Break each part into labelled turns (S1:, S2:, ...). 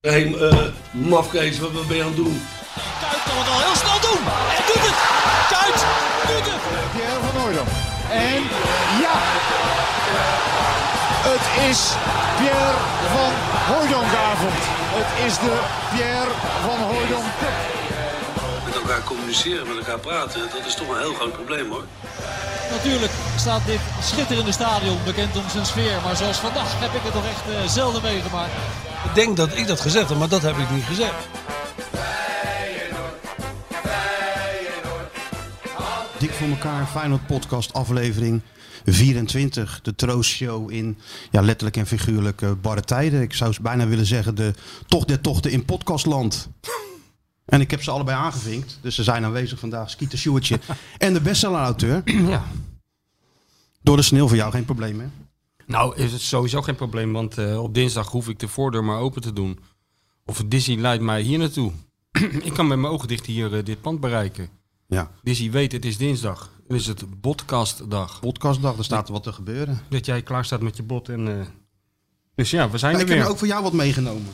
S1: Hé, hey, eh, mafkees, wat ben je aan het doen?
S2: Kuit kan het al heel snel doen. En doet het. Kuit doet het.
S3: Pierre van Hooydonk. En ja! Het is Pierre van Hooijdonkavond. Het is de Pierre van Hooijdonk Cup.
S1: Met elkaar communiceren, met elkaar praten, dat is toch een heel groot probleem hoor.
S2: Natuurlijk staat dit schitterende stadion bekend om zijn sfeer. Maar zoals vandaag heb ik het toch echt eh, zelden meegemaakt.
S1: Ik denk dat ik dat gezegd heb, maar dat heb ik niet gezegd.
S4: Dik voor elkaar, Feyenoord podcast aflevering 24. De troostshow in ja, letterlijk en figuurlijk eh, barre tijden. Ik zou bijna willen zeggen de tocht der tochten in podcastland. En ik heb ze allebei aangevinkt. Dus ze zijn aanwezig vandaag. Skeeter Sjoertje en de bestseller-auteur.
S5: Ja.
S4: Door de sneeuw voor jou geen probleem, hè?
S5: Nou is het sowieso geen probleem, want eh, op dinsdag hoef ik de voordeur maar open te doen. Of Disney leidt mij hier naartoe. ik kan met mijn ogen dicht hier eh, dit pand bereiken.
S4: Ja.
S5: Disney weet, het is dinsdag. Het is het botkastdag.
S4: Podcastdag, daar staat wat te gebeuren.
S5: Dat jij klaar staat met je bot en... eh, dus ja, we zijn
S4: Maar Nou,
S5: er
S4: ik heb
S5: weer.
S4: er ook voor jou wat meegenomen.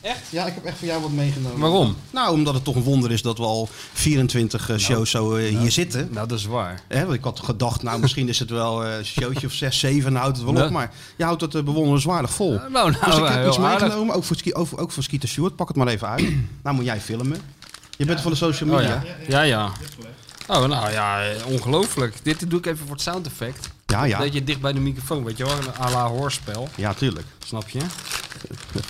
S4: Echt? Ja, ik heb echt voor jou wat meegenomen.
S5: Waarom?
S4: Nou, omdat het toch een wonder is dat we al 24 eh, shows zo eh, hier zitten.
S5: Nou, dat is waar.
S4: Hè, want ik had gedacht, nou misschien is het wel eh, een showtje of zes, zeven, dan houdt het wel
S5: Ja.
S4: op. Maar je houdt het eh, bewonderenswaardig vol.
S5: Nou, nou,
S4: dus ik heb
S5: heel
S4: iets
S5: aardig.
S4: meegenomen, ook voor, ski, ook, ook voor Skeeter Stewart. Pak het maar even uit. nou moet jij filmen. Je bent van de social
S5: Oh
S4: media.
S5: ja, ja, ja. Oh, nou ja, eh, ongelooflijk. Dit doe ik even voor het sound effect.
S4: ja, ja.
S5: Dat je dicht bij de microfoon, weet je wel. Een à la hoorspel,
S4: Ja, tuurlijk.
S5: snap je?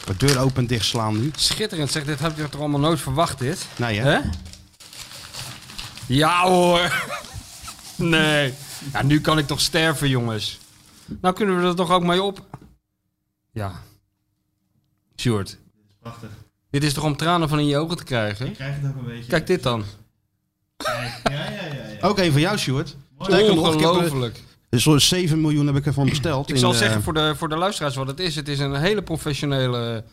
S4: De deur open en dicht slaan nu.
S5: Schitterend zeg, dit heb ik toch allemaal nooit verwacht dit?
S4: Nee, hè?
S5: Hè? Ja hoor. Nee. Ja, nu kan ik toch sterven, jongens. Nou kunnen we er toch ook mee op. Ja. Sjoerd.
S6: Prachtig.
S5: Dit is toch om tranen van in je ogen te krijgen?
S6: Ik krijg het ook een beetje.
S5: Kijk dit dan.
S6: Kijk, Ja, ja, ja. ja.
S4: Ook een van jou, Stuart. Sterker nog, ik heb er-
S5: Ongelooflijk.
S4: dus zo'n 7 miljoen heb ik ervan besteld.
S5: Ik
S4: in,
S5: zal
S4: eh,
S5: zeggen voor de, voor de luisteraars wat het is. Het is een hele professionele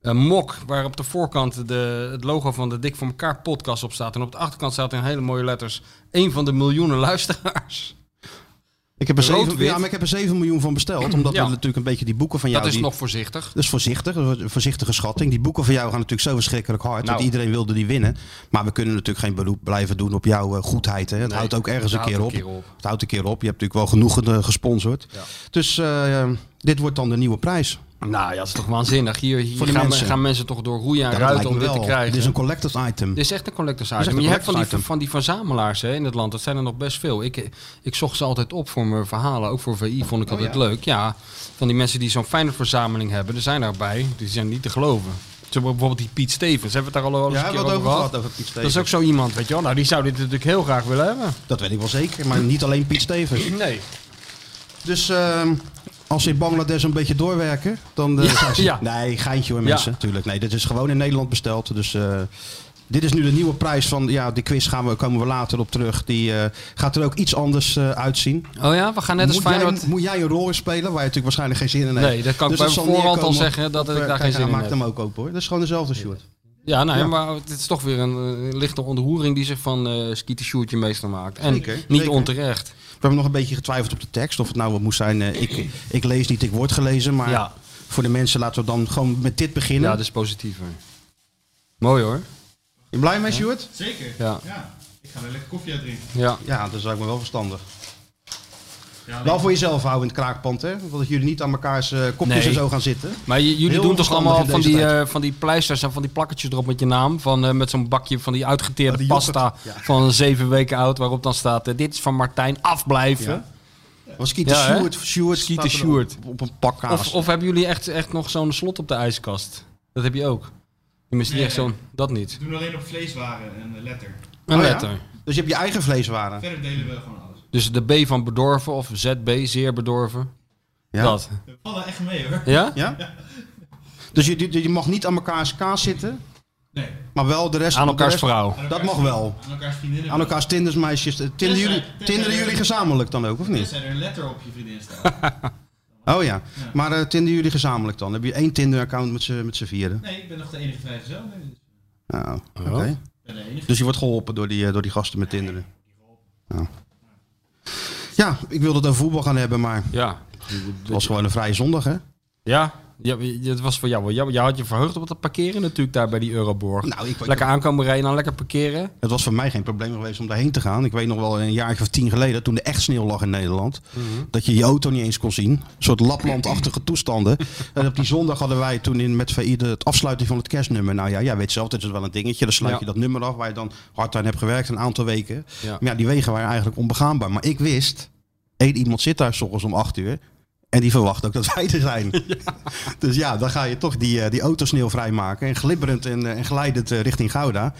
S5: eh, mok waar op de voorkant de, het logo van de Dik voor elkaar podcast op staat. En op de achterkant staat in hele mooie letters één van de miljoenen luisteraars.
S4: ik heb er
S5: rood,
S4: 7,
S5: wit.
S4: ja, maar ik heb er 7 miljoen van besteld. Omdat
S5: Ja.
S4: we natuurlijk een beetje die boeken van jou...
S5: dat is
S4: die-
S5: nog voorzichtig.
S4: Dus voorzichtig, een voorzichtige schatting. Die boeken van jou gaan natuurlijk zo verschrikkelijk hard.
S5: Nou.
S4: Want iedereen wilde die winnen. Maar we kunnen natuurlijk geen beroep blijven doen op jouw eh, goedheid. Hè. Het
S5: Nee,
S4: houdt ook ergens een
S5: het
S4: keer, op.
S5: houdt een keer op.
S4: Het houdt een keer op. Je hebt natuurlijk wel genoeg eh, gesponsord.
S5: Ja.
S4: Dus eh, dit wordt dan de nieuwe prijs.
S5: Nou ja, dat is toch waanzinnig. Hier, hier
S4: Voor de
S5: gaan, me-
S4: mensen.
S5: gaan mensen toch door roeien
S4: Ja,
S5: en
S4: dat
S5: ruiten
S4: lijkt
S5: om
S4: me
S5: dit te
S4: wel.
S5: krijgen.
S4: Dit is een collectors item.
S5: echt een collectors
S4: is
S5: item.
S4: echt
S5: je
S4: een
S5: hebt van die,
S4: collectors
S5: van die verzamelaars hè, in het land. Dat zijn er nog best veel. Ik, ik zocht ze altijd op voor mijn verhalen. Ook voor VI
S4: Oh,
S5: vond ik altijd leuk. Ja, van die mensen die zo'n fijne verzameling hebben. Er zijn daarbij. Die zijn niet te geloven. Zo bijvoorbeeld die Piet Stevens. Hebben we het daar al eens
S4: Ja,
S5: een
S4: we
S5: keer
S4: hebben het
S5: over
S4: over
S5: gehad?
S4: gehad over Piet
S5: Dat
S4: Stevens.
S5: is ook zo iemand, weet je wel. Nou, die zou dit natuurlijk heel graag willen hebben.
S4: Dat weet ik wel zeker. Maar niet alleen Piet Stevens.
S5: Nee.
S4: Dus eh, als ze in Bangladesh een beetje doorwerken, dan... eh,
S5: Ja,
S4: zijn ze-
S5: ja.
S4: Nee, geintje hoor mensen,
S5: Ja.
S4: tuurlijk. Nee, dit is gewoon in Nederland besteld. Dus eh, dit is nu de nieuwe prijs van... Ja, die quiz gaan we, komen we later op terug. Die eh, gaat er ook iets anders eh, uitzien.
S5: Oh ja, we gaan net als
S4: Moet jij,
S5: Feyenoord...
S4: moet jij een rol in spelen waar je natuurlijk waarschijnlijk geen zin in hebt? Dus
S5: Nee, dat kan ik
S4: het
S5: bij
S4: zal
S5: voorhand al
S4: neerkomen
S5: zeggen dat
S4: op,
S5: ik
S4: eh,
S5: daar
S4: kijk,
S5: geen zin
S4: hij
S5: in
S4: maakt hem ook open hoor. Dat is gewoon dezelfde shirt.
S5: Ja, nou,
S4: Ja.
S5: maar het is toch weer een eh, lichte onderhoering die zich van eh Skeeter Sjoerdje meester maakt. En
S4: Zeker,
S5: niet
S4: zeker.
S5: onterecht.
S4: We hebben nog een beetje getwijfeld op de tekst. Of het nou wat moest zijn. eh, ik, ik lees niet, ik word gelezen. Maar
S5: Ja.
S4: voor de mensen laten we dan gewoon met dit beginnen.
S5: Ja, dus- dat is positiever. Mooi hoor.
S4: Je blij mee, Sjoerd?
S6: Zeker.
S5: Ja.
S6: Ik ga er lekker koffie uit drinken.
S5: Ja.
S4: Ja, dat is me wel verstandig.
S6: Ja,
S4: Wel voor jezelf houden in het kraakpand, hè? Want dat jullie niet aan mekaars eh, kopjes
S5: Nee.
S4: en zo gaan zitten.
S5: Maar j- jullie
S4: Heel
S5: doen toch
S4: verstandig
S5: allemaal
S4: in
S5: van
S4: deze
S5: die,
S4: tijd.
S5: eh, van die pleisters en van die plakketjes erop met je naam. Van, eh, met zo'n bakje van die uitgeteerde
S4: Oh, die
S5: pasta
S4: yoghurt. Ja.
S5: van zeven weken oud. Waarop dan staat, eh, dit is van Martijn, afblijven.
S4: Want Skeeter
S5: Ja, hè?
S4: Sjoerd, Sjoerd staat
S5: Skeeter
S4: er
S5: Sjoerd.
S4: Op, op een pak kaas.
S5: Of, of hebben jullie echt, echt nog zo'n slot op de ijskast? Dat heb je ook. Je mist
S6: Nee.
S5: echt zo'n... Dat niet.
S6: We doen alleen op vleeswaren en eh, letter.
S5: Een
S4: Oh ja?
S5: letter.
S4: Dus je hebt je eigen vleeswaren.
S6: Verder delen we gewoon alles.
S5: Dus de B van bedorven of ZB, zeer bedorven.
S4: Ja?
S5: Dat.
S6: We vallen echt mee hoor.
S5: Ja?
S4: Ja? Dus je, je, je mag niet aan mekaars kaas zitten,
S6: Nee.
S4: maar wel de rest...
S5: Aan elkaars
S4: de rest-
S5: vrouw.
S6: Aan
S4: Dat
S6: elkaars-
S4: mag wel.
S6: Aan elkaars vriendinnen.
S4: Aan elkaars tindersmeisjes. Eh, Tinderen
S6: Tenzij-
S4: jullie,
S6: tenzij-
S4: tinderen jullie gezamenlijk dan ook, of
S6: Er
S4: niet?
S6: zijn er een letter op je vriendin staan.
S4: Oh ja. Maar eh tinderen jullie gezamenlijk dan? Heb je één Tinder-account met z'n met z'n vieren?
S6: Nee, ik ben nog de enige vrijgezel. Nee, dus ik
S4: Nou, oké.
S6: ben de enige.
S4: Dus je wordt geholpen door die, eh, door die gasten met Tinderen? Ja. Ja, ik wilde het over voetbal gaan hebben, maar...
S5: Ja.
S4: Het was gewoon een vrije zondag, hè?
S5: Ja. Ja, het was voor jou wel jammer. Jij had je verheugd op dat parkeren natuurlijk daar bij die Euroborg.
S4: Nou, ik-
S5: lekker aankomen rijden, dan lekker parkeren.
S4: Het was voor mij geen probleem geweest om daarheen te gaan. Ik weet nog wel een jaartje of tien geleden, toen er echt sneeuw lag in Nederland,
S5: Mhm.
S4: dat je je auto niet eens kon zien. Een soort laplandachtige toestanden. En op die zondag hadden wij toen in, met VI de het afsluiting van het kerstnummer. Nou ja, jij weet zelf, dit is wel een dingetje. Dan sluit
S5: Ja.
S4: je dat nummer af waar je dan hard aan hebt gewerkt een aantal weken.
S5: Ja.
S4: Maar ja, die wegen waren eigenlijk onbegaanbaar. Maar ik wist, één iemand zit daar 's ochtends om acht uur. En die verwacht ook dat wij er zijn. Dus ja, dan ga je toch die, eh, die auto sneeuwvrij maken. En glibberend en, eh, en glijdend eh, richting Gouda.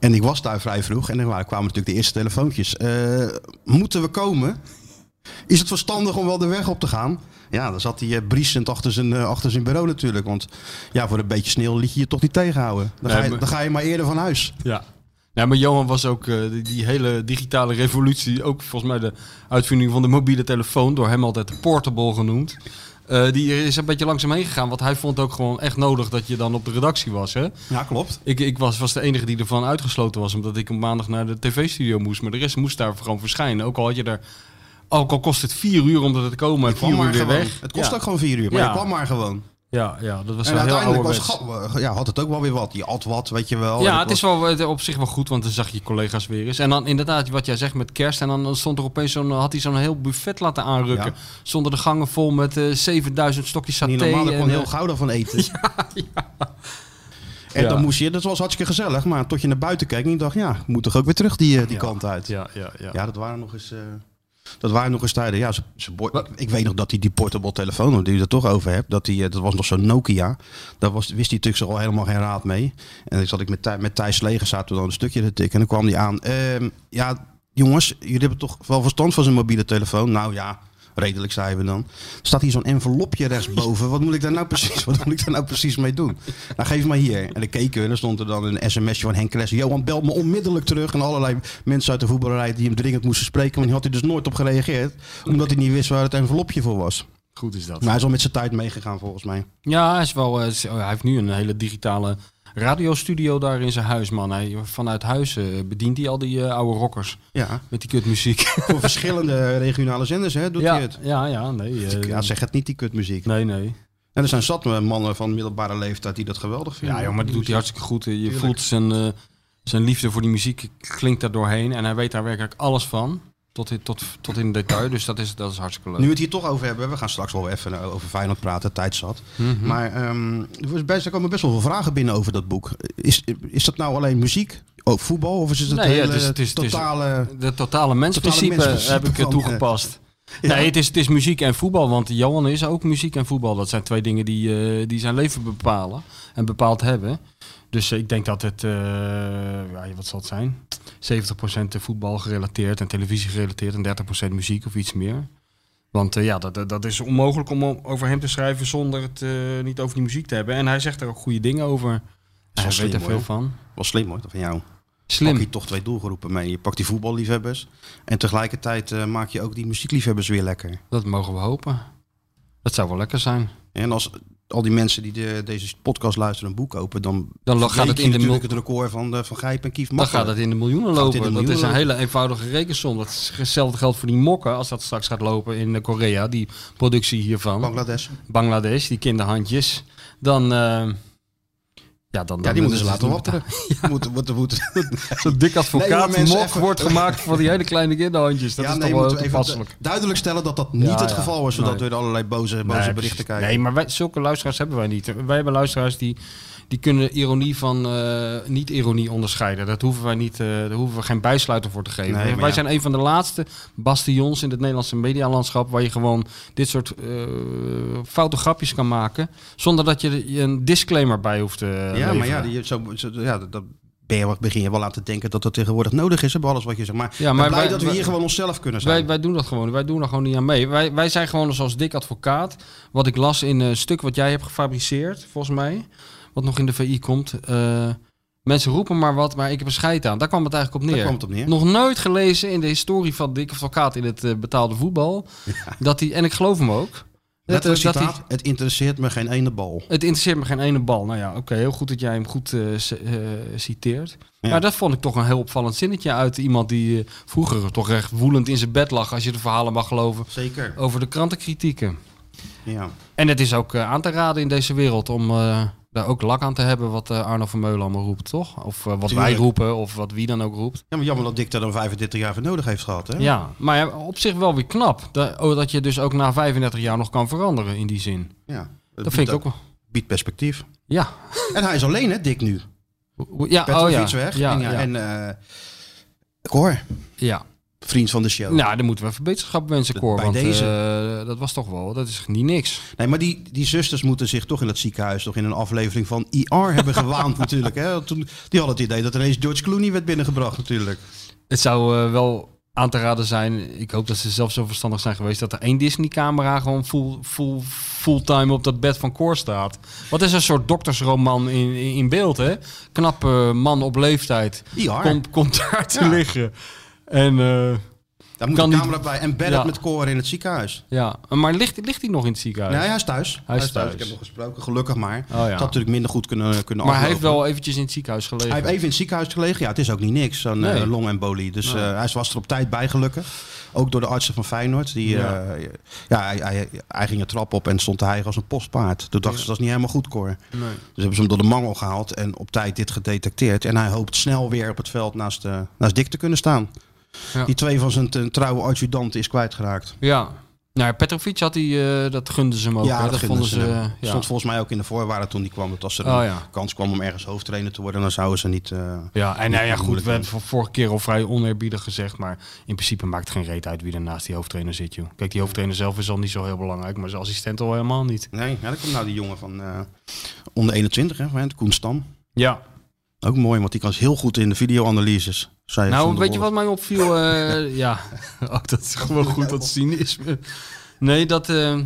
S4: En ik was daar vrij vroeg. En dan waren- kwamen natuurlijk de eerste telefoontjes. Eh, moeten we komen? Is het verstandig om wel de weg op te gaan? Ja, dan zat hij eh, briesend achter zijn, eh, achter zijn bureau natuurlijk. Want ja, voor een beetje sneeuw liet je je toch niet tegenhouden. Dan ga,
S5: Nee,
S4: je,
S5: maar-
S4: dan ga je maar eerder van huis.
S5: Ja. Nou, maar Johan was ook eh, die, die hele digitale revolutie, ook volgens mij de uitvinding van de mobiele telefoon, door hem altijd de portable genoemd. eh, die is een beetje langzaam heen gegaan, want hij vond ook gewoon echt nodig dat je dan op de redactie was. Hè?
S4: Ja, klopt.
S5: Ik, ik was, was de enige die ervan uitgesloten was, omdat ik op maandag naar de tv-studio moest. Maar de rest moest daar gewoon verschijnen. Ook al had je er, ook al kost het vier uur om er te komen en
S4: Kwam
S5: vier uur
S4: maar
S5: weer
S4: gewoon.
S5: weg.
S4: Het kost
S5: ja.
S4: ook gewoon vier uur, maar
S5: Ja.
S4: je kwam maar gewoon.
S5: Ja, ja, dat was
S4: En
S5: wel heel
S4: uiteindelijk
S5: ouderwets.
S4: was, Ga- ja, had het ook wel weer wat. Je at wat, weet je wel. En
S5: Ja,
S4: het
S5: het
S4: was-
S5: is wel het- op zich wel goed, want dan zag je collega's weer eens. En dan inderdaad, wat jij zegt met kerst. En dan stond er opeens zo'n, had hij zo'n heel buffet laten aanrukken.
S4: Ja.
S5: Zonder de gangen vol met eh 7000 stokjes saté.
S4: Niet normaal, daar
S5: en,
S4: kon
S5: eh,
S4: heel gauw daarvan eten. En
S5: Ja.
S4: dan moest je, dat was hartstikke gezellig, maar tot je naar buiten keek en je dacht, ja, ik moet toch ook weer terug die, eh, die kant uit. Ja.
S5: ja, ja, ja.
S4: dat waren nog eens, eh, dat waren nog eens tijden. Ja, ze, ze boor- ik, ik weet nog dat hij die portable telefoon, die je er toch over hebt, dat, die, eh, dat was nog zo'n Nokia. Daar was, wist hij natuurlijk al helemaal geen raad mee. En dan zat ik met, Thij- met Thijs Leger, zaten we dan een stukje te tikken. En dan kwam hij aan, ehm, ja, jongens, jullie hebben toch wel verstand van zijn mobiele telefoon? Nou ja, redelijk zei we dan. Staat hier zo'n envelopje rechtsboven. Wat moet ik daar nou precies, wat moet ik daar nou precies mee doen? Nou, geef maar hier. En dan keken we en dan stond er dan een sms'je van Henk Kless. Johan, bel me onmiddellijk terug. En allerlei mensen uit de voetballerij die hem dringend moesten spreken. Want die had hij dus nooit op gereageerd. Omdat hij niet wist waar het envelopje voor was.
S5: Goed is dat.
S4: Maar hij is al met zijn tijd meegegaan volgens mij.
S5: Ja, hij, is wel, eh, is- oh, hij heeft nu een hele digitale radiostudio daar in zijn huis, man. Hij, vanuit huis eh, bedient hij al die eh, oude rockers
S4: Ja,
S5: met die kutmuziek.
S4: voor verschillende regionale zenders hè, doet
S5: ja,
S4: hij het.
S5: ja, ja, nee. eh,
S4: Ja, zeg het niet, die kutmuziek.
S5: Nee, nee.
S4: En er zijn zat eh, mannen van middelbare leeftijd die dat geweldig vinden.
S5: Ja, joh, maar dat doet hij hartstikke goed. Je
S4: Tuurlijk.
S5: voelt zijn, eh, zijn liefde voor die muziek klinkt daar doorheen. En hij weet daar werkelijk alles van. Tot in, tot, tot in detail. Dus dat is, dat is hartstikke leuk.
S4: Nu we het hier toch over hebben, we gaan straks wel even eh, over Feyenoord praten, tijd zat. Maar ehm, er was best- er komen best wel veel vragen binnen over dat boek. Is, is dat nou alleen muziek, ook voetbal, of is het het
S5: Nee, ja,
S4: hele
S5: het is- het is- het is-
S4: totale...
S5: De totale mensprincipe
S4: mensprincipe
S5: heb ik eh,
S4: van,
S5: toegepast.
S4: ja.
S5: Nee, het is, het is muziek en voetbal. Want Johan is ook muziek en voetbal. Dat zijn twee dingen die, eh, die zijn leven bepalen. En bepaald hebben. Dus eh, ik denk dat het, eh, ja, wat zal het zijn? 70% voetbal gerelateerd en televisie gerelateerd en 30% muziek of iets meer. Want eh, ja, dat, dat- dat is onmogelijk om o- over hem te schrijven zonder het eh, niet over die muziek te hebben. En hij zegt er ook goede dingen over.
S4: wel
S5: Hij
S4: slim,
S5: weet er
S4: hoor.
S5: veel van.
S4: Wel slim hoor, van jou. Pak je
S5: Slim.
S4: toch twee doelgroepen mee. Je pakt die voetballiefhebbers en tegelijkertijd eh, maak je ook die muziekliefhebbers weer lekker.
S5: Dat mogen we hopen. Dat zou wel lekker zijn.
S4: En als al die mensen die de- deze podcast luisteren een boek kopen, dan,
S5: Dan lo- gaat
S4: breek
S5: het
S4: je
S5: in de mil-
S4: natuurlijk het record van, eh, van Gijp en Kief
S5: Dan gaat
S4: Makkelijk.
S5: het in de miljoenen
S4: Gaat het in
S5: lopen.
S4: de
S5: dat is
S4: miljoenen
S5: een hele eenvoudige rekensom. Dat is hetzelfde geldt voor die mokken als dat straks gaat lopen in eh, Korea. Die productie hiervan.
S4: Bangladesh.
S5: Bangladesh, die kinderhandjes. Dan, eh, ja, dan,
S4: Ja,
S5: dan-
S4: die moeten ze
S5: dan-
S4: laten wapperen. Moeten, moeten, moeten.
S5: Zo'n dik
S4: Nee, maar
S5: advocaat
S4: mensen,
S5: mok
S4: even-
S5: wordt gemaakt voor die hele kleine kinderhandjes. Dat is toch wel
S4: moeten
S5: heel
S4: we even
S5: toepasselijk.
S4: du- duidelijk stellen dat dat niet
S5: Ja,
S4: het
S5: ja.
S4: geval was, zodat
S5: Nee.
S4: we er allerlei boze, boze
S5: Nee,
S4: berichten
S5: precies.
S4: krijgen.
S5: Nee, maar wij, zulke luisteraars hebben wij niet. Wij hebben luisteraars die, die kunnen ironie van eh, niet-ironie onderscheiden. Dat hoeven wij niet, eh, daar hoeven we geen bijsluiter voor te geven.
S4: Nee, maar
S5: wij
S4: ja.
S5: zijn een van de laatste bastions in het Nederlandse medialandschap... waar je gewoon dit soort eh, foute grapjes kan maken... zonder dat je er- je een disclaimer bij hoeft te eh,
S4: ja, maar ja,
S5: leveren.
S4: die, zo, zo- ja dat, dat ben je, begin je wel aan te denken dat dat tegenwoordig nodig is, hè, bij alles wat je zegt. Maar,
S5: Ja,
S4: ik ben
S5: maar
S4: blij
S5: wij-
S4: dat we
S5: wij-
S4: hier gewoon onszelf kunnen zijn.
S5: Wij, wij doen dat gewoon. Wij doen er gewoon niet aan mee. Wij, wij zijn gewoon zoals dik advocaat. Wat ik las in eh, een stuk wat jij hebt gefabriceerd, volgens mij. Wat nog in de VI komt. eh, mensen roepen maar wat, maar ik heb er scheid aan. Daar kwam het eigenlijk op
S4: Daar
S5: neer.
S4: kwam het op neer.
S5: Nog nooit gelezen in de historie van dik advocaat in het eh, betaalde voetbal. Dat die, en ik geloof hem ook.
S4: Net
S5: Dat- eh,
S4: een
S5: dat die-
S4: citaat, het interesseert me geen ene bal.
S5: het interesseert me geen ene bal. Nou ja, oké, heel goed dat jij hem goed eh, c- eh, citeert.
S4: Ja.
S5: Maar dat vond ik toch een heel opvallend zinnetje uit iemand die eh, vroeger toch echt woelend in zijn bed lag, als je de verhalen mag geloven,
S4: Zeker.
S5: over de krantenkritieken.
S4: Ja.
S5: En het is ook eh, aan te raden in deze wereld om eh, daar ook lak aan te hebben wat eh, Arno van Meulen allemaal roept, toch? Of eh, wat wij
S4: Tuurlijk.
S5: roepen, of wat wie dan ook roept.
S4: ja, maar jammer dat Dick daar dan 35 jaar voor nodig heeft gehad. Hè?
S5: Ja, maar ja, op zich wel weer knap. Dat, oh, dat je dus ook na 35 jaar nog kan veranderen in die zin.
S4: Ja.
S5: Dat,
S4: biedt
S5: vind ik ook wel.
S4: Biedt perspectief.
S5: Ja.
S4: En hij is alleen, hè, Dick nu.
S5: ja oh ja.
S4: Petrovic weg.
S5: Ja,
S4: en,
S5: ja,
S4: ja,
S5: ja.
S4: en eh, Cor, vriend van de show.
S5: Nou, dan moeten we even beterschap wensen,
S4: Bij
S5: Cor. Want
S4: deze.
S5: eh, dat was toch wel, dat is niet niks.
S4: Nee, maar die, die zusters moeten zich toch in dat ziekenhuis, toch in een aflevering van IR hebben gewaand natuurlijk. Hè? Want Toen, die hadden het idee dat ineens George Clooney werd binnengebracht natuurlijk.
S5: Het zou eh, wel aan te raden zijn, ik hoop dat ze zelf zo verstandig zijn geweest, dat er één Disney-camera gewoon full, full, fulltime op dat bed van Cor staat. Wat is een soort doktersroman in, in, in beeld, hè? Knappe man op leeftijd
S4: IR.
S5: komt, komt daar te
S4: Ja.
S5: liggen. En eh,
S4: Daar moet
S5: Kan
S4: een
S5: niet-
S4: camera bij en bed
S5: Ja.
S4: met Cor in het ziekenhuis.
S5: ja, maar ligt, ligt hij nog in het ziekenhuis?
S4: Nee, hij is thuis.
S5: Hij is thuis. Oh
S4: Ik heb hem gesproken, gelukkig maar. Het
S5: ja.
S4: had natuurlijk minder goed kunnen, kunnen
S5: maar hij heeft
S4: aflopen.
S5: wel eventjes in het ziekenhuis gelegen.
S4: Hij heeft even in het ziekenhuis gelegen. Ja, het is ook niet niks, zo'n
S5: Nee.
S4: eh, longembolie. Dus eh, hij was er op tijd bij, gelukkig. Ook door de artsen van Feyenoord. Die,
S5: Ja.
S4: ja. ja, hij, hij, hij ging de trap op en stond te hijgen als een postpaard. Toen dachten ze, dat is niet helemaal goed, Cor.
S5: Nee.
S4: Dus hebben ze hem door de mangel gehaald en op tijd dit gedetecteerd. En hij hoopt snel weer op het veld naast, eh, naast Dick te kunnen staan.
S5: Ja.
S4: Die twee van zijn eh, trouwe adjudanten is kwijtgeraakt.
S5: Ja. Nou, Petrovic had die, eh, dat gunden ze hem ook. hè?
S4: dat gunden
S5: vonden
S4: hem.
S5: eh, ja.
S4: Stond volgens mij ook in de voorwaarden toen die kwam. Dat als er
S5: Oh,
S4: een
S5: ja.
S4: kans kwam om ergens hoofdtrainer te worden, dan zouden ze niet... eh,
S5: Ja, en nou ja, goed,
S4: moeilijk
S5: we hebben van vorige keer al vrij oneerbiedig gezegd, maar in principe maakt het geen reet uit wie er naast die hoofdtrainer zit, joh. Kijk, die hoofdtrainer zelf is al niet zo heel belangrijk, maar zijn assistent al helemaal niet.
S4: Nee, ja, dan komt nou die jongen van eh, onder 21, hè, van hen, Koen Stam.
S5: Ja.
S4: Ook mooi, want die kan heel goed in de videoanalyses. Zei
S5: Nou,
S4: Van der
S5: weet je
S4: Wolf.
S5: wat mij opviel? Eh, ja, oh, dat is gewoon goed, dat cynisme. Nee, dat... eh,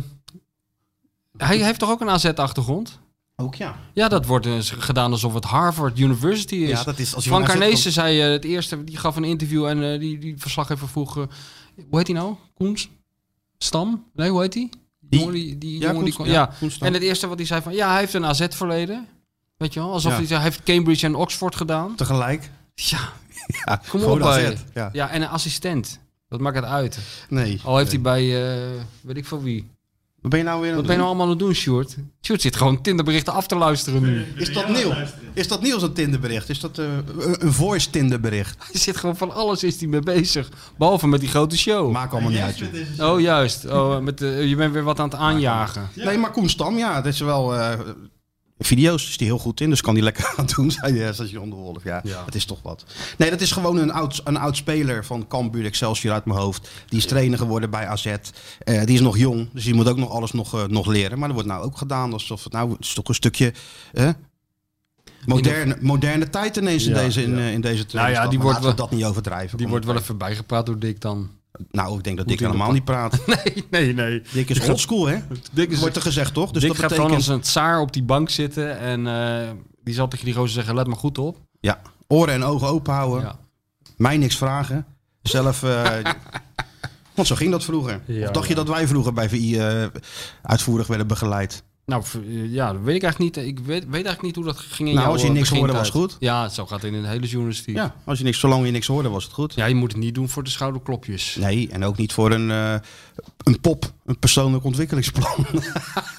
S5: hij heeft toch ook een AZ-achtergrond?
S4: Ook ja.
S5: Ja, dat wordt eh, gedaan alsof het Harvard University is.
S4: ja dat is, als je
S5: Frank
S4: naar zit,
S5: Arnezen zei eh, het eerste, die gaf een interview en eh, die, die verslaggever vroeg, eh, hoe heet hij nou? Koens? Stam? Nee, hoe heet hij?
S4: Die-
S5: jongen die, die,
S4: dan-
S5: jongen die
S4: Koen-
S5: kon- ja.
S4: Koen Stam.
S5: En het eerste wat hij zei van, ja, hij heeft een AZ-verleden. Weet je wel, alsof
S4: Ja.
S5: hij zei, hij heeft Cambridge en Oxford gedaan.
S4: tegelijk.
S5: Ja,
S4: Ja,
S5: kom
S4: gewoon
S5: op.
S4: AZ,
S5: hé.
S4: Ja.
S5: ja, Oh. en een assistent. Dat maakt het uit.
S4: Nee.
S5: Al heeft hij bij, eh, weet ik veel wie.
S4: Wat ben je nou weer aan
S5: Wat
S4: het
S5: ben je nou
S4: doen?
S5: allemaal aan het doen, Sjoerd? Sjoerd zit gewoon Tinderberichten af te luisteren nu.
S4: Is dat nieuw? Is dat nieuw zo'n Tinderbericht? Is dat eh, een een voice Tinderbericht?
S5: Hij zit gewoon van alles is hij mee bezig. Behalve met die grote show.
S4: Maakt allemaal niet uit. joh.
S5: Oh, juist. Oh, eh, met de, je bent weer wat aan het aanjagen.
S4: Nee, maar Koen Stam, ja, dat is wel... eh, Video's is die heel goed in, dus kan die lekker aan doen, zei de station de Wolf. Ja,
S5: Ja.
S4: het is toch wat. Nee, dat is gewoon een oud, een oud speler van Cambuur Excelsior uit mijn hoofd. Die is trainer geworden bij AZ. Eh, die is nog jong, dus die moet ook nog alles nog, eh, nog leren. Maar dat wordt nou ook gedaan alsof het nou het is toch een stukje eh, moderne, moderne tijd ineens in
S5: Ja,
S4: deze, in,
S5: ja.
S4: eh, in deze trainingsdag.
S5: ja, die
S4: Maar
S5: wordt
S4: laten we
S5: wel-
S4: dat niet overdrijven.
S5: Die
S4: Kom
S5: wordt
S4: op,
S5: wel even bijgepraat door Dick dan.
S4: hè. Nou, ik denk dat
S5: Moet
S4: Dick
S5: hij
S4: helemaal niet praat.
S5: Nee, nee, nee.
S4: Dick is oldschool, hè?
S5: Dick, is,
S4: Wordt er gezegd, toch? Dus
S5: Dick
S4: dat
S5: gaat gewoon
S4: betekent...
S5: als een tsaar op die bank zitten. En eh, die zal tegen die gozer zeggen, let maar goed op.
S4: Ja, oren en ogen open houden.
S5: Ja.
S4: Mij niks vragen. Zelf. eh, want zo ging dat vroeger.
S5: Ja,
S4: of dacht je
S5: ja.
S4: dat wij vroeger bij VI eh, uitvoerig werden begeleid?
S5: Nou, v- eh, ja, dat weet ik eigenlijk niet. Ik weet, weet eigenlijk niet hoe dat ging in
S4: Nou,
S5: jouw,
S4: als je
S5: eh,
S4: niks hoorde,
S5: begintijd.
S4: was het goed.
S5: Ja, zo gaat het in de hele journalistiek. Ja.
S4: Ja, als je niks, zolang je niks hoorde, was het goed.
S5: je moet het niet doen voor de schouderklopjes.
S4: Nee, en ook niet voor een, eh, een pop, een persoonlijk ontwikkelingsplan.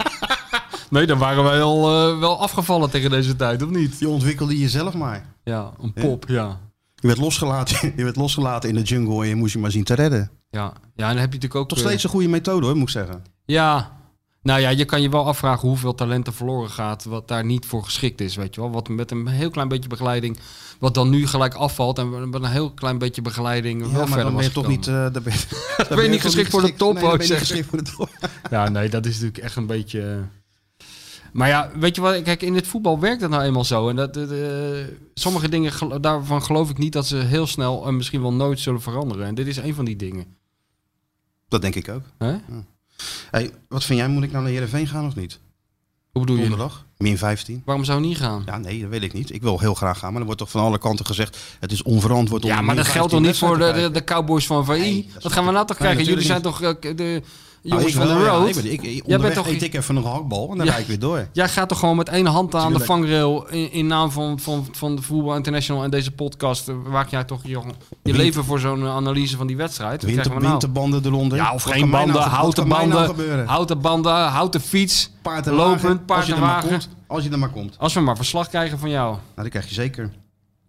S5: Nee, dan waren wij al eh, wel afgevallen tegen deze tijd, of niet?
S4: Je ontwikkelde jezelf maar.
S5: Ja, een pop, ja.
S4: Je werd losgelaten, je werd losgelaten in de jungle en je moest je maar zien te redden.
S5: Ja, ja en dan heb je natuurlijk ook...
S4: Toch
S5: eh,
S4: steeds een goede methode hoor, moet ik zeggen.
S5: Ja. Nou ja, je kan je wel afvragen hoeveel talenten verloren gaat, wat daar niet voor geschikt is, weet je wel. Wat met een heel klein beetje begeleiding, wat dan nu gelijk afvalt en met een heel klein beetje begeleiding wel
S4: Ja, maar
S5: verder
S4: dan ben je
S5: was
S4: toch niet, eh,
S5: gekomen.
S4: daar ben, daar ben
S5: niet
S4: toch
S5: geschikt voor de top,
S4: Nee,
S5: wou
S4: dan
S5: ik
S4: ben je niet
S5: zeggen.
S4: geschikt voor de top.
S5: Ja, nee, dat is natuurlijk echt een beetje... eh. Maar ja, weet je wat, kijk, in het voetbal werkt dat nou eenmaal zo. En dat, dat, eh, sommige dingen, gel- daarvan geloof ik niet dat ze heel snel en misschien wel nooit zullen veranderen. En dit is een van die dingen.
S4: Dat denk ik ook.
S5: Hè?
S4: Hey, wat vind jij, moet ik nou naar Heerenveen gaan of niet?
S5: Hoe bedoel je?
S4: Donderdag? Min 15?
S5: Waarom zou je niet gaan?
S4: Ja, nee, dat weet ik niet. Ik wil heel graag gaan, maar er wordt toch van alle kanten gezegd... het is onverantwoord om...
S5: Ja,
S4: een
S5: maar
S4: min
S5: dat geldt
S4: 15
S5: toch niet voor de,
S4: wedstrijd
S5: de,
S4: te
S5: de Cowboys van VI?
S4: Nee, dat is
S5: Wat gaan we nou toch
S4: Nee,
S5: krijgen? Jullie zijn
S4: natuurlijk
S5: toch eh, de,
S4: Nou,
S5: jongens
S4: ik
S5: van
S4: wel,
S5: de
S4: ja.
S5: road.
S4: ik, ben- ik, ik,
S5: bent
S4: onderweg
S5: toch-
S4: eet ik even een hakbal en dan
S5: Ja.
S4: ga ik weer door.
S5: Jij gaat toch gewoon met één hand aan de
S4: Tuurlijk.
S5: vangrail in, in naam van, van, van de Voetbal International en deze podcast. eh, Waak jij toch je, je
S4: Winter-
S5: leven voor zo'n eh, analyse van die wedstrijd? Wat
S4: Winter,
S5: krijgen we nou?
S4: Winterbanden eronder.
S5: Ja, of
S4: Wat
S5: geen
S4: kan mij nou
S5: banden,
S4: ge- wat
S5: houten
S4: kan mij nou
S5: banden,
S4: gebeuren?
S5: houten banden, houten fiets,
S4: Paard en wagen,
S5: lopend,
S4: als
S5: paard
S4: je
S5: en
S4: er maar
S5: wagen.
S4: komt. Als je er maar komt.
S5: Als we maar verslag krijgen van jou.
S4: Nou, dat krijg je zeker.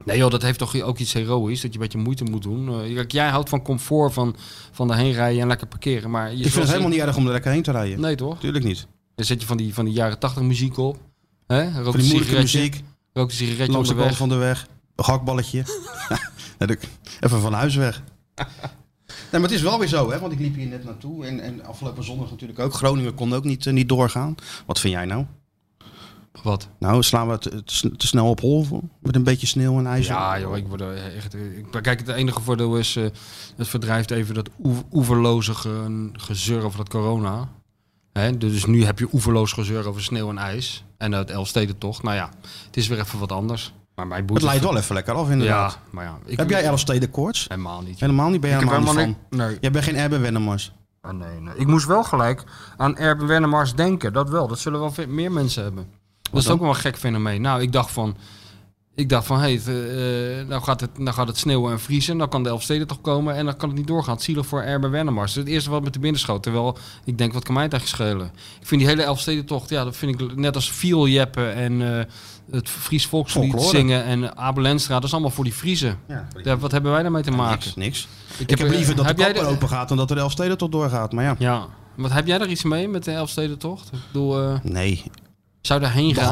S5: Nee joh, dat heeft toch ook iets heroïs, dat je een beetje moeite moet doen. Eh, kijk, jij houdt van comfort, van, van daarheen rijden en lekker parkeren. Maar je
S4: ik vind
S5: zoals-
S4: het helemaal niet erg om er lekker heen te rijden.
S5: Nee toch?
S4: Tuurlijk niet.
S5: Dan zet je van die, van die jaren tachtig muziek op. Hè? Rook
S4: Voor die
S5: een
S4: moeilijke
S5: sigaretje.
S4: muziek,
S5: Rook een sigaretje
S4: langs de kant
S5: onderweg.
S4: van de weg, een hakballetje. Ja, dat- even van huis weg. Nee, maar het is wel weer zo, hè? want ik liep hier net naartoe. En, en afgelopen zondag natuurlijk ook. Groningen kon ook niet, eh, niet doorgaan. Wat vind jij nou?
S5: Wat?
S4: Nou, slaan we het te, te snel op hol voor? met een beetje sneeuw en ijs?
S5: Ja joh, ik word er echt... Ik, kijk, het enige voordeel is, eh, het verdrijft even dat oe- oeverloze ge- gezeur over dat corona. Hè? Dus nu heb je oeverloos gezeur over sneeuw en ijs. En het Elfstedentocht. Nou ja, het is weer even wat anders. Maar mijn boeit
S4: Het leidt
S5: het-
S4: wel even lekker af inderdaad.
S5: Ja, maar ja. Ik,
S4: Heb jij Elfsteden koorts?
S5: Helemaal niet.
S4: Helemaal niet, ben je
S5: Ik heb
S4: helemaal,
S5: helemaal
S4: niet
S5: niet-
S4: van.
S5: nee.
S4: Jij bent geen Erben Wennemars.
S5: Ah, nee, nee. Ik moest wel gelijk aan Erben Wennemars denken. Dat wel. Dat zullen wel ve- meer mensen hebben. Dat is
S4: dan?
S5: ook wel een gek fenomeen. Nou, ik dacht van... Ik dacht van, hé, hey, nou, gaat het, nou gaat het sneeuwen en vriezen. Dan kan de Elfsteden toch komen. En dan kan het niet doorgaan. Zielig voor Erben Wennemars. Dat is het eerste wat met de binnenschoot. Terwijl, ik denk, wat kan mij het eigenlijk schelen? Ik vind die hele Elfstedentocht, ja, dat vind ik net als vieljeppen en eh, het Fries volkslied
S4: Folklore.
S5: zingen en Abel Enstra. Dat is allemaal voor die Vriezen.
S4: Ja,
S5: Ja, wat hebben wij daarmee te maken?
S4: niks, niks.
S5: Ik
S4: Ik heb liever dat de
S5: heb jij
S4: kapper open gaat dan dat de Elfsteden tot doorgaat. Maar ja,
S5: Ja. Wat heb jij daar iets mee met de Elfstedentocht? Ik bedoel, eh,
S4: nee.
S5: zou je daarheen gaan?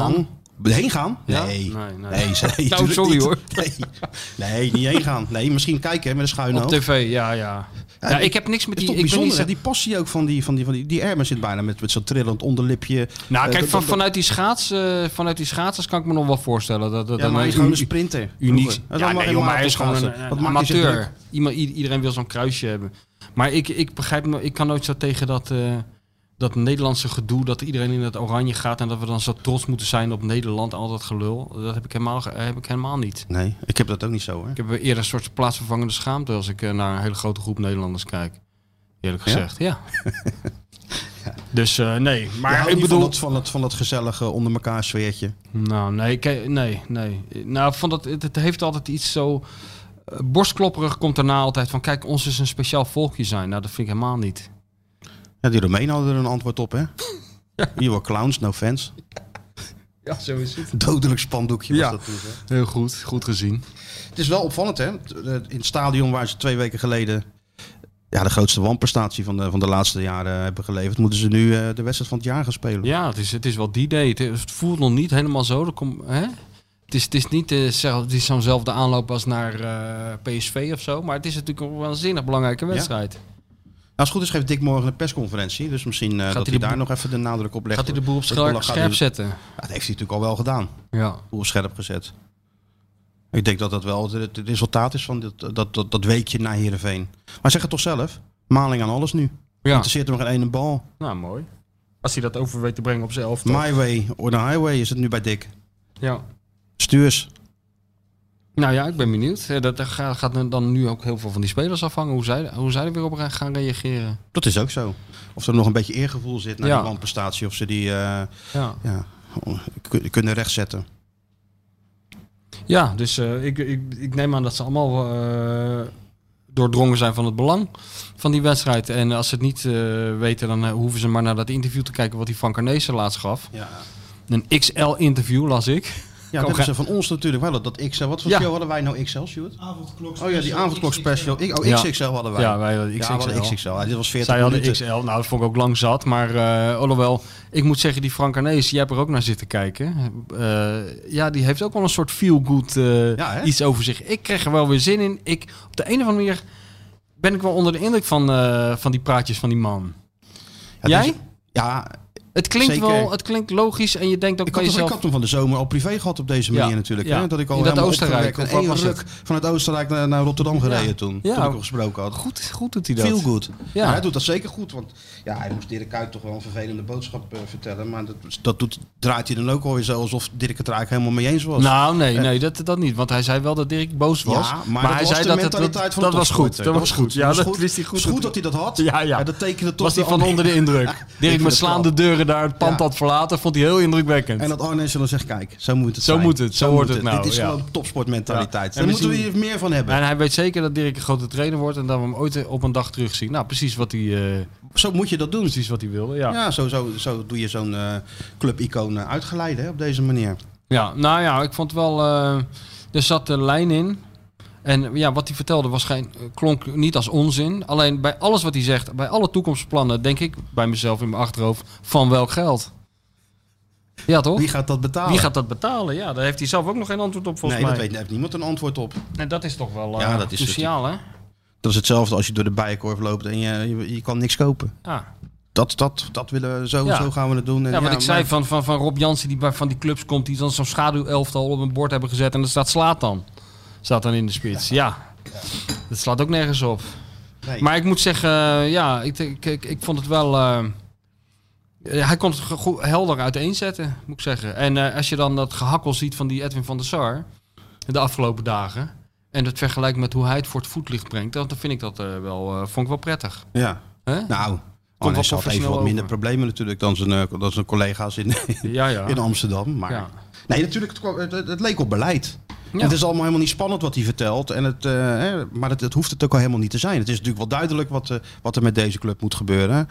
S4: Behang? Heen gaan?
S5: Ja?
S4: Nee.
S5: Nee, nee.
S4: sorry,
S5: Nou,
S4: tuurlijk
S5: sorry,
S4: niet.
S5: hoor.
S4: Nee. nee, niet heen gaan. Nee, misschien kijken hè, met een schuine
S5: Op
S4: hoofd.
S5: tv, ja, ja. ja,
S4: die-
S5: ik heb niks
S4: Het
S5: met
S4: is toch
S5: die. Ik ben niet
S4: bijzonder,
S5: zo-
S4: hè? die passie ook van die, van die, van die, die Erben zit bijna met, met zo'n trillend onderlipje.
S5: nou,
S4: Eh,
S5: kijk,
S4: dat-
S5: van,
S4: dat-
S5: vanuit, die schaats, eh, vanuit die schaatsers kan ik me nog wel voorstellen. Dat, dat,
S4: Ja,
S5: dat-
S4: maar hij is
S5: een
S4: gewoon
S5: u-
S4: een sprinter.
S5: Uniek.
S4: Vroeger. Dat is
S5: Ja,
S4: allemaal
S5: nee, joh, maar hij is
S4: helemaal
S5: gewoon
S4: geen
S5: een,
S4: schaatser.
S5: een
S4: Wat maakt hij zich druk?
S5: amateur. Iemand, i- iedereen wil zo'n kruisje hebben. Maar ik, ik begrijp me, ik kan nooit zo tegen dat, eh, dat Nederlandse gedoe dat iedereen in het oranje gaat en dat we dan zo trots moeten zijn op Nederland, al dat gelul. Dat heb ik helemaal, ge- heb ik helemaal niet.
S4: Nee, ik heb dat ook niet zo hoor.
S5: Ik heb eerder een soort plaatsvervangende schaamte als ik eh, naar een hele grote groep Nederlanders kijk. Eerlijk
S4: Ja?
S5: gezegd, ja. Dus eh, nee,
S4: Je
S5: maar
S4: houdt
S5: ik
S4: niet
S5: bedoel...
S4: van, dat, van, dat, van dat gezellige onder elkaar sfeertje.
S5: Nou, nee, ke- nee, nee. Nou, van dat, het, het heeft altijd iets zo... eh, borstklopperig komt daarna altijd van... Kijk, ons is een speciaal volkje zijn. Nou, dat vind ik helemaal niet.
S4: Ja, die Romeinen hadden er een antwoord op, hè? You were clowns, no fans.
S5: Ja, zo is het.
S4: Dodelijk spandoekje was
S5: Ja.
S4: dat toen, hè?
S5: Heel goed, goed gezien.
S4: Het is wel opvallend, hè? In het stadion waar ze twee weken geleden ja, de grootste wanprestatie van de, van de laatste jaren hebben geleverd, moeten ze nu eh, de wedstrijd van het jaar gaan spelen.
S5: Ja, het is, het is wel die day. Het, het voelt nog niet helemaal zo. Er kom, hè? Het, is, het is niet eh, zelf- het is zo'nzelfde aanloop als naar eh, PSV of zo. Maar het is natuurlijk een waanzinnig belangrijke wedstrijd.
S4: Nou, als het goed is geeft Dick morgen een persconferentie, dus misschien eh, dat
S5: hij
S4: hij
S5: de
S4: daar
S5: boel-
S4: nog even de nadruk op legt.
S5: Gaat hij de boel op
S4: Ik
S5: scherp,
S4: bedoel, gaat
S5: scherp
S4: hij-
S5: zetten?
S4: Ja, dat heeft hij natuurlijk al wel gedaan,
S5: Ja.
S4: Boel op scherp gezet. Ik denk dat dat wel het, het resultaat is van dit, dat, dat, dat weekje na Heerenveen. Maar zeg het toch zelf, maling aan alles nu.
S5: ja.
S4: Interesseert hem geen ene bal.
S5: Nou, mooi. Als hij dat over weet te brengen op zijn elftal.
S4: My way or the highway is het nu bij Dick.
S5: Ja.
S4: Stuurs.
S5: Nou ja, ik ben benieuwd. Eh, Dat, daar ga- gaat dan nu ook heel veel van die spelers afhangen. Hoe zij, hoe zij er weer op re- gaan reageren.
S4: Dat is ook zo. Of er nog een beetje eergevoel zit naar
S5: Ja.
S4: die wanprestatie. Of ze die eh,
S5: Ja,
S4: ja, kun- kunnen rechtzetten.
S5: ja dus eh, ik, ik, ik neem aan dat ze allemaal eh, doordrongen zijn van het belang van die wedstrijd. En als ze het niet eh, weten, dan eh, hoeven ze maar naar dat interview te kijken wat die Van Carnezen laatst gaf.
S4: Ja,
S5: Een XL-interview las ik.
S4: ja dat is er van ons natuurlijk wel. Dat, dat XL. Wat voor
S5: Ja.
S4: show hadden wij nou XL, Stuart?
S6: Avondklok
S4: Oh ja, die avondklok special. Ik, oh,
S5: Ja.
S4: XXL hadden wij.
S5: Ja, wij hadden
S4: Ja,
S5: XXL.
S4: we hadden XXL. Ja, dit was 40
S5: Zij hadden
S4: minuten.
S5: XL. Nou, dat vond ik ook lang zat. Maar eh, alhoewel, ik moet zeggen, die Frank Arnees, jij hebt er ook naar zitten kijken. Eh, ja, die heeft ook wel een soort feel-good eh,
S4: Ja, hè?
S5: iets over zich. Ik kreeg er wel weer zin in. Ik, op de een of andere manier ben ik wel onder de indruk van, eh, van die praatjes van die man.
S4: Ja,
S5: Jij?
S4: dus- ja,
S5: Het klinkt
S4: Zeker.
S5: wel, het klinkt logisch en je denkt ook
S4: Ik
S5: bij
S4: had, toch- ik
S5: jezelf...
S4: had hem van de zomer al privé gehad op deze manier
S5: Ja,
S4: natuurlijk.
S5: ja.
S4: Hè? Dat ik al
S5: In dat
S4: helemaal
S5: Oostenrijk,
S4: opgewekt
S5: of
S4: en
S5: wat
S4: één
S5: was
S4: ruk vanuit Oostenrijk naar, naar Rotterdam gereden
S5: Ja.
S4: toen.
S5: Ja.
S4: Toen ik al gesproken had.
S5: Goed, goed doet hij dat.
S4: Veel goed.
S5: Ja.
S4: Ja. Hij doet dat zeker goed. Want ja, hij moest Dirk Kuyt toch wel een vervelende boodschap eh, vertellen. Maar dat, dat doet, draait hij dan ook alweer zo alsof Dirk het er eigenlijk helemaal mee eens was.
S5: Nou, nee, nee dat, dat niet. Want hij zei wel dat Dirk boos was.
S4: Eh. Ja, maar, dat
S5: hij
S4: was
S5: zei
S4: de
S5: dat het-
S4: mentaliteit
S5: dat,
S4: van
S5: dat
S4: de
S5: was goed.
S4: topsporter.
S5: Dat was goed. Ja,
S4: was
S5: dat wist hij
S4: Het
S5: goed.
S4: is goed dat hij dat had.
S5: Ja, ja.
S4: dat tekende toch
S5: was hij
S4: de
S5: van
S4: andere-
S5: onder de indruk. Dirk
S4: vind
S5: met
S4: het
S5: slaande
S4: wel.
S5: deuren daar het pand
S4: Ja.
S5: had verlaten, vond hij heel indrukwekkend.
S4: En dat Arnes dan zegt, kijk, zo moet het
S5: Zo
S4: zijn.
S5: moet het, zo
S4: moet
S5: hoort het nou,
S4: Dit is
S5: ja.
S4: gewoon topsportmentaliteit.
S5: Ja.
S4: Daar
S5: En we
S4: moeten we
S5: zien-
S4: hier meer van hebben.
S5: En hij weet zeker dat Dirk een grote trainer wordt en dat we hem ooit op een dag terugzien. Nou, precies wat hij, eh,
S4: Zo moet je dat doen.
S5: precies wat hij wilde. Ja. Ja.
S4: Ja, zo, zo, zo doe je zo'n eh, clubicoon eh, uitgeleiden hè, op deze manier.
S5: nou ja, ik vond wel. eh, er zat een lijn in. En ja, wat hij vertelde was geen, klonk niet als onzin. Alleen bij alles wat hij zegt, bij alle toekomstplannen, denk ik bij mezelf in mijn achterhoofd: van welk geld? Ja, toch?
S4: Wie gaat dat betalen?
S5: Wie gaat dat betalen? Ja, daar heeft hij zelf ook nog geen antwoord op volgens
S4: nee,
S5: mij.
S4: dat weet, daar heeft niemand een antwoord op.
S5: En dat is toch wel eh,
S4: Ja, dat is
S5: cruciaal, hè?
S4: Dat is hetzelfde als je door de bijenkorf loopt en je, je, je kan niks kopen.
S5: Ja.
S4: Dat, dat, dat willen we, zo,
S5: Ja.
S4: zo gaan we het doen. En
S5: ja, wat ik zei
S4: maar-
S5: van, van, van Rob Jansen, die bij van die clubs komt, die dan zo'n schaduwelftal op een bord hebben gezet en er staat slaat dan. Staat dan in de spits. Ja. Dat slaat ook nergens op.
S4: Nee.
S5: Maar ik moet zeggen, eh, ja, ik, ik, ik, ik vond het wel. eh, eh, hij kon het ge- goed, helder uiteenzetten, moet ik zeggen. En eh, als je dan dat gehakkel ziet van die Edwin van der Sar de afgelopen dagen. En dat vergelijkt met hoe hij het voor het voetlicht brengt, dan dan vind ik dat eh, wel, eh, vond ik wel prettig.
S4: Ja,
S5: Hè?
S4: nou, Arnes had even
S5: professioneel
S4: wat minder
S5: over.
S4: problemen natuurlijk dan zijn, eh, dan zijn collega's in,
S5: ja, ja.
S4: in Amsterdam. Maar
S5: Ja.
S4: nee, natuurlijk, het, kwam- het, het- het leek op beleid.
S5: Ja.
S4: Het is allemaal helemaal niet spannend wat hij vertelt. En het, eh, hè, maar het, het hoeft het ook al helemaal niet te zijn. Het is natuurlijk wel duidelijk wat, eh, wat er met deze club moet gebeuren.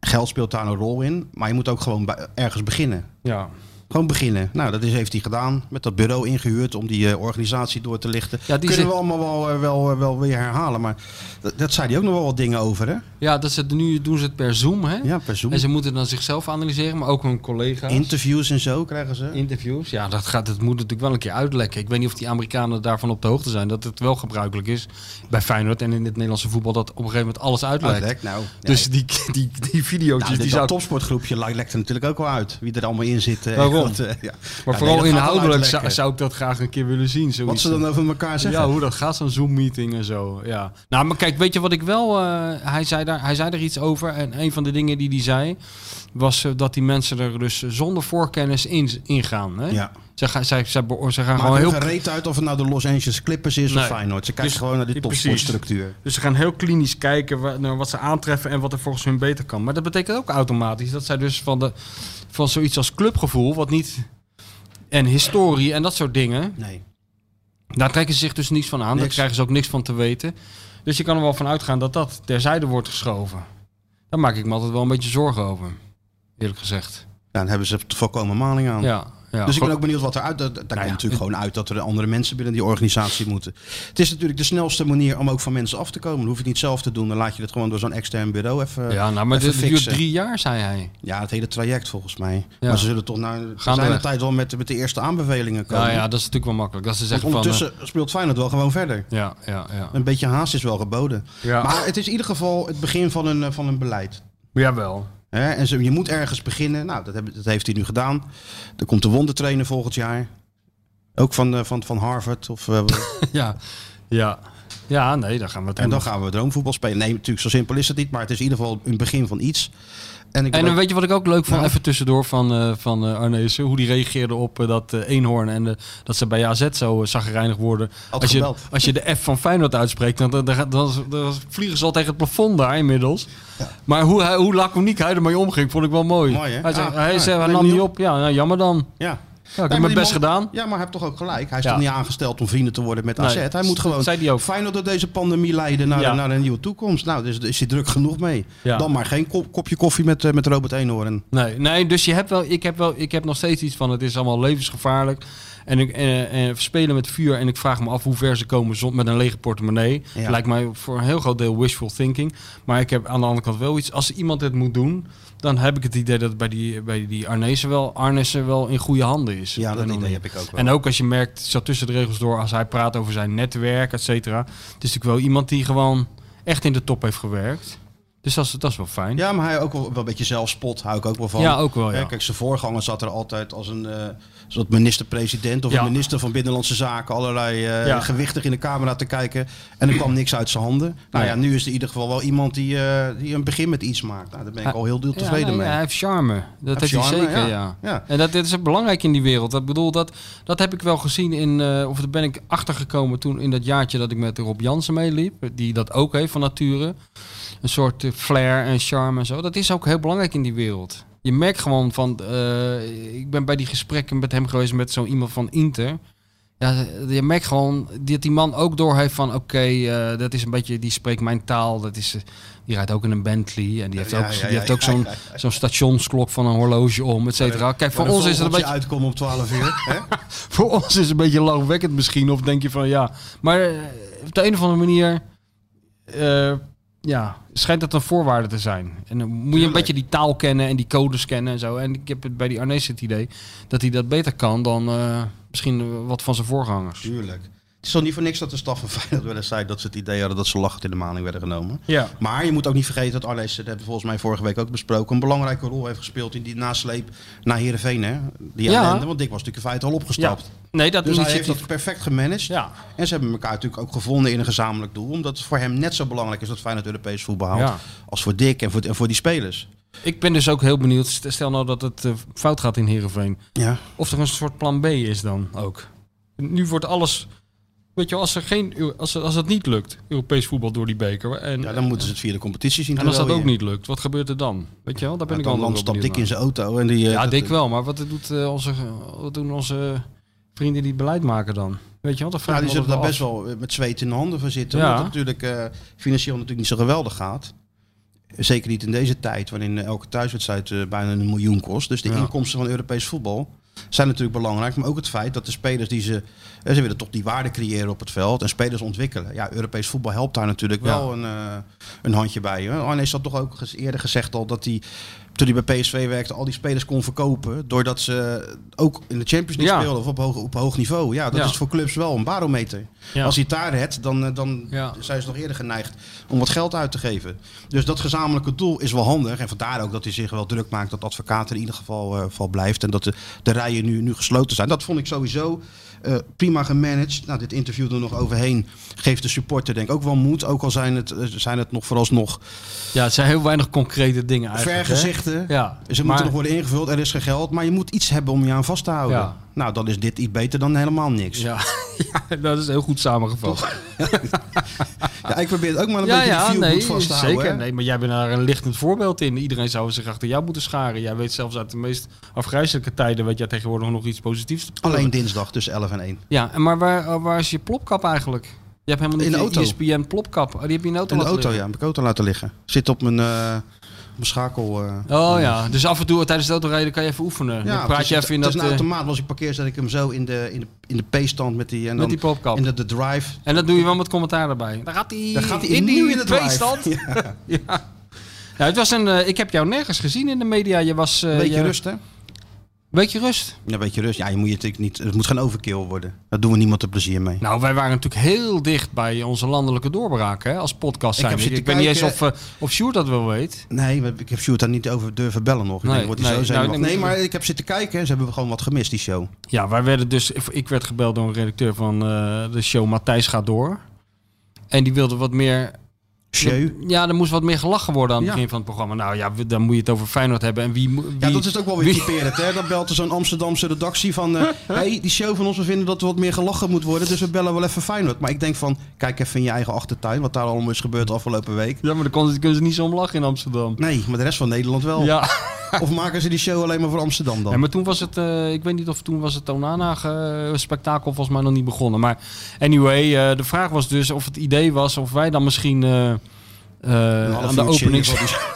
S4: Geld speelt daar een rol in. Maar je moet ook gewoon bij- ergens beginnen.
S5: ja.
S4: Gewoon beginnen. Nou, dat is, heeft hij gedaan. Met dat bureau ingehuurd om die eh, organisatie door te lichten.
S5: Ja, die
S4: Kunnen
S5: zit-
S4: we allemaal wel, eh, wel, wel weer herhalen. Maar dat, dat zei hij ook nog wel wat dingen over, hè?
S5: Ja, dat ze, het- nu doen ze het per Zoom, hè?
S4: Ja, per Zoom.
S5: En ze moeten dan zichzelf analyseren, maar ook hun collega's.
S4: Interviews en zo krijgen ze. Nou,
S5: Interviews. Ja, dat, gaat, dat moet natuurlijk wel een keer uitlekken. Ik weet niet of die Amerikanen daarvan op de hoogte zijn. Dat het wel gebruikelijk is bij Feyenoord en in het Nederlandse voetbal dat op een gegeven moment alles uitlekt.
S4: Uitlekt, nou. nee.
S5: Dus die, die, die video's
S4: Nou, dit
S5: Dus die
S4: dat
S5: zou...
S4: topsportgroepje li- lekt er natuurlijk ook wel uit. Wie er allemaal in zit. eh,
S5: Waarom?
S4: wat, eh, ja.
S5: Maar
S4: Ja, nee, dat gaat
S5: vooral
S4: wel
S5: inhoudelijk
S4: uitlekken.
S5: zou, zou ik dat graag een keer willen zien. zoiets.
S4: Wat ze dan over elkaar zeggen.
S5: Ja, hoe dat gaat, zo'n Zoom-meeting en zo. Ja. Nou, maar kijk, weet je wat ik wel... eh, hij, zei daar, hij zei er iets over en een van de dingen die hij zei... was eh, dat die mensen er dus zonder voorkennis in, ingaan. Hè?
S4: Ja.
S5: Ze, gaan- zij- zij beo- ze gaan
S4: Maar
S5: gewoon
S4: het heel
S5: heel...
S4: reet uit of het nou de Los Angeles Clippers is
S5: Nee.
S4: of Feyenoord. Ze kijken
S5: Dus-
S4: gewoon naar die
S5: Ja, precies.
S4: topsportstructuur.
S5: Dus ze gaan heel klinisch kijken wa- naar wat ze aantreffen en wat er volgens hun beter kan. Maar dat betekent ook automatisch dat zij dus van, de, van zoiets als clubgevoel, wat niet. en historie en dat soort dingen.
S4: Nee.
S5: daar trekken ze zich dus niets van aan. Daar
S4: Niks.
S5: krijgen ze ook niks van te weten. Dus je kan er wel van uitgaan dat dat terzijde wordt geschoven. Daar maak ik me altijd wel een beetje zorgen over. Eerlijk gezegd.
S4: Ja, dan hebben ze volkomen maling aan.
S5: Ja, ja. Nou
S4: Dus ik ben ook benieuwd wat eruit. Daar daar komt
S5: ja,
S4: natuurlijk gewoon uit dat er andere mensen binnen die organisatie moeten. Het is natuurlijk de snelste manier om ook van mensen af te komen. Dan hoef je het niet zelf te doen. Dan laat je het gewoon door zo'n extern bureau even.
S5: Ja, nou, maar
S4: eh, even
S5: dit duurt
S4: fixen.
S5: drie jaar, zei hij.
S4: Ja, het hele traject volgens mij.
S5: Ja.
S4: Maar ze zullen toch nou, ze zijn de
S5: Gaandeweg.
S4: tijd wel met, met de eerste aanbevelingen komen.
S5: Nou ja, dat is natuurlijk wel makkelijk. Dat ze
S4: Want
S5: zeggen van. eh,
S4: ondertussen speelt Feyenoord wel gewoon verder.
S5: ja, ja, ja.
S4: Een beetje haast is wel geboden.
S5: Ja.
S4: Maar het is in ieder geval het begin van een, eh, van een beleid.
S5: Jawel.
S4: Hè, en ze- je moet ergens beginnen. Nou, dat, heb- dat heeft hij nu gedaan. Er komt de wondertrainer volgend jaar. Ook van, eh, van, van Harvard. Of, eh,
S5: Ja, ja. Ja, nee, daar gaan we het
S4: en
S5: helemaal-
S4: dan gaan we droomvoetbal spelen. Nee, natuurlijk, zo simpel is het niet. Maar het is in ieder geval een begin van iets. En ik ben
S5: En dan
S4: ook-
S5: weet je wat ik ook leuk vond,
S4: Nou.
S5: even tussendoor van, eh van eh, Arnezen, hoe die reageerde op eh, dat eh, eenhoorn en eh, dat ze bij AZ zo uh, zagrijnig worden.
S4: Had
S5: als, je,
S4: gebeld.
S5: als je de F van Feyenoord uitspreekt, dan, dan, dan, dan- dan vliegen ze al tegen het plafond daar inmiddels. Maar hoe, hij- hoe laconiek hij ermee omging, vond ik wel mooi.
S4: Mooi, hè?
S5: Hij, zei,
S4: Ah,
S5: hij,
S4: ja,
S5: zei, hij
S4: neem
S5: nam
S4: niet
S5: niet
S4: op.
S5: op. Ja, nou, jammer dan.
S4: ja.
S5: Ja, ik
S4: Nee,
S5: heb
S4: maar
S5: mijn
S4: die
S5: best
S4: man-
S5: gedaan.
S4: Ja, maar hij heeft toch ook gelijk. Hij is
S5: Ja.
S4: toch niet aangesteld om vrienden te worden met
S5: Nee,
S4: AZ. Hij moet gewoon
S5: zei die ook.
S4: Feyenoord door deze pandemie leiden naar,
S5: Ja.
S4: naar een nieuwe toekomst. Nou, dus daar is hij druk genoeg mee.
S5: Ja.
S4: Dan maar geen kop- kopje koffie met, eh, met Robert Eenhoorn.
S5: Nee, nee dus je hebt wel, ik, heb wel, ik heb nog steeds iets van het is allemaal levensgevaarlijk. En ik eh, eh, spelen met vuur en ik vraag me af hoe ver ze komen zon- met een lege portemonnee.
S4: Ja.
S5: Lijkt mij voor een heel groot deel wishful thinking. Maar ik heb aan de andere kant wel iets. Als iemand het moet doen, dan heb ik het idee dat het bij die, bij die Arnezen wel, Arnessen wel in goede handen is.
S4: Ja,
S5: Op een
S4: dat idee
S5: manier.
S4: heb ik ook wel.
S5: En ook als je merkt, zo tussen de regels door, als hij praat over zijn netwerk, et cetera. Het is natuurlijk wel iemand die gewoon echt in de top heeft gewerkt. Dus dat is, dat is wel fijn.
S4: Ja, maar hij ook wel, wel een beetje zelfspot, hou ik ook wel van.
S5: Ja, ook wel, ja.
S4: Hè, Kijk, zijn voorganger zat er altijd als een eh, soort minister-president of
S5: Ja.
S4: een minister van Binnenlandse Zaken. Allerlei eh,
S5: Ja.
S4: gewichtig in de camera te kijken. En er kwam niks uit zijn handen. Nou ja,
S5: Nee.
S4: nu is er in ieder geval wel iemand die, eh, die een begin met iets maakt. Nou, daar ben ik
S5: Hij-
S4: al heel
S5: Ah, Ja,
S4: tevreden
S5: nee,
S4: mee.
S5: Hij heeft charme.
S4: heeft
S5: Dat heeft hij
S4: charme,
S5: zeker,
S4: ja.
S5: ja.
S4: Ja.
S5: En dat, dit is belangrijk in die wereld. Dat, bedoel, dat, dat heb ik wel gezien in... eh, of daar ben ik achtergekomen toen in dat jaartje dat ik met Rob Jansen meeliep. Die dat ook heeft van nature. Een soort eh, flair en charme en zo. Dat is ook heel belangrijk in die wereld. Je merkt gewoon van... eh, ik ben bij die gesprekken met hem geweest met zo iemand van Inter... Ja, je merkt gewoon dat die man ook doorheeft van... oké, eh, dat is een beetje... die spreekt mijn taal. Dat is, eh, die rijdt ook in een Bentley. En die heeft
S4: Ja,
S5: ook,
S4: ja, ja,
S5: die heeft
S4: ja,
S5: ook zo'n
S4: ja,
S5: zo'n stationsklok van een horloge om, et cetera. Kijk, voor
S4: Maar
S5: ons, is het een beetje,
S4: uitkomen om 12 uur. hè?
S5: voor ons is het een beetje lachwekkend misschien. Of denk je van ja. Maar eh, op de een of andere manier eh, ja, schijnt dat een voorwaarde te zijn. En dan moet je een beetje die taal kennen en die codes kennen en zo. En ik heb het bij die Arnees het idee dat hij dat beter kan dan eh, misschien wat van zijn voorgangers.
S4: Tuurlijk. Het is toch niet voor niks dat de staf van Feyenoord wel eens zei dat ze het idee hadden dat ze lachend in de maling werden genomen.
S5: Ja.
S4: Maar je moet ook niet vergeten dat Arnees, dat hebben we volgens mij vorige week ook besproken, een belangrijke rol heeft gespeeld in die nasleep naar Heerenveen. Hè? Die
S5: Ja.
S4: ellende, want Dick was natuurlijk in feite al
S5: ja.
S4: opgestapt.
S5: Nee, dat
S4: Dus hij heeft
S5: initiatief-
S4: dat perfect gemanaged.
S5: Ja.
S4: En ze hebben elkaar natuurlijk ook gevonden in een gezamenlijk doel. Omdat het voor hem net zo belangrijk is dat Feyenoord Europees voetbal haalt.
S5: Ja.
S4: Als voor Dick en voor, en voor die spelers.
S5: Ik ben dus ook heel benieuwd. Stel nou dat het eh, fout gaat in Heerenveen.
S4: Ja.
S5: Of er een soort plan B is dan ook. Nu wordt alles. Weet je, wel, als, er geen, Eu- als, er- als het niet lukt, Europees voetbal door die beker. En,
S4: ja, dan moeten ze het via de competitie zien
S5: en
S4: te
S5: als dat ook
S4: rooien.
S5: niet lukt, wat gebeurt er dan? Weet je wel, daar ben
S4: Ja,
S5: ik
S4: dan
S5: al wel
S4: dan stapt
S5: benieuwd
S4: Dick in zijn auto. En die, eh,
S5: naar. Ja,
S4: dat-
S5: dik wel, maar wat doet, eh, onze, wat doen onze vrienden die beleid maken dan? Weet je wel, dat vraag
S4: Ja,
S5: ik
S4: die
S5: me
S4: zullen daar
S5: altijd
S4: best
S5: af.
S4: wel met zweet in de handen van zitten.
S5: Ja.
S4: Omdat het natuurlijk eh, financieel natuurlijk niet zo geweldig gaat. Zeker niet in deze tijd, waarin eh, elke thuiswedstrijd eh, bijna een miljoen kost. Dus de
S5: Ja.
S4: inkomsten van Europees voetbal zijn natuurlijk belangrijk. Maar ook het feit dat de spelers die ze... eh, ze willen toch die waarde creëren op het veld en spelers ontwikkelen. Ja, Europees voetbal helpt daar natuurlijk
S5: Ja.
S4: wel een, eh, een handje bij. hè. Arnees had toch ook ges- eerder gezegd al dat hij... Toen hij bij PSV werkte, al die spelers kon verkopen. Doordat ze ook in de Champions League
S5: Ja.
S4: speelden of op hoog, op hoog niveau. Ja, dat
S5: Ja.
S4: is voor clubs wel een barometer.
S5: Ja.
S4: Als hij het daar redt, dan, eh, dan
S5: Ja.
S4: zijn ze nog eerder geneigd om wat geld uit te geven. Dus dat gezamenlijke doel is wel handig. En vandaar ook dat hij zich wel druk maakt dat advocaat er in ieder geval eh, van blijft. En dat de, de rijen nu, nu gesloten zijn. Dat vond ik sowieso eh, prima gemanaged. Nou, dit interview er nog overheen geeft de supporter denk ik ook wel moed. Ook al zijn het, eh, zijn het nog vooralsnog
S5: Ja, het zijn heel weinig concrete dingen eigenlijk. hè?
S4: vergezichten.
S5: Ja,
S4: Ze
S5: maar-
S4: moeten nog worden ingevuld, er is geen geld, maar je moet iets hebben om je aan vast te houden.
S5: Ja.
S4: Nou, dan is dit iets beter dan helemaal niks.
S5: Ja, ja, dat is heel goed samengevat.
S4: Ja, ik probeer het ook maar een
S5: ja,
S4: beetje de
S5: ja,
S4: view
S5: nee,
S4: goed vast te houden.
S5: zeker.
S4: hè?
S5: Nee, maar jij bent daar een lichtend voorbeeld in. Iedereen zou zich achter jou moeten scharen. Jij weet zelfs uit de meest afgrijzelijke tijden... weet jij tegenwoordig nog iets positiefs te pluggen.
S4: Alleen dinsdag tussen 11 en 1.
S5: Ja, en maar waar, eh, waar is je plopkap eigenlijk? Je hebt helemaal
S4: In
S5: niet
S4: de auto.
S5: je ESPN plopkap. Oh, die heb je in de auto
S4: In de
S5: laten
S4: auto, ja. Heb ik auto laten liggen. Zit op mijn, eh, op mijn schakel. eh.
S5: liggen. Oh ja, dus af en toe tijdens het autorijden kan je even oefenen.
S4: Ja,
S5: Dan
S4: het
S5: praat
S4: is-
S5: je even
S4: het
S5: in dat...
S4: is een
S5: eh,
S4: automaat. Als ik parkeer, zet ik hem zo in de, in de, in de P-stand met die... eh, En
S5: Met die plopkap.
S4: In de, de drive.
S5: en dat doe je wel met commentaar erbij. Daar gaat hij
S4: Dan gaat hij opnieuw in de drive.
S5: stand. Ja. Nou, het was een, eh, ik heb jou nergens gezien in de media. Je was... eh,
S4: beetje
S5: je-
S4: rust, hè?
S5: Beetje rust.
S4: Ja, beetje rust. Ja, je moet je natuurlijk niet... Het moet geen overkill worden. Daar doen we niemand er plezier mee.
S5: Nou, wij waren natuurlijk heel dicht bij onze landelijke doorbraak hè, als podcast.
S4: Ik
S5: Zijn.
S4: heb
S5: Ik,
S4: zitten
S5: ik weet niet eens of,
S4: kijken.
S5: eh, of Sjoerd dat wel weet.
S4: Nee, want ik heb Sjoerd daar niet over durven bellen nog. Ik
S5: Nee,
S4: denk, wordt hij
S5: nee,
S4: zo
S5: nou,
S4: zenuwachtig.
S5: ik denk-
S4: nee, maar ik heb zitten kijken. en Ze hebben gewoon wat gemist, die show.
S5: Ja, wij werden dus. Ik werd gebeld door een redacteur van eh, de show Matthijs gaat door. En die wilde wat meer.
S4: Show.
S5: Ja, er moest wat meer gelachen worden aan het
S4: Ja.
S5: begin van het programma. Nou ja, we- dan moet je het over Feyenoord hebben. En wie, mo- wie
S4: Ja, dat is ook wel weer
S5: wie-
S4: typerend. Hè? Dan belt er zo'n Amsterdamse redactie van... eh, hey, die show van ons, we vinden dat er wat meer gelachen moet worden... dus we bellen wel even Feyenoord. Maar ik denk van, kijk even in je eigen achtertuin... wat daar allemaal is gebeurd de afgelopen week.
S5: Ja, maar dan kon- kunnen ze niet zo om lachen in Amsterdam.
S4: Nee, maar de rest van Nederland wel.
S5: Ja.
S4: Of maken ze die show alleen maar voor Amsterdam dan?
S5: Ja, maar toen was het, eh, ik weet niet of toen was het Onana eh, spektakel volgens mij nog niet begonnen. Maar anyway, eh, de vraag was dus of het idee was of wij dan misschien eh, eh,
S4: Een half
S5: aan
S4: uurtje
S5: de
S4: in
S5: opening,
S4: ieder geval.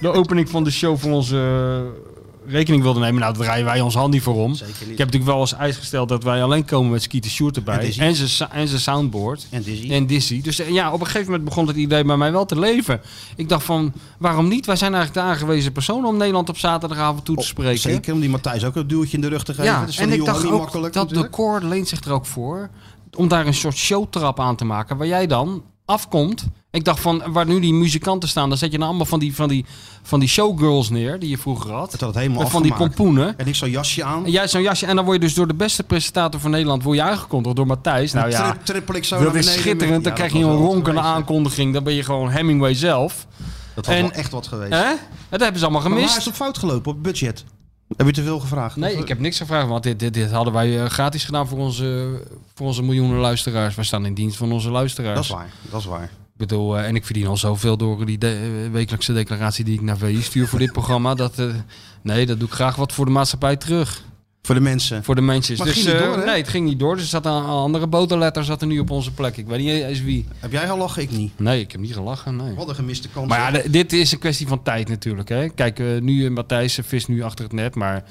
S5: de opening van de show voor onze eh, rekening wilden nemen. Nou, daar draaien wij ons hand niet voor om.
S4: Zeker niet.
S5: Ik heb natuurlijk wel eens eis gesteld dat wij alleen komen met Skeeter Sjoerd
S4: En
S5: erbij.
S4: Dizzy.
S5: En zijn sa- en zijn soundboard.
S4: En Dizzy. Oh,
S5: En Dizzy. Dus eh, ja, op een gegeven moment begon het idee bij mij wel te leven. Ik dacht van, waarom niet? Wij zijn eigenlijk de aangewezen persoon om Nederland op zaterdagavond toe te spreken.
S4: Oh, Zeker, om die Matthijs ook een duwtje in de rug te geven.
S5: Ja,
S4: dat is voor
S5: en
S4: die
S5: ik
S4: jongen
S5: dacht
S4: niet
S5: ook
S4: makkelijk,
S5: dat
S4: natuurlijk.
S5: de koor leent zich er ook voor om daar een soort showtrap aan te maken waar jij dan afkomt Ik dacht van, waar nu die muzikanten staan, dan zet je nou allemaal van die, van die, van die showgirls neer die je vroeger had.
S4: Het had het helemaal
S5: Met van die
S4: afgemaakt.
S5: pompoenen.
S4: En ik zo'n jasje aan.
S5: En jij zo'n jasje en dan word je dus door de beste presentator van Nederland word je aangekondigd door Matthijs. Nou ja,
S4: Tri- trippel ik zo
S5: dat
S4: naar
S5: is
S4: beneden.
S5: schitterend. Dan
S4: Ja,
S5: krijg je
S4: dat
S5: een
S4: was wel
S5: ronkende
S4: geweest, hè.
S5: aankondiging. Dan ben je gewoon Hemingway zelf.
S4: Dat was
S5: En-
S4: wel echt wat geweest.
S5: Hè? Dat hebben ze allemaal
S4: Maar
S5: gemist.
S4: waar is het fout gelopen op het budget? Heb je te veel gevraagd?
S5: Nee,
S4: Of-
S5: ik heb niks gevraagd, want dit, dit, dit hadden wij eh, gratis gedaan voor onze, voor onze miljoenen luisteraars. Wij staan in dienst van onze luisteraars.
S4: Dat is waar, dat is waar.
S5: Ik bedoel, eh, en ik verdien al zoveel door die de- eh, wekelijkse declaratie die ik naar VI stuur voor dit programma. Dat, eh, nee, dat doe ik graag wat voor de maatschappij terug.
S4: Voor de mensen.
S5: Voor de mensen.
S4: Maar
S5: dus,
S4: het ging niet
S5: eh,
S4: door, hè?
S5: Nee, het ging niet door. Dus er zat een, een andere boterletter zat er nu op onze plek. Ik weet niet eens wie.
S4: Heb jij gelachen? Ik niet.
S5: Nee, ik heb niet gelachen, nee.
S4: Wat een gemiste kans.
S5: Maar ja, de- dit is een kwestie van tijd natuurlijk. Hè. Kijk, eh, nu eh, Matthijs eh, vist nu achter het net, maar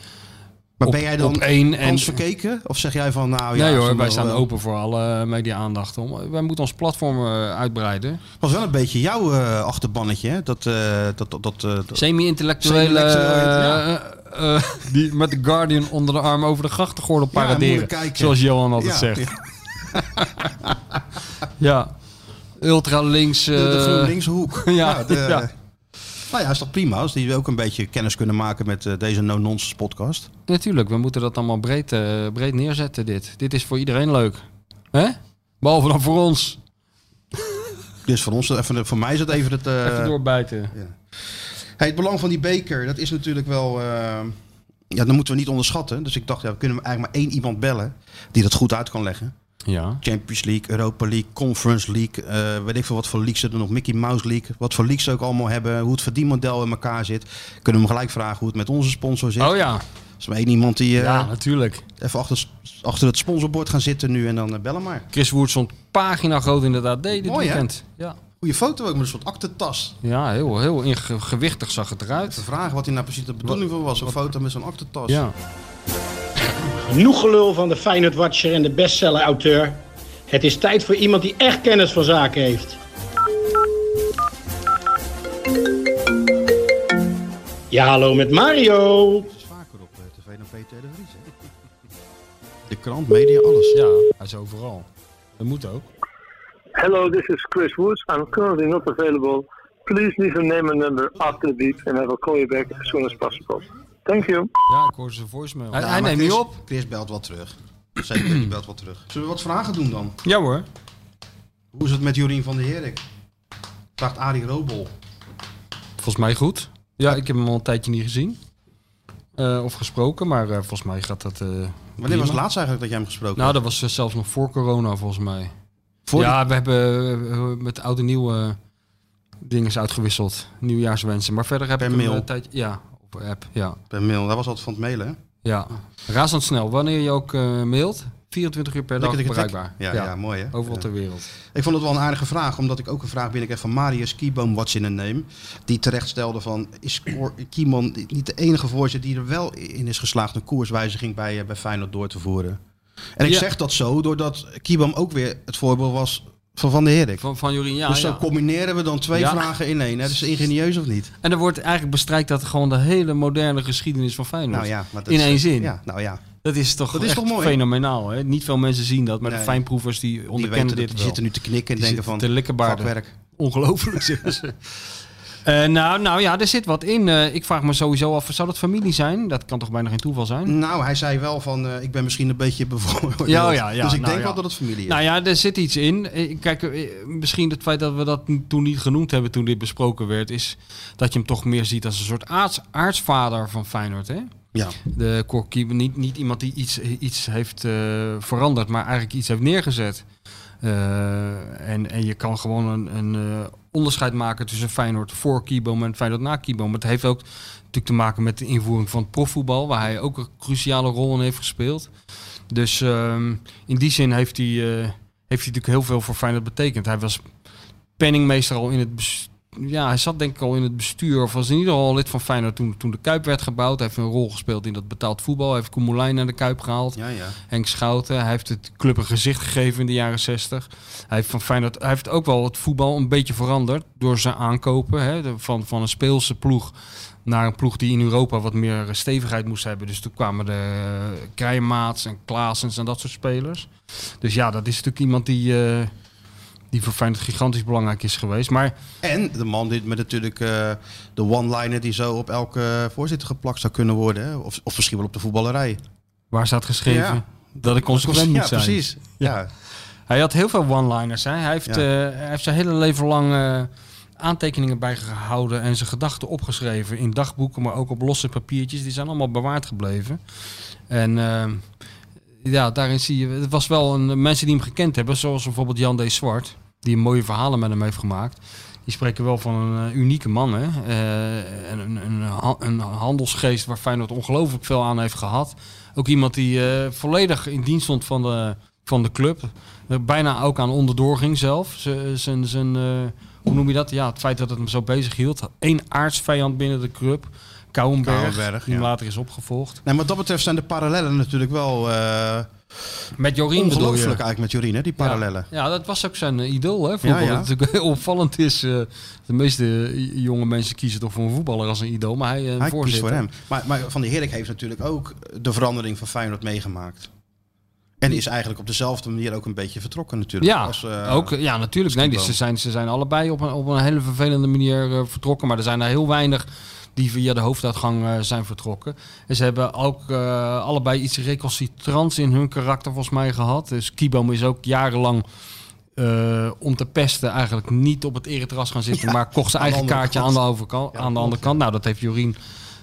S4: maar
S5: op-
S4: ben jij dan
S5: op één en-
S4: kans verkeken? Of zeg jij van nou ja...
S5: nee hoor,
S4: zo
S5: wij
S4: wel-
S5: staan
S4: wel.
S5: open voor alle media-aandacht. om- Wij moeten ons platform eh, uitbreiden.
S4: Het was wel een beetje jouw eh, achterbannetje, hè? Dat, eh, dat, dat, dat, eh, dat-
S5: Semi-intellectuele.
S4: Semi-intellectuele,
S5: eh, eh, die met de Guardian onder de arm over de grachtengordel
S4: Ja,
S5: paraderen.
S4: moeilijk kijken.
S5: zoals Johan altijd
S4: Ja,
S5: zegt.
S4: de-
S5: Ja. Ultra links.
S4: De, de
S5: eh,
S4: GroenLinkse hoek.
S5: ja,
S4: de-
S5: ja.
S4: Nou ja, is toch prima als die ook een beetje kennis kunnen maken met eh, deze no-nonsense podcast.
S5: Natuurlijk, we moeten dat allemaal breed, eh, breed neerzetten. Dit. dit is voor iedereen leuk. Hè? Behalve dan voor ons.
S4: Dus voor, ons, even, voor mij is het even het... eh,
S5: Even doorbijten.
S4: Hey, het belang van die beker, dat is natuurlijk wel. eh, ja, dat moeten we niet onderschatten. Dus ik dacht, ja, we kunnen eigenlijk maar één iemand bellen die dat goed uit kan leggen.
S5: Ja.
S4: Champions League, Europa League, Conference League, eh, weet ik veel wat voor leagues ze er nog, Mickey Mouse League, wat voor leagues ze ook allemaal hebben, hoe het verdienmodel in elkaar zit. Kunnen we hem gelijk vragen hoe het met onze sponsor zit.
S5: Oh ja.
S4: Is er maar één iemand die eh,
S5: Ja, natuurlijk.
S4: even achter, achter het sponsorbord gaan zitten nu en dan eh, bellen maar.
S5: Chris Woert stond pagina groot inderdaad. Dit
S4: Mooi, hè?
S5: weekend. Ja.
S4: Goeie foto ook met een soort aktentas.
S5: Ja, heel, heel inge- gewichtig zag het eruit.
S4: Te vragen wat hij nou precies de bedoeling van was. Een foto met zo'n aktentas.
S5: Ja.
S7: Genoeg gelul van de Feyenoord Watcher en de bestseller-auteur. Het is tijd voor iemand die echt kennis van zaken heeft. Ja, hallo met Mario.
S4: is vaker op eh, tv dan PT de Vries. hè? De krant, media, alles.
S5: Ja, hij is overal. Dat moet ook.
S8: Hello, this is Chris Woods. I'm currently not available. Please leave a name and number after the beep, and I will call you back as soon as possible. Thank you.
S5: Ja, ik hoorde zijn voicemail. Hij,
S4: Ja,
S5: hij
S4: maar
S5: neemt
S4: Chris-
S5: niet op.
S4: Chris belt wel terug. Zeker, die belt wel terug. Zullen we wat vragen doen dan?
S5: Ja hoor.
S4: Hoe is het met Jorien van der Herik? Vraagt Arie Robol.
S5: Volgens mij goed. Ja, ik heb hem al een tijdje niet gezien. Eh, of gesproken, maar eh, volgens mij gaat dat... eh,
S4: Wanneer
S5: prima.
S4: was het laatst eigenlijk dat jij hem gesproken
S5: Nou,
S4: hebt?
S5: dat was eh, zelfs nog voor corona volgens mij.
S4: Voor
S5: ja, we hebben eh, met oud en nieuw eh, dingen uitgewisseld. Nieuwjaarswensen. Maar verder heb
S4: Per
S5: ik hem,
S4: mail.
S5: eh, tijd... Ja, op app. Ja.
S4: Per mail. Dat was altijd van het mailen, hè?
S5: ja. Razendsnel. Wanneer je ook eh, mailt, 24 uur per dag
S4: Tikke, tikke, tik.
S5: bereikbaar.
S4: Ja, ja. mooi, hè?
S5: Overal
S4: Ja.
S5: ter wereld.
S4: Ik vond het wel een aardige vraag, omdat ik ook een vraag binnenkreeg van Marius Kieboom, What's in a Name. Die terecht stelde van, is Cor- Kieman niet de enige voorzitter die er wel in is geslaagd een koerswijziging bij, eh, bij Feyenoord door te voeren? En ik
S5: Ja.
S4: zeg dat zo, doordat Kieboom ook weer het voorbeeld was van Van der Herik.
S5: Van, van Jorien, ja.
S4: dus
S5: ja.
S4: dan combineren we dan twee
S5: Ja.
S4: vragen in één. Hè? Dat is ingenieus of niet?
S5: En er wordt eigenlijk bestrijkt dat gewoon de hele moderne geschiedenis van Feyenoord.
S4: Nou ja, maar dat
S5: in
S4: is-
S5: één zin.
S4: Ja, nou ja.
S5: Dat is toch,
S4: Dat is
S5: echt
S4: toch mooi?
S5: fenomenaal. Hè? Niet veel mensen zien dat, maar de
S4: Nee.
S5: fijnproevers die
S4: Die,
S5: onderkennen
S4: weten, dat-
S5: dit
S4: die
S5: wel.
S4: zitten nu te knikken en
S5: Die
S4: denken van,
S5: zitten te likkenbaarden.
S4: vakwerk.
S5: Ongelooflijk zeggen ze. Eh, nou, nou ja, er zit wat in. Eh, ik vraag me sowieso af, zou dat familie zijn? Dat kan toch bijna geen toeval zijn?
S4: Nou, hij zei wel van, eh, ik ben misschien een beetje bevooroordeeld.
S5: Ja, ja, ja,
S4: dus ik
S5: nou
S4: denk
S5: ja.
S4: wel dat het familie is.
S5: Nou ja, er zit iets in. Eh, Kijk, eh, misschien het feit dat we dat n- toen niet genoemd hebben toen dit besproken werd, is dat je hem toch meer ziet als een soort aarts, aartsvader van Feyenoord. Hè?
S4: ja.
S5: de Korkie, niet, niet iemand die iets, iets heeft eh, veranderd, maar eigenlijk iets heeft neergezet. Eh, en, en je kan gewoon een, een eh, onderscheid maken tussen Feyenoord voor Kieboom en Feyenoord na Kieboom. Maar Het heeft ook natuurlijk te maken met de invoering van het profvoetbal, waar hij ook een cruciale rol in heeft gespeeld. Dus ehm, in die zin heeft hij, eh, heeft hij natuurlijk heel veel voor Feyenoord betekend. Hij was penningmeester al in het bes- ja, hij zat denk ik al in het bestuur, of was in ieder geval lid van Feyenoord toen, toen de Kuip werd gebouwd. Hij heeft een rol gespeeld in dat betaald voetbal. Hij heeft Koemelijn naar de Kuip gehaald.
S4: ja, ja.
S5: Henk Schouten. Hij heeft het club een gezicht gegeven in de jaren 60. Hij heeft, van Feyenoord, hij heeft ook wel het voetbal een beetje veranderd door zijn aankopen. Hè, de- van, van een speelse ploeg naar een ploeg die in Europa wat meer eh, stevigheid moest hebben. Dus toen kwamen de eh, Krijmaats en Klaasens en dat soort spelers. Dus ja, dat is natuurlijk iemand die... eh, Die voor Feyenoord gigantisch belangrijk is geweest. Maar
S4: En de man dit met natuurlijk eh, de one-liner die zo op elke eh, voorzitter geplakt zou kunnen worden. hè. Of, of misschien wel op de voetballerij.
S5: waar staat geschreven
S4: Ja.
S5: dat ik consequent moet
S4: ja,
S5: zijn?
S4: precies. Ja.
S5: Hij had heel veel one-liners. hè. Hij, heeft,
S4: Ja.
S5: eh, hij heeft zijn hele leven lang eh, aantekeningen bijgehouden en zijn gedachten opgeschreven in dagboeken, maar ook op losse papiertjes. Die zijn allemaal bewaard gebleven. En eh, ja, daarin zie je, het was wel een, mensen die hem gekend hebben, zoals bijvoorbeeld Jan D. Zwart, die mooie verhalen met hem heeft gemaakt. Die spreken wel van een eh, unieke man. Hè? Eh, en een, een, ha- een handelsgeest waar Feyenoord ongelooflijk veel aan heeft gehad. Ook iemand die eh, volledig in dienst stond van de, van de club. Eh, bijna ook aan onderdoor ging zelf. Z- Zijn, zijn, eh, hoe noem je dat? Ja, het feit dat het hem zo bezig hield. Eén aardsvijand binnen de club. Kouwenberg,
S4: Kouwenberg,
S5: die hem
S4: ja.
S5: later is opgevolgd.
S4: Nee, maar wat dat betreft zijn de parallellen natuurlijk wel eh
S5: Met Jorien bedoel je?
S4: ongelooflijk eigenlijk met Jorien, hè, die parallellen.
S5: Ja, ja, dat was ook zijn eh, idool. Hè, voetbal.
S4: Ja, ja.
S5: Dat natuurlijk heel opvallend is. eh, de meeste eh, jonge mensen kiezen toch voor een voetballer als een idool. Maar hij, eh, een
S4: Hij kiest
S5: voorzitter.
S4: voor hem. Maar, maar Van der Herik heeft natuurlijk ook de verandering van Feyenoord meegemaakt. En is eigenlijk op dezelfde manier ook een beetje vertrokken natuurlijk.
S5: Ja,
S4: Als, eh,
S5: ook, eh, ja natuurlijk. Nee, die- ze,
S4: idool.
S5: zijn, ze zijn allebei op een, op een hele vervelende manier eh, vertrokken. Maar er zijn er heel weinig die via de hoofduitgang eh, zijn vertrokken. En ze hebben ook eh, allebei iets recalcitrants in hun karakter volgens mij gehad. Dus Kiboom is ook jarenlang... eh, om te pesten eigenlijk niet op het eretras gaan zitten, maar kocht zijn
S4: aan de
S5: eigen
S4: andere
S5: kaartje
S4: kant.
S5: aan de, overkant,
S4: Ja,
S5: aan de
S4: klopt,
S5: andere kant. Nou, dat heeft Jorien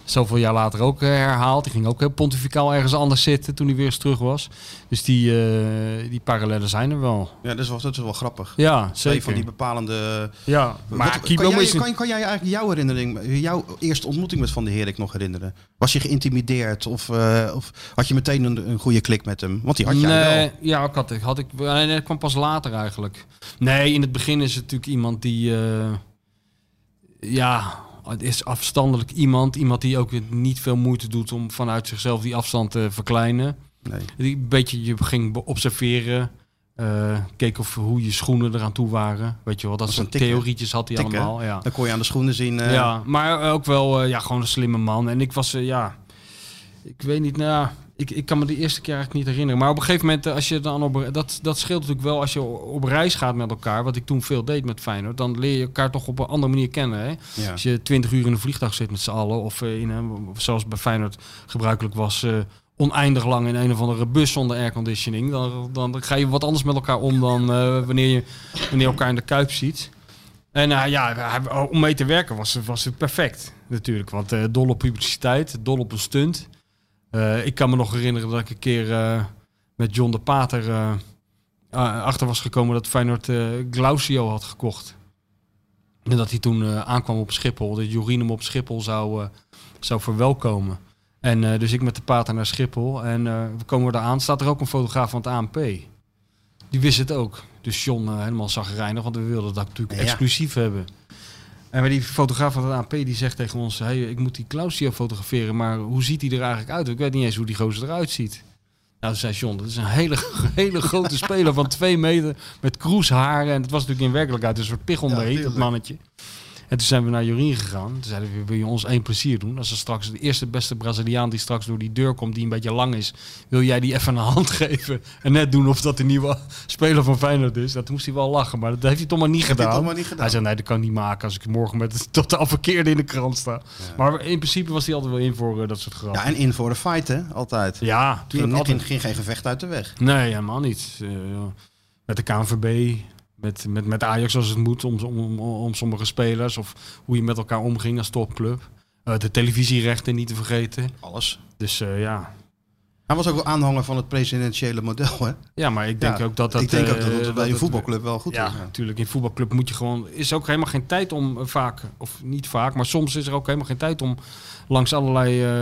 S5: zoveel jaar later ook eh, herhaald. Die ging ook heel pontificaal ergens anders zitten toen hij weer eens terug was. Dus die, eh, die parallellen zijn er wel.
S4: Ja, dat is, wel, dat is wel grappig.
S5: Ja,
S4: Twee
S5: zeker.
S4: van die bepalende...
S5: Ja, maar
S4: Wat-
S5: Kibo
S4: kan, jij,
S5: is...
S4: kan, kan jij eigenlijk jouw herinnering, jouw eerste ontmoeting met Van der Herik nog herinneren? Was je geïntimideerd of, eh, of had je meteen een, een goede klik met hem? Want die had jij wel.
S5: nee, ja, ik had, ik had ik, nee, nee, dat kwam pas later eigenlijk. Nee, in het begin is het natuurlijk iemand die, eh, ja, het is afstandelijk iemand, iemand die ook niet veel moeite doet om vanuit zichzelf die afstand te verkleinen.
S4: Nee.
S5: Die een beetje je ging be- observeren, eh, keek of hoe je schoenen eraan toe waren, weet je wel, dat
S4: is
S5: soort
S4: een tik, hè?
S5: theorietjes had hij
S4: Tik, hè?
S5: allemaal. Ja.
S4: Dan kon je aan de schoenen zien. eh,
S5: Ja, maar ook wel eh, ja, gewoon een slimme man. En ik was, eh, ja, ik weet niet, nou, ja, ik, ik kan me de eerste keer eigenlijk niet herinneren. Maar op een gegeven moment, eh, als je dan op, dat, dat scheelt natuurlijk wel als je o- op reis gaat met elkaar, wat ik toen veel deed met Feyenoord, dan leer je elkaar toch op een andere manier kennen. Hè?
S4: ja.
S5: Als je twintig uur in een vliegtuig zit met z'n allen, of eh, in een, of zoals bij Feyenoord gebruikelijk was, eh, oneindig lang in een of andere bus zonder airconditioning, dan, dan ga je wat anders met elkaar om dan eh, wanneer je wanneer je elkaar in de kuip ziet. En eh, ja, hij- om mee te werken was, het- was het perfect natuurlijk, want eh, dol op publiciteit, dol op een stunt. Eh, ik kan me nog herinneren dat ik een keer eh, met John de Pater eh, a- achter was gekomen dat Feyenoord eh Glausio had gekocht. En dat hij toen eh, aankwam op Schiphol. Dat Jorien hem op Schiphol zou, eh, zou verwelkomen. En eh, dus ik met de pater naar Schiphol. En eh, we komen daar aan. Staat er ook een fotograaf van het ANP. Die wist het ook. Dus John eh, helemaal zagrijnig. Want we wilden dat natuurlijk
S4: Ja.
S5: exclusief hebben. En maar die fotograaf van het ANP die zegt tegen ons... Hey, ik moet die Clausio fotograferen. Maar hoe ziet hij er eigenlijk uit? Ik weet niet eens hoe die gozer eruit ziet. Nou, toen zei John, dat is een hele, hele grote speler van twee meter met kroesharen. En het was natuurlijk in werkelijkheid een soort pichelmeet, dat mannetje. En toen zijn we naar Jorien gegaan. Toen zeiden we, wil je ons één plezier doen? Als er straks de eerste beste Braziliaan die straks door die deur komt, die een beetje lang is, wil jij die even een hand geven en net doen of dat de nieuwe speler van Feyenoord is? Dat moest hij wel lachen, maar dat heeft hij toch maar niet,
S4: hij
S5: gedaan.
S4: toch maar niet gedaan.
S5: Hij zei, nee, dat kan ik niet maken als ik morgen met het totaal verkeerde in de krant sta. Maar in principe was hij altijd wel in voor eh, dat soort grappen.
S4: Ja, en in voor de fight, hè? Altijd.
S5: Ja,
S4: Ging,
S5: tuurlijk,
S4: net
S5: altijd.
S4: in- ging geen gevecht uit de weg.
S5: Nee, helemaal niet. Eh, met de KNVB, met, met, met Ajax als het moet, om, om, om sommige spelers. Of hoe je met elkaar omging als topclub. Eh, de televisierechten niet te vergeten.
S4: Alles.
S5: Dus eh, ja.
S4: Hij was ook wel aanhanger van het presidentiële model, hè?
S5: ja, maar ik denk
S4: Ja,
S5: ook dat dat...
S4: ik denk ook
S5: eh,
S4: dat het bij een
S5: het-
S4: voetbalclub wel goed
S5: ja,
S4: is. ja.
S5: eh, natuurlijk. In een voetbalclub moet je gewoon. Is ook helemaal geen tijd om eh, vaak, of niet vaak, maar soms is er ook helemaal geen tijd om langs allerlei eh,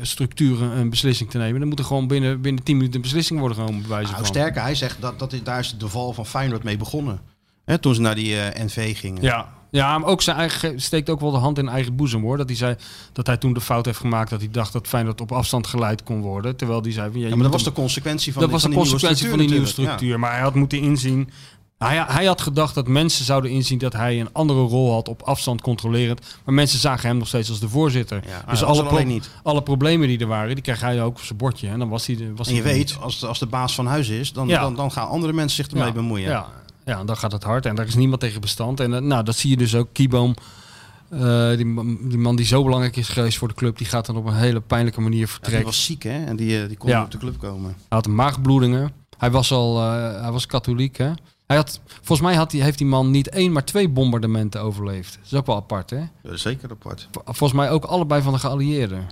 S5: structuren een beslissing te nemen. Dan moet er gewoon binnen, binnen 10 minuten een beslissing worden genomen. bij wijze
S4: Nou,
S5: van.
S4: sterker, hij zegt dat, dat is, daar is de val van Feyenoord mee begonnen. Hè, toen ze naar die eh, NV gingen.
S5: Ja. Ja, maar ook zijn eigen, steekt ook wel de hand in eigen boezem hoor. Dat hij zei dat hij toen de fout heeft gemaakt dat hij dacht dat Feyenoord op afstand geleid kon worden. Terwijl die zei van ja,
S4: Ja, maar dat was de consequentie van,
S5: dat
S4: die,
S5: was de
S4: van die
S5: consequentie van die nieuwe
S4: nieuwe
S5: structuur. Maar hij had moeten inzien. Hij, hij had gedacht dat mensen zouden inzien dat hij een andere rol had op afstand controlerend. Maar mensen zagen hem nog steeds als de voorzitter.
S4: Ja, ah,
S5: dus
S4: dat
S5: alle,
S4: zal
S5: pro-
S4: alleen niet.
S5: alle problemen die er waren, die kreeg hij ook op zijn bordje. En dan was hij. de- Was
S4: En je
S5: hij er
S4: weet,
S5: niet.
S4: als de, als de baas van huis is, dan,
S5: Ja.
S4: dan, dan gaan andere mensen zich ermee bemoeien.
S5: Ja. Ja, dan gaat het hard en daar is niemand tegen bestand. En eh, nou, dat zie je dus ook. Kieboom, eh, die, man- die man die zo belangrijk is geweest voor de club, die gaat dan op een hele pijnlijke manier
S4: Die
S5: vertrekken.
S4: was ziek, hè? En die, eh, die kon
S5: Ja.
S4: niet op de club komen.
S5: Hij had een maagbloedingen. Hij was al, eh, hij was katholiek, hè? Hij had, volgens mij had die, heeft die man niet één, maar twee bombardementen overleefd. Dat is ook wel apart, hè?
S4: zeker apart.
S5: Vol- Volgens mij ook allebei van de geallieerden.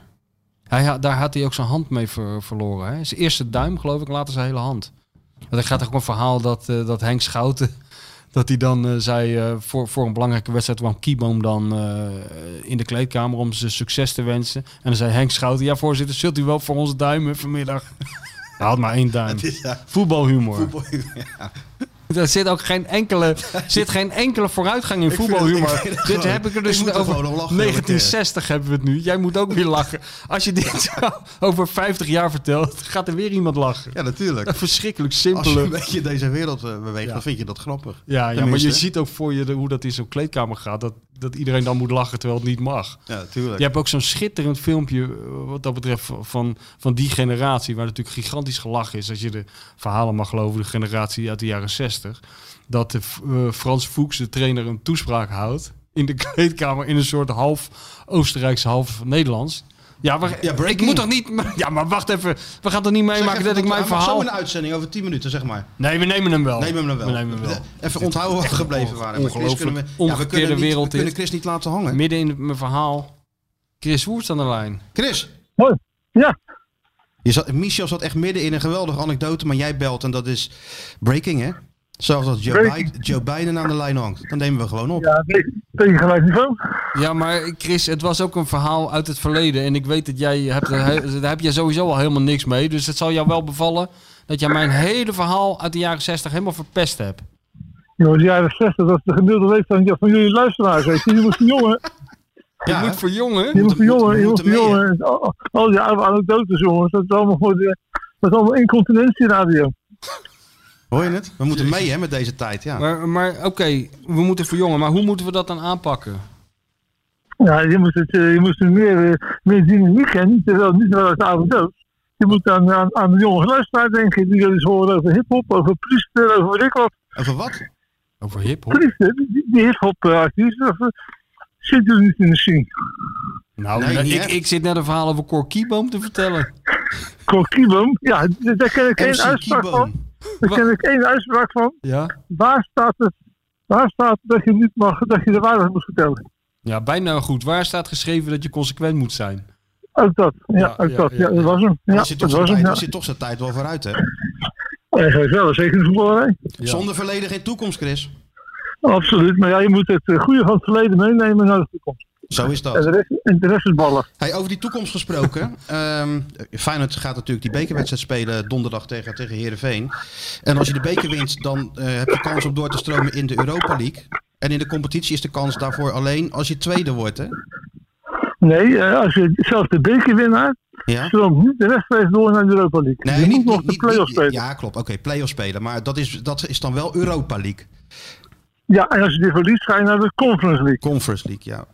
S5: Hij, ha- daar had hij ook zijn hand mee ver- verloren, hè? Zijn eerste duim, geloof ik, later zijn hele hand. Want er gaat ook een verhaal dat, eh, dat Henk Schouten... dat hij dan eh, zei, eh, voor, voor een belangrijke wedstrijd... kwam Kieboom dan eh, in de kleedkamer om ze succes te wensen. En dan zei Henk Schouten... ja, voorzitter, zult u wel voor onze duimen vanmiddag? Hij had maar één duim. Voetbalhumor. Er zit ook geen enkele, zit geen enkele vooruitgang in voetbalhumor.
S4: ik vind het
S5: Dit
S4: gewoon-
S5: heb ik er
S4: ik
S5: dus
S4: moet er
S5: over
S4: gewoon om lachen,
S5: 1960 hebben we het nu. Jij moet ook weer lachen. Als je dit zo over 50 jaar vertelt, gaat er weer iemand lachen.
S4: Ja, natuurlijk.
S5: Een verschrikkelijk
S4: Als je
S5: simpele.
S4: een beetje in deze wereld eh, beweegt,
S5: Ja.
S4: dan vind je dat grappig.
S5: Ja, ja, maar
S4: Tenminste.
S5: je ziet ook voor je de- hoe dat in zo'n kleedkamer gaat. Dat, dat iedereen dan moet lachen terwijl het niet mag.
S4: Ja, natuurlijk.
S5: Je hebt ook zo'n schitterend filmpje eh, wat dat betreft van, van die generatie, waar natuurlijk gigantisch gelachen is als je de verhalen mag geloven, de generatie uit de jaren 60. Dat de, F- eh, Frans Fuchs, de trainer, een toespraak houdt in de kleedkamer in een soort half Oostenrijks, half Nederlands. Ja, maar,
S4: Ja, breaking.
S5: ik moet toch niet. maar- ja, maar wacht even. We gaan toch niet
S4: Zeg
S5: meemaken
S4: even
S5: dat ik mijn
S4: hij mag
S5: verhaal.
S4: Zo een uitzending over 10 minuten, zeg maar.
S5: Nee, we nemen hem wel.
S4: Neem hem dan wel.
S5: We nemen hem wel.
S4: Even onthouden waar we gebleven waren. Maar Chris
S5: ongelooflijk
S4: kunnen we- ja, we,
S5: omgekeerde
S4: kunnen niet,
S5: wereld
S4: we kunnen
S5: dit.
S4: Chris niet laten hangen.
S5: Midden in mijn verhaal. Chris Woerts aan de lijn.
S4: Chris,
S8: Mooi. Ja,
S4: je zat, Michel zat echt midden in een geweldige anekdote, maar jij belt en dat is breaking, hè? Zelfs als Joe,
S8: Breaking.
S4: Biden, Joe Biden aan de lijn hangt, dan nemen we gewoon op.
S8: ja tegen- tegen gelijk niveau.
S5: Ja, maar Chris, het was ook een verhaal uit het verleden. En ik weet dat jij hebt, er he- daar heb je sowieso al helemaal niks mee. Dus het zal jou wel bevallen dat jij mijn hele verhaal uit de jaren 60 helemaal verpest hebt.
S8: Joh, de jaren 60, dat is de gemiddelde leeftijd van jullie luisteraars. weet Je Je moet jongen,
S4: Ja,
S5: Je moet voor jongen.
S8: je moet
S4: moeten-
S8: jongen, je
S4: moeten
S8: moet
S4: mee, hè?
S8: jongen. Al- Al die oude anekdotes, jongens, dat is allemaal voor de... Dat is allemaal incontinentieradio.
S4: Hoor je het? We moeten mee, hè, met deze tijd, ja.
S5: Maar, maar oké, we moeten voor jongen. Maar hoe moeten we dat dan aanpakken?
S8: Ja, je moest het, eh, je moest het meer, eh, meer dynamiek en niet zo niet zo als oude dood. Je moet aan, aan, aan de jonge luisteraar denken, die wil eens horen over hip-hop, over priester, over weet ik wat.
S4: Over wat?
S5: Over hip-hop.
S8: Priester, die, die hip-hop eh, artiest, of, eh, zit er niet in de scene.
S5: Nou,
S4: Nee, niet
S5: ik,
S4: echt.
S5: ik zit net een verhaal over Cor Kieboom te vertellen.
S8: Kokibum, ja, d- daar ken ik één
S4: MC
S8: uitspraak van.
S4: Kieboom.
S8: Daar ken ik één uitspraak van.
S5: Ja?
S8: Waar staat het? Waar staat dat je niet mag, dat je de waarheid moet vertellen?
S5: Ja, bijna goed. Waar staat geschreven dat je consequent moet zijn?
S8: Ook dat, ja,
S5: Ja,
S8: ook
S5: ja,
S8: dat,
S5: ja,
S8: ja, dat was hem. Ja,
S4: Er dus. zit toch
S8: dat
S4: zijn
S8: was hem,
S4: tijd-
S8: ja.
S4: er zit toch zijn tijd wel vooruit, hè?
S8: Eigenlijk wel, zeker de voetballerij.
S4: Zonder verleden geen toekomst, Chris.
S8: Absoluut, maar ja, je moet het eh, goede van het verleden meenemen naar de toekomst.
S4: Zo is dat.
S8: En de rest, en de rest is ballen.
S4: Hey, over die toekomst gesproken. Ehm Feyenoord gaat natuurlijk die bekerwedstrijd spelen donderdag tegen, tegen Heerenveen. En als je de beker wint, dan eh, heb je kans om door te stromen in de Europa League. En in de competitie is de kans daarvoor alleen als je tweede wordt, hè?
S8: Nee, eh, als je zelf de bekerwinnaar,
S4: Ja?
S8: stroomt niet de rechtstreeks door naar de Europa League. je moet nog de play-off
S4: niet-
S8: spelen. Ja.
S4: Ja, klopt. Oké, play-off spelen. Maar dat is, dat is dan wel Europa League.
S8: en als je die verliest, ga je naar de Conference League.
S4: Conference League, ja.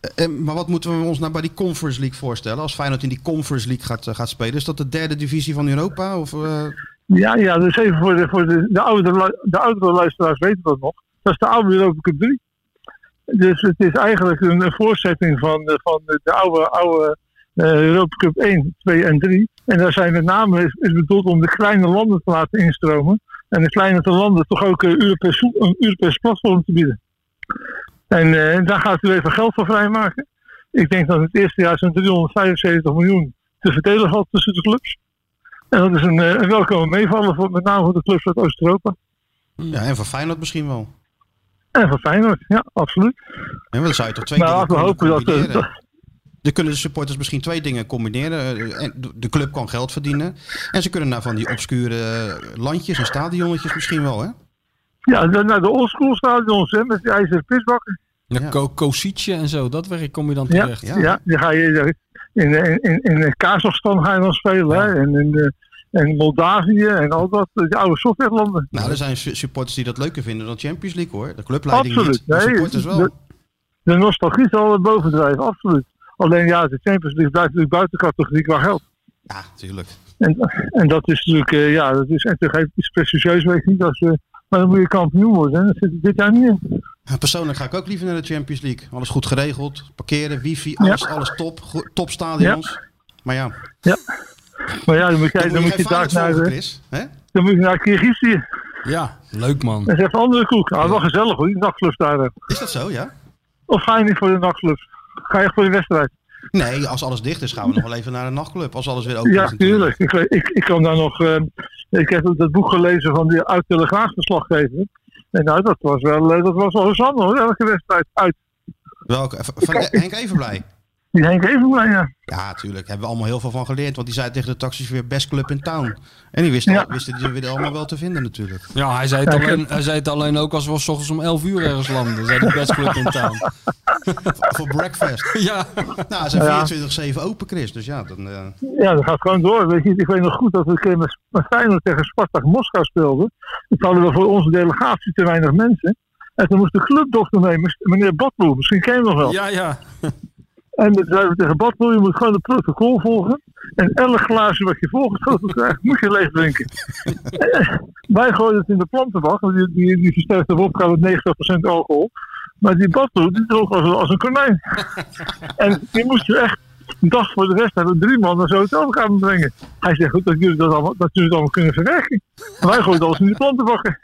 S4: Eh, eh, maar wat moeten we ons nou bij die Conference League voorstellen? Als Feyenoord in die Conference League gaat, eh, gaat spelen, is dat de derde divisie van Europa? Of, eh,
S8: Ja, ja, dus even voor de, voor de, de, oudere, lu- de oudere luisteraars weten dat nog. Dat is de oude Europa Cup 3. Dus het is eigenlijk een, een voortzetting van, de- van de, de oude, oude eh, Europa Cup 1, 2 en 3. En daar zijn met name is, is bedoeld om de kleine landen te laten instromen. En de kleinere landen toch ook eh, Europees, voet- een Europees platform te bieden. En eh, daar gaat u even geld voor vrijmaken. Ik denk dat het eerste jaar zo'n 375 miljoen te verdelen valt tussen de clubs. En dat is een, eh, een welkome meevallen, voor, met name voor de clubs uit Oost-Europa.
S4: ja, en van Feyenoord misschien wel.
S8: En voor Feyenoord, ja, absoluut.
S4: Ja, maar dan zou je toch twee
S8: Maar
S4: dingen
S8: Nou, laten we
S4: kunnen
S8: hopen dat...
S4: combineren.
S8: dat-
S4: Dan kunnen de supporters misschien twee dingen combineren. Eh, en de- De club kan geld verdienen. En ze kunnen naar van die obscure eh, landjes en stadionnetjes misschien wel, hè?
S8: ja, dan naar de oldschool stadions, hè, met die ijzeren pisbakken.
S5: Ja,
S4: Ja.
S5: Ko- Kosietje en zo, dat werk kom je dan
S8: Ja,
S5: terecht.
S4: Ja.
S8: ja. die ga je in, in, in, in Kazachstan ga je dan spelen, hè. En in, eh, en Moldavië en al dat, eh, die oude Sovjetlanden.
S4: Nou, er zijn su- supporters die dat leuker vinden dan Champions League, hoor. De clubleiding
S8: Absoluut.
S4: niet, de
S8: Nee,
S4: supporters wel.
S8: de- De nostalgie zal bovendrijven, absoluut. Alleen ja, de Champions League blijft natuurlijk buiten categorie qua geld.
S4: Ja, tuurlijk.
S8: En, en dat is natuurlijk, eh, ja, dat is, en tegelijk iets prestigieus, weet je niet, als, eh, Maar dan moet je kampioen worden. En dat zit er dit jaar niet in.
S4: Ja, Nou, Persoonlijk ga ik ook liever naar de Champions League. Alles goed geregeld. Parkeren, wifi, alles, alles top. Go- top stadions. Maar ja, dan
S8: Maar ja, dan moet je,
S4: moet
S8: dan
S4: je
S8: moet je
S4: geen
S8: daar
S4: Feyenoord
S8: naar,
S4: volgen,
S8: de-
S4: Chris. Hè?
S8: dan moet je naar Kyrgyzije.
S5: Ja, leuk man.
S8: Dat is echt een andere koek. Ah, wel gezellig hoor, die nachtclubs daar.
S4: Is dat zo, ja?
S8: Of ga je niet voor de nachtclubs? Ga je echt voor de wedstrijd?
S4: Nee, als alles dicht is gaan we nog wel even naar een nachtclub. Als alles weer open is
S8: Ja,
S4: natuurlijk.
S8: tuurlijk. Ik, ik, ik kan daar nog. eh, ik heb dat boek gelezen van die oud-telegraafverslaggever. En nou, dat was wel, eh, dat was wel gezond hoor, elke wedstrijd uit.
S4: Welke? Van- Van Henk Evenblij?
S8: Die Henk Evenblij, ja.
S4: Ja, tuurlijk. Hebben we allemaal heel veel van geleerd. Want die zei tegen de taxis weer best club in town. En die wisten,
S8: Ja.
S4: wisten die weer allemaal wel te vinden natuurlijk.
S5: Ja, hij zei het alleen, hij zei het alleen ook als we 's ochtends om 11 uur ergens landen. Zei de best club in town.
S4: Voor breakfast.
S5: Ja,
S4: Nou, ze zijn
S8: Ja.
S4: 24-7 open, Chris. Dus ja, dan... eh,
S8: Ja, dat gaat gewoon door. Weet je, ik weet nog goed dat we een keer met, met Feyenoord tegen Spartak Moskou speelden. Toen hadden we voor onze delegatie te weinig mensen. En toen moest de clubdokter mee, mis- meneer Badboe, misschien ken je hem nog wel.
S5: ja, ja.
S8: En toen zeiden we tegen Badboe, je moet gewoon het protocol volgen. En elk glaasje wat je voorgeschoten krijgt, moet je leeg drinken. Eh, Wij gooiden het in de plantenbak, want die, die, die versterkte wodka met 90% alcohol. Maar die Badboe, die droeg als, een- als een konijn. en die moest je echt een dag voor de wedstrijd met drie man naar zo'n hotel gaan brengen. Hij zegt goed dat jullie dat allemaal, dat jullie het allemaal kunnen verwerken. En wij gooiden alles in de plantenbakken.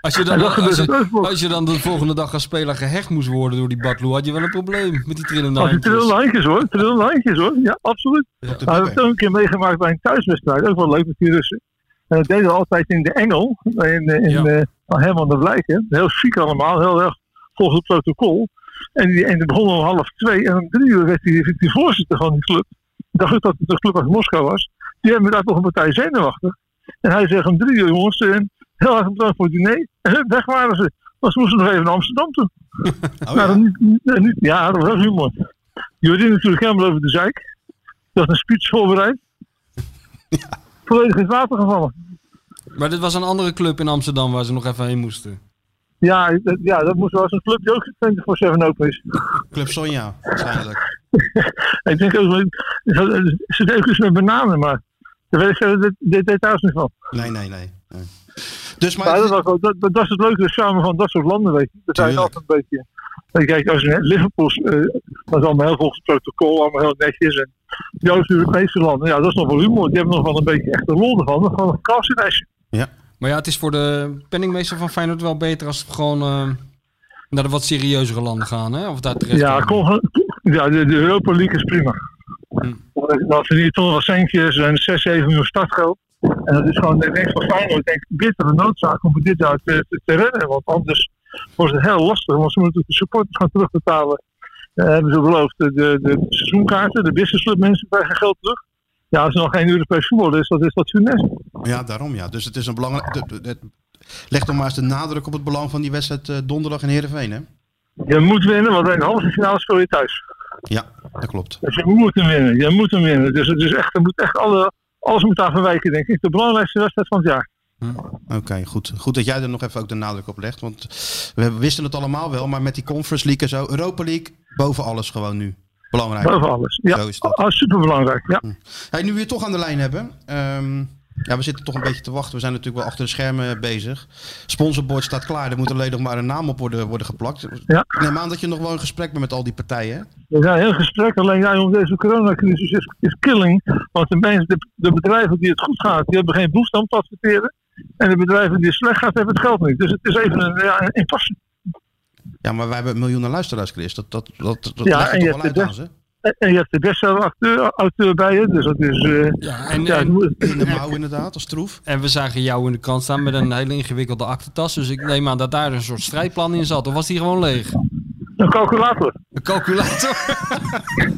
S5: Als je,
S8: En
S5: dan,
S8: dat
S5: als,
S8: gebeurt in
S5: je,
S8: Duisburg.
S5: als je dan de volgende dag als speler gehecht moest worden door die Badloe, had je wel een probleem met die trillende
S8: Als je
S5: handjes.
S8: trillende handjes hoor, trillende handjes hoor. Ja, absoluut.
S4: op de
S8: We hebben
S4: boeken.
S8: het ook een keer meegemaakt bij een thuiswedstrijd. Ook wel leuk met die Russen. En dat deden we altijd in de Engel. In, eh, in,
S5: Ja.
S8: eh, van Herman de Blijken. Heel chic allemaal. Heel erg volgens het protocol. En die, en die begon om half twee. En om drie uur werd die, werd die voorzitter van die club. Ik dacht ook dat het een club uit Moskou was. Die hebben daar nog een partij zenuwachtig. En hij zegt om drie uur jongens. eh, heel erg bedankt voor het diner. En hup, weg waren ze. Maar ze moesten nog even naar Amsterdam toe.
S4: Oh,
S8: Nou,
S4: ja.
S8: dan niet, niet- niet- ja, dat was humor. Je wordt hier natuurlijk helemaal over de zeik. Je had een speech voorbereid. Volledig in het water gevallen.
S5: Maar dit was een andere club in Amsterdam waar ze nog even heen moesten.
S8: Ja, dat- ja, dat moest wel eens een club die ook 24-7 open is.
S4: Club Sonja, waarschijnlijk.
S8: Ik denk ook, wel- ze ze deden ook eens met bananen, maar daar weet ik verder de, de details niet van.
S4: Nee, nee, nee. nee. Dus
S8: Maar dat,
S4: maar...
S8: was wel- dat, dat, dat is het leuke samen van dat soort landen, weet je. Dat zijn
S4: Tuurlijk.
S8: altijd een beetje... En Kijk, als je Liverpool, eh dat is allemaal heel volgens het protocol, allemaal heel netjes. En die Oost-Europese landen, ja, dat is nog wel humor. Die hebben nog wel een beetje echte lol ervan. Gewoon een kastjesnestje.
S5: Maar ja, het is voor de penningmeester van Feyenoord wel beter als we gewoon eh, naar de wat serieuzere landen gaan. Hè? Of daar terecht
S8: Ja,
S5: komen.
S8: kom, gewoon- ja de, de Europa League is prima. Dat verdienen toch nog wat centjes en 6, 7 miljoen startgeld. En dat is gewoon, ik denk van Feyenoord, denk bittere noodzaak om dit jaar te, te, te redden. Want anders wordt het heel lastig, want ze moeten de supporters gaan terugbetalen. Eh, hebben ze beloofd, de, de, de seizoenkaarten, de business club mensen krijgen geen geld terug. Ja, als er nog geen Europees voetbal is, dat is dat funest.
S4: Ja, daarom ja. Dus het is een belangrijk... de- de- de- Leg dan maar eens de nadruk op het belang van die wedstrijd eh, donderdag in Heerenveen, hè?
S8: Je moet winnen, want in de halve finale speel je thuis.
S4: Ja, dat klopt.
S8: Dus je moet hem winnen, je moet hem winnen. Dus het is echt, er moet echt alle, alles moet daar verwijken, denk ik. De belangrijkste wedstrijd van het jaar.
S4: Oké, goed. Goed dat jij er nog even ook de nadruk op legt. Want we wisten het allemaal wel, maar met die Conference League en zo. Europa League, boven alles gewoon nu. Belangrijk.
S8: Boven alles. Ja,
S4: Zo is dat.
S8: Ah, superbelangrijk. Ja.
S4: Hey, nu we je toch aan de lijn hebben. ehm, ja, we zitten toch een beetje te wachten. We zijn natuurlijk wel achter de schermen bezig. Sponsorbord staat klaar. Er moet alleen nog maar een naam op worden, worden geplakt.
S8: Ja.
S4: Ik neem aan dat je nog wel in gesprek bent met al die partijen. hè?
S8: We zijn heel gesprek, alleen ja, jongens, deze coronacrisis is, is killing. Want de, mensen, de, de bedrijven die het goed gaat, die hebben geen behoefte om te adverteren. En de bedrijven die het slecht gaat, hebben het geld niet. Dus het is even een, ja, een impasse.
S4: Ja, maar wij hebben miljoenen luisteraars, Chris. Dat, dat, dat, dat
S8: Ja,
S4: leg je
S8: en
S4: toch
S8: je
S4: wel
S8: hebt
S4: uit
S8: de
S4: aan ze.
S8: En, en je hebt de bestseller-auteur bij je, dus dat is... eh,
S5: Ja, en,
S8: ja,
S5: en-
S8: het moet-
S4: In de mouw inderdaad, als troef.
S5: En we zagen jou in de krant staan met een hele ingewikkelde aktentas. Dus ik neem aan dat daar een soort strijdplan in zat. Of was die gewoon leeg?
S8: een calculator.
S5: Een calculator?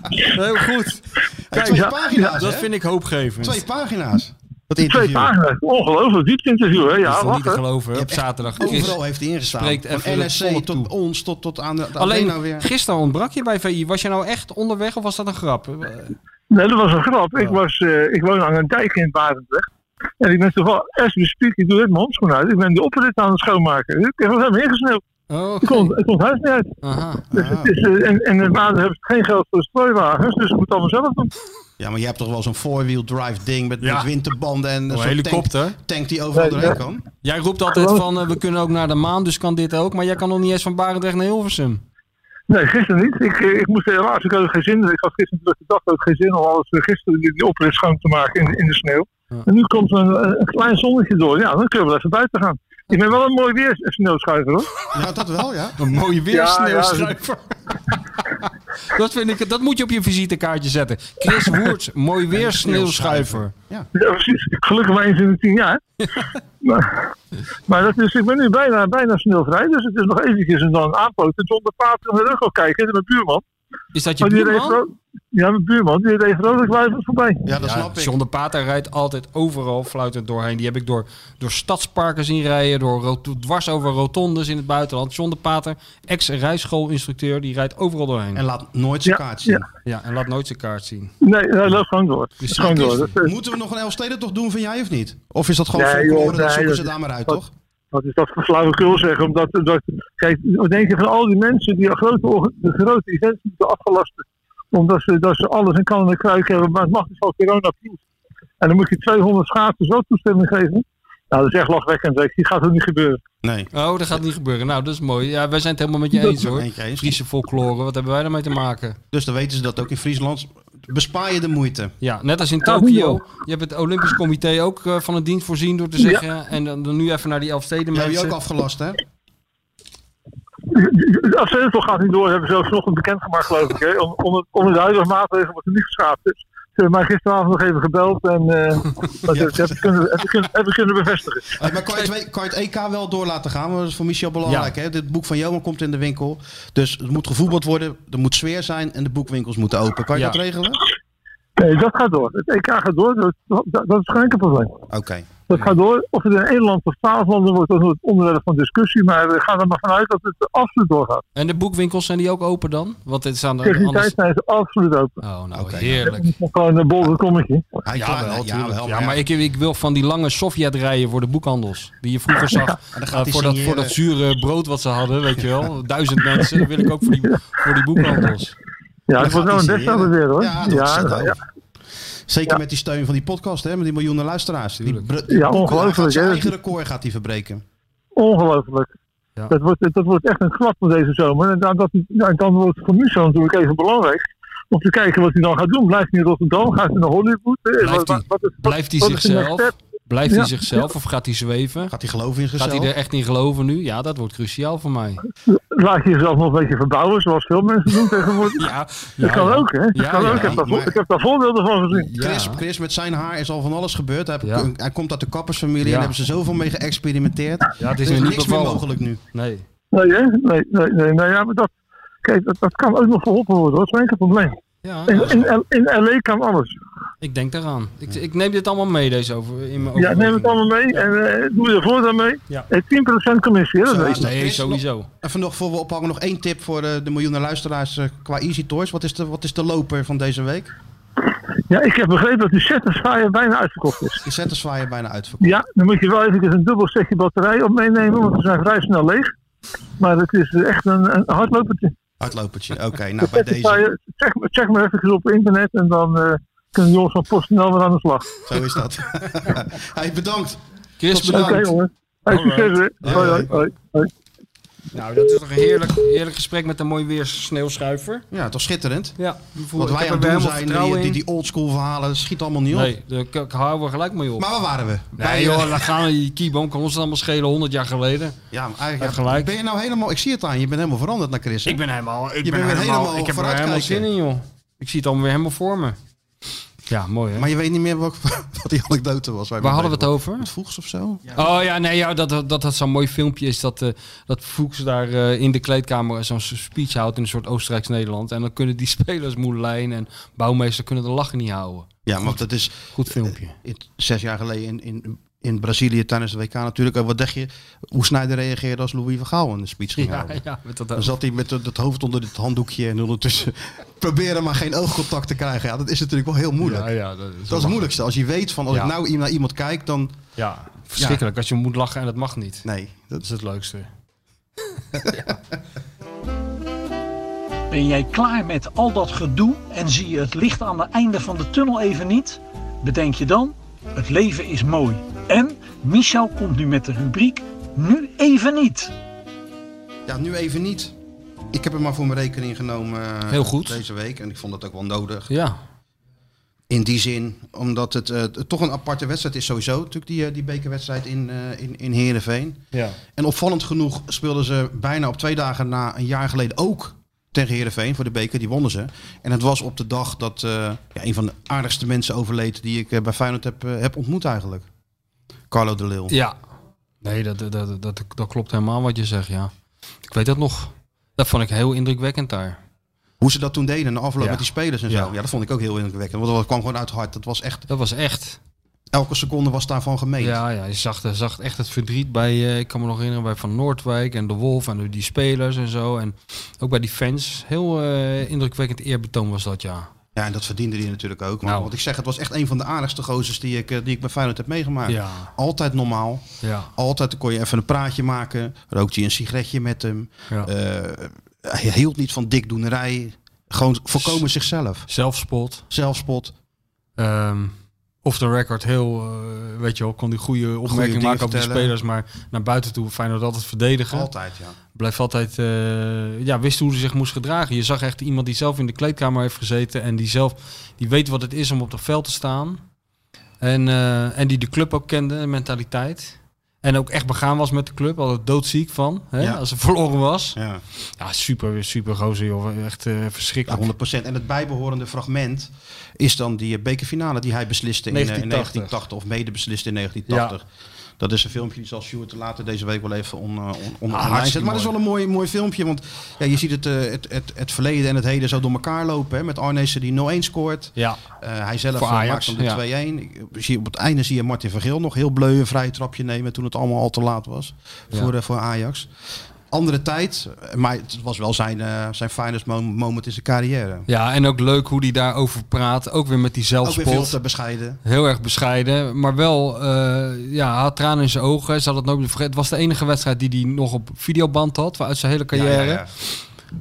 S5: Heel goed.
S4: Hey,
S5: Kijk,
S4: twee
S8: ja,
S4: pagina's,
S5: Dat
S4: hè?
S5: vind ik hoopgevend.
S4: Twee pagina's. Dat
S8: Twee
S4: interview.
S8: pagina's. Ongelooflijk. Diep interview, hè?
S5: Dat is
S8: Ja,
S5: toch niet
S8: wacht,
S5: te
S8: hè.
S5: geloven hè,
S4: Je
S5: op
S4: hebt echt
S5: zaterdag.
S4: Overal
S5: Chris.
S4: heeft hij ingestaan.
S5: spreekt
S4: Van
S5: even het
S4: NSC
S5: volk
S4: tot
S5: toe.
S4: ons, tot, tot aan de...
S5: Alleen
S4: nou weer.
S5: gisteren ontbrak je bij VI. Was je nou echt onderweg of was dat een grap? Eh,
S8: Nee, dat was een grap. Ik, was, eh, ik woon aan een dijk in Barendrecht. En ik ben toevallig, as we speak, ik doe het mijn handschoen uit. Ik ben de oprit aan het schoonmaken. Ik heb hem helemaal ingesneeuwd.
S5: Oh,
S8: Het
S5: oké.
S8: komt, het komt huis niet uit.
S5: Aha.
S8: Dus
S4: Ah.
S8: het is, eh, en, en de water heeft geen geld voor de strooiwagens, dus het moet allemaal zelf doen.
S4: Ja, maar je hebt toch wel zo'n four-wheel drive ding met,
S5: Ja.
S4: met winterbanden en
S5: Een
S4: zo'n
S5: helikopter.
S4: Tank, tank die overal
S8: Ja,
S4: doorheen
S8: ja.
S4: kan.
S5: Jij roept altijd van, eh, we kunnen ook naar de maan, dus kan dit ook. Maar jij kan nog niet eens van Barendrecht naar Hilversum.
S8: Nee, gisteren niet. Ik, eh, ik moest helaas, ik had ook geen zin. Ik had gisteren de dag ook geen zin om alles eh, gisteren die, die oprit schoon te maken in, in de sneeuw.
S5: Ja.
S8: En nu komt er een, een klein zonnetje door. Ja, dan kunnen we even buiten gaan. Ik ben wel een mooi weer sneeuwschuiver hoor.
S4: Ja, dat wel, ja.
S5: Een mooie
S8: weersneeuwschuiver.
S5: dat, vind ik, dat moet je op je visitekaartje zetten. Chris Woerts, mooi weersneeuwschuiver.
S8: Ja, precies. Gelukkig maar eens in de tien jaar. maar maar dat is, ik ben nu bijna, bijna sneeuwvrij, dus het is nog eventjes en dan aanpoten. Zonder paard in de rug al kijken, mijn buurman.
S5: Is dat je
S8: Maar die reed
S5: buurman?
S8: ro- ja, mijn buurman, die reed vrolijk luisterend voorbij.
S4: Ja, dat
S5: Ja,
S4: snap ik.
S5: John de Pater rijdt altijd overal fluitend doorheen. Die heb ik door, door stadsparken zien rijden, door rot- dwars over rotondes in het buitenland. John de Pater, ex-rijschoolinstructeur, die rijdt overal doorheen.
S4: En laat nooit zijn
S8: Ja,
S4: kaart zien.
S8: ja.
S5: ja, en laat nooit zijn kaart zien.
S8: Nee, hij loopt gewoon door.
S5: Dus
S8: gewoon door. Dat, eh, is-
S4: Moeten we nog een Elfsteden toch doen van jij of niet? Of is dat gewoon
S8: Nee,
S4: nee,
S8: joh,
S4: dan
S8: nee,
S4: zoeken
S8: dat
S4: ze
S8: is-
S4: daar maar uit,
S8: dat-
S4: toch?
S8: Wat is dat voor flauwekul zeggen? Omdat, dat, kijk, we denken van al die mensen die grote, orga- de grote events moeten afgelasten. Omdat ze, dat ze alles in kan en kruik hebben, maar het mag niet van corona proof. En dan moet je 200 schaatsers ook toestemming geven. Nou, dat is echt lachwekkend. weet je. Die gaat er niet gebeuren.
S4: Nee.
S5: Oh, dat gaat niet gebeuren. Nou, dat is mooi. Ja, wij zijn het helemaal met je
S8: Dat-
S5: eens hoor.
S4: Ben ik eens.
S5: Friese folklore, wat hebben wij daarmee te maken?
S4: Dus dan weten ze dat ook in Friesland. Bespaar je de moeite.
S5: Ja, net als in
S8: Ja,
S5: Tokio.
S8: hoe
S5: Je hebt het Olympisch Comité ook eh, van een dienst voorzien door te zeggen. En dan, dan nu even naar die Elfsteden
S4: Die heb je
S5: mensen.
S4: ook afgelast, hè?
S8: De afzettel gaat niet door. Hebben ze ook vanochtend bekendgemaakt, geloof ik. Hè? Onder, onder, onder de huidige maatregelen wordt er niet geschaafd. Dus ze hebben mij gisteravond nog even gebeld. En eh dat heb ik even kunnen, even kunnen- even kunnen bevestigen.
S4: Hey, maar kan je, het, kan je het EK wel door laten gaan? Want dat is voor Michel belangrijk. Hè? Dit boek van Johan komt in de winkel. Dus het moet gevoetbald worden, er moet sfeer zijn en de boekwinkels moeten open. Kan je
S5: Ja.
S4: dat regelen?
S8: Nee, dat gaat door. Het EK gaat door. Dat, dat, dat is geen enkel probleem.
S4: Oké.
S8: Dat gaat door. Of het in één land of twaalf landen wordt, dat is het onderwerp van discussie. Maar we gaan er maar vanuit dat het absoluut doorgaat.
S5: En de boekwinkels, zijn die ook open dan? Want het staan er
S8: Tegen die
S5: anders...
S8: tijd zijn ze absoluut open.
S5: Oh, nou
S4: Oké.
S5: heerlijk.
S8: Nog Gewoon een bolde kommetje.
S4: Hij
S5: Ja,
S4: kan-
S5: wel,
S4: ja,
S5: tuurlijk.
S4: wel,
S5: ja, maar ik, ik wil van die lange Sovjet-rijen voor de boekhandels. Die je vroeger zag.
S4: dan gaat
S5: eh,
S4: hij
S5: voor, dat, voor
S4: signeren.
S5: dat zure brood wat ze hadden, weet je wel. Duizend mensen, dat wil ik ook voor die, voor die boekhandels.
S8: Ja,
S4: Dat
S8: dat wordt
S4: gaat
S8: wel een
S4: niet
S8: best over
S4: zien, hè?
S8: weer hoor.
S4: Ja, dat is het ook.
S8: ja.
S4: Zeker met die steun van die podcast, hè? Met die miljoenen luisteraars. Die, br- die
S8: Ja,
S4: boeken-
S8: ongelooflijk,
S4: hij gaat Zijn
S8: hè?
S4: eigen record gaat hij verbreken.
S8: Ongelooflijk.
S5: Ja.
S8: Dat, wordt, dat wordt echt een klap van deze zomer. En dan, dat, nou, dan wordt voor Musso natuurlijk even belangrijk. Om te kijken wat hij dan gaat doen. Blijft hij in Rotterdam? Gaat hij naar Hollywood? Eh,
S5: Blijft
S8: wat-
S5: hij-
S8: wat- wat is- wat-
S5: Blijft hij
S8: wat is de next
S5: zichzelf?
S8: step?
S5: Blijft hij
S8: Ja.
S5: zichzelf of gaat hij zweven?
S4: Gaat hij geloven in
S5: Gaat
S4: zichzelf?
S5: hij er echt in geloven nu? Ja, dat wordt cruciaal voor mij.
S8: Laat je jezelf nog een beetje verbouwen, zoals veel mensen doen tegenwoordig.
S5: Ja,
S8: Dat
S5: ja,
S8: kan
S5: ja.
S8: ook, hè? Dat
S5: Ja,
S8: kan
S5: ja,
S8: ook. Ik heb daar vo-
S4: maar-
S8: Ik heb daar voorbeelden van gezien.
S5: Ja.
S4: Chris, Chris, met zijn haar is al van alles gebeurd. Hij,
S5: Ja.
S4: hij komt uit de kappersfamilie en
S5: Ja.
S4: daar hebben ze zoveel mee geëxperimenteerd.
S5: Ja, het is
S4: er
S5: nu
S4: is
S5: niet
S4: niks meer
S5: bevallen.
S4: mogelijk nu.
S5: Nee.
S8: Nee, hè? Nee, nee, nee. Nou ja, maar dat, kijk, dat, dat kan ook nog verholpen worden. Dat is geen enkel probleem.
S5: Ja,
S8: In, in, L- in LA kan alles.
S5: ik denk daaraan. Ik, ik neem dit allemaal mee, deze over, in mijn
S8: Ja, neem het
S5: overwegingen.
S8: allemaal mee en eh doe je voordeel mee.
S5: Ja.
S8: En 10% commissie, hè, dat
S4: Zo
S8: weet
S4: is
S8: je.
S4: dat.
S5: Nee,
S4: Chris, nog-
S5: sowieso.
S4: Even nog voor we ophangen, nog één tip voor eh, de miljoenen luisteraars eh, qua Easy Toys. Wat is, de, wat is de loper van deze week?
S8: Ja, ik heb begrepen dat die Satisfyer bijna uitverkocht is.
S4: De Satisfyer bijna uitverkocht.
S8: Ja, dan moet je wel even een dubbel setje batterij op meenemen, want ze zijn vrij snel leeg. Maar het is echt een, een hardlopertje.
S4: Uitlopertje. Oké, nou bij deze.
S8: Satisfyer, check, check maar even op internet en dan eh, kunnen de jongens van PostNL weer aan de slag.
S4: Zo is dat. hey, bedankt.
S5: Chris,
S4: Tot zo.
S8: Oké
S5: bedankt.
S8: jongens. Hey, succes hè. Hoi, hoi, hoi. hoi.
S5: Nou, dat is toch een heerlijk, heerlijk gesprek met een mooi weer sneeuwschuiver.
S4: Ja, toch schitterend.
S5: Ja,
S4: Wat wij aan het doen zijn, die, die, die oldschool verhalen, dat schiet allemaal niet op.
S5: Nee, daar k- houden we gelijk mee op.
S4: Maar waar waren we? Bij,
S5: nee joh,
S4: eh,
S5: dan gaan we die kieboom, kan ons dat allemaal schelen, 100 jaar geleden.
S4: Ja, maar eigenlijk,
S5: Ja, gelijk.
S4: Ben je nou helemaal, ik zie het aan, je bent helemaal veranderd naar Chris. hè?
S5: Ik ben helemaal, ik
S4: Je
S5: ben
S4: bent weer
S5: helemaal,
S4: helemaal
S5: ik heb er helemaal
S4: vooruitkijken.
S5: zin in joh. Ik zie het allemaal weer helemaal voor me. Ja, mooi hè.
S4: Maar je weet niet meer wat, wat die anekdote was.
S5: Waar hadden we het over?
S4: Het vroegs of zo?
S5: Oh ja, nee, ja, dat, dat, dat zo'n mooi filmpje is dat, eh dat Fuchs daar eh, in de kleedkamer zo'n speech houdt in een soort Oostenrijks-Nederland. En dan kunnen die spelers, Moulijn en Bouwmeester, kunnen de lachen niet houden.
S4: Ja, maar dat is
S5: Goed filmpje.
S4: het- zes jaar geleden in, in, in Brazilië tijdens de WK natuurlijk. ook. Wat dacht je, hoe Snyder reageerde als Louis van Gaal in de speech ging
S5: Ja,
S4: houden?
S5: ja, met dat
S4: Dan zat hij met het het hoofd onder het handdoekje en ondertussen proberen maar geen oogcontact te krijgen. Ja, dat is natuurlijk wel heel moeilijk.
S5: Ja, ja, dat is,
S4: Dat is het moeilijkste. Als je weet van als
S5: Ja.
S4: ik nou i- naar iemand kijk, dan
S5: Ja, verschrikkelijk. Als je moet lachen en dat mag niet.
S4: nee.
S5: Dat
S4: Dat,
S5: is het leukste.
S9: Ben jij klaar met al dat gedoe en zie je het licht aan het einde van de tunnel even niet? Bedenk je dan, het leven is mooi. En Michel komt nu met de rubriek Nu even niet.
S4: Ja, nu even niet. Ik heb hem maar voor mijn rekening genomen eh,
S5: Heel goed.
S4: deze week. En ik vond dat ook wel nodig.
S5: Ja.
S4: In die zin, omdat het eh, toch een aparte wedstrijd is sowieso. Natuurlijk die, eh, die bekerwedstrijd in, eh in, in Heerenveen.
S5: Ja.
S4: En opvallend genoeg speelden ze bijna op twee dagen na een jaar geleden ook tegen Heerenveen voor de beker. Die wonnen ze. En het was op de dag dat eh, ja, een van de aardigste mensen overleed die ik eh, bij Feyenoord heb, eh, heb ontmoet eigenlijk. Carlo de Leeuw.
S5: Ja. Nee, dat, dat, dat, dat, dat klopt helemaal wat je zegt, ja. Ik weet dat nog. Dat vond ik heel indrukwekkend daar.
S4: Hoe ze dat toen deden na afloop
S5: Ja.
S4: met die spelers en zo.
S5: Ja.
S4: Ja, dat vond ik ook heel indrukwekkend. Want dat kwam gewoon uit het hart. Dat was echt,
S5: Dat was echt.
S4: elke seconde was daarvan gemeend.
S5: Ja, ja, je zag, je zag echt het verdriet bij, eh, ik kan me nog herinneren, bij Van Noordwijk en De Wolf en die spelers en zo. En ook bij die fans. Heel eh, indrukwekkend eerbetoon was dat, ja.
S4: Ja, en dat verdiende hij natuurlijk ook. Want
S5: Nou.
S4: wat ik zeg, het was echt een van de aardigste gozers die ik, eh, die ik bij Feyenoord heb meegemaakt.
S5: Ja.
S4: Altijd normaal.
S5: Ja.
S4: Altijd dan kon je even een praatje maken. Rookte hij een sigaretje met hem.
S5: Ja.
S4: Eh, hij hield niet van dikdoenerij. Gewoon voorkomen zichzelf.
S5: Zelfspot.
S4: Zelfspot.
S5: Ehm of the record heel, eh, weet je wel, kon die goede opmerking
S4: dingen
S5: maken op de
S4: vertellen.
S5: spelers. Maar naar buiten toe Feyenoord altijd verdedigen.
S4: Altijd, ja.
S5: Blijft altijd, eh, ja, wist hoe ze zich moest gedragen. Je zag echt iemand die zelf in de kleedkamer heeft gezeten. En die zelf, die weet wat het is om op dat veld te staan. En, eh, en die de club ook kende, de mentaliteit. En ook echt begaan was met de club. Altijd doodziek van, hè,
S4: Ja.
S5: als ze verloren was.
S4: ja.
S5: Ja, super, super gozer joh. Echt eh,
S4: Ja,
S5: verschrikkelijk.
S4: 100%. En het bijbehorende fragment is dan die eh, bekerfinale die hij besliste in, eh,
S5: 1980.
S4: 1980. Of mede besliste in 1980. Dat is een filmpje die zal Sjoerd later deze week wel even on, eh, on, on- online
S5: Ah, hartstikke
S4: zetten. Maar dat is wel een mooi, mooi filmpje. Want ja, je ziet het, eh, het, het, het verleden en het heden zo door elkaar lopen. Hè, met Arnezen die 0-1 scoort.
S5: ja,
S4: Eh, hij zelf
S5: Voor
S4: eh,
S5: Ajax,
S4: maakt
S5: ja.
S4: dan de 2-1. Ik- ik zie- Op het einde zie je Martin van Geel nog heel bleu een vrije trapje nemen toen het allemaal al te laat was
S5: Ja.
S4: voor, eh, voor Ajax. Andere tijd, eh, maar het was wel zijn, eh, zijn finest mo- moment in zijn carrière.
S5: ja, en ook leuk hoe die daarover praat. Ook weer met die
S4: Ook weer veel
S5: zelfspot.
S4: te bescheiden.
S5: Heel erg bescheiden, maar wel, eh ja, hij had tranen in zijn ogen. Ze had het nooit meer vergeten. Het was de enige wedstrijd die hij nog op videoband had uit zijn hele carrière.
S4: Ja, ja, ja.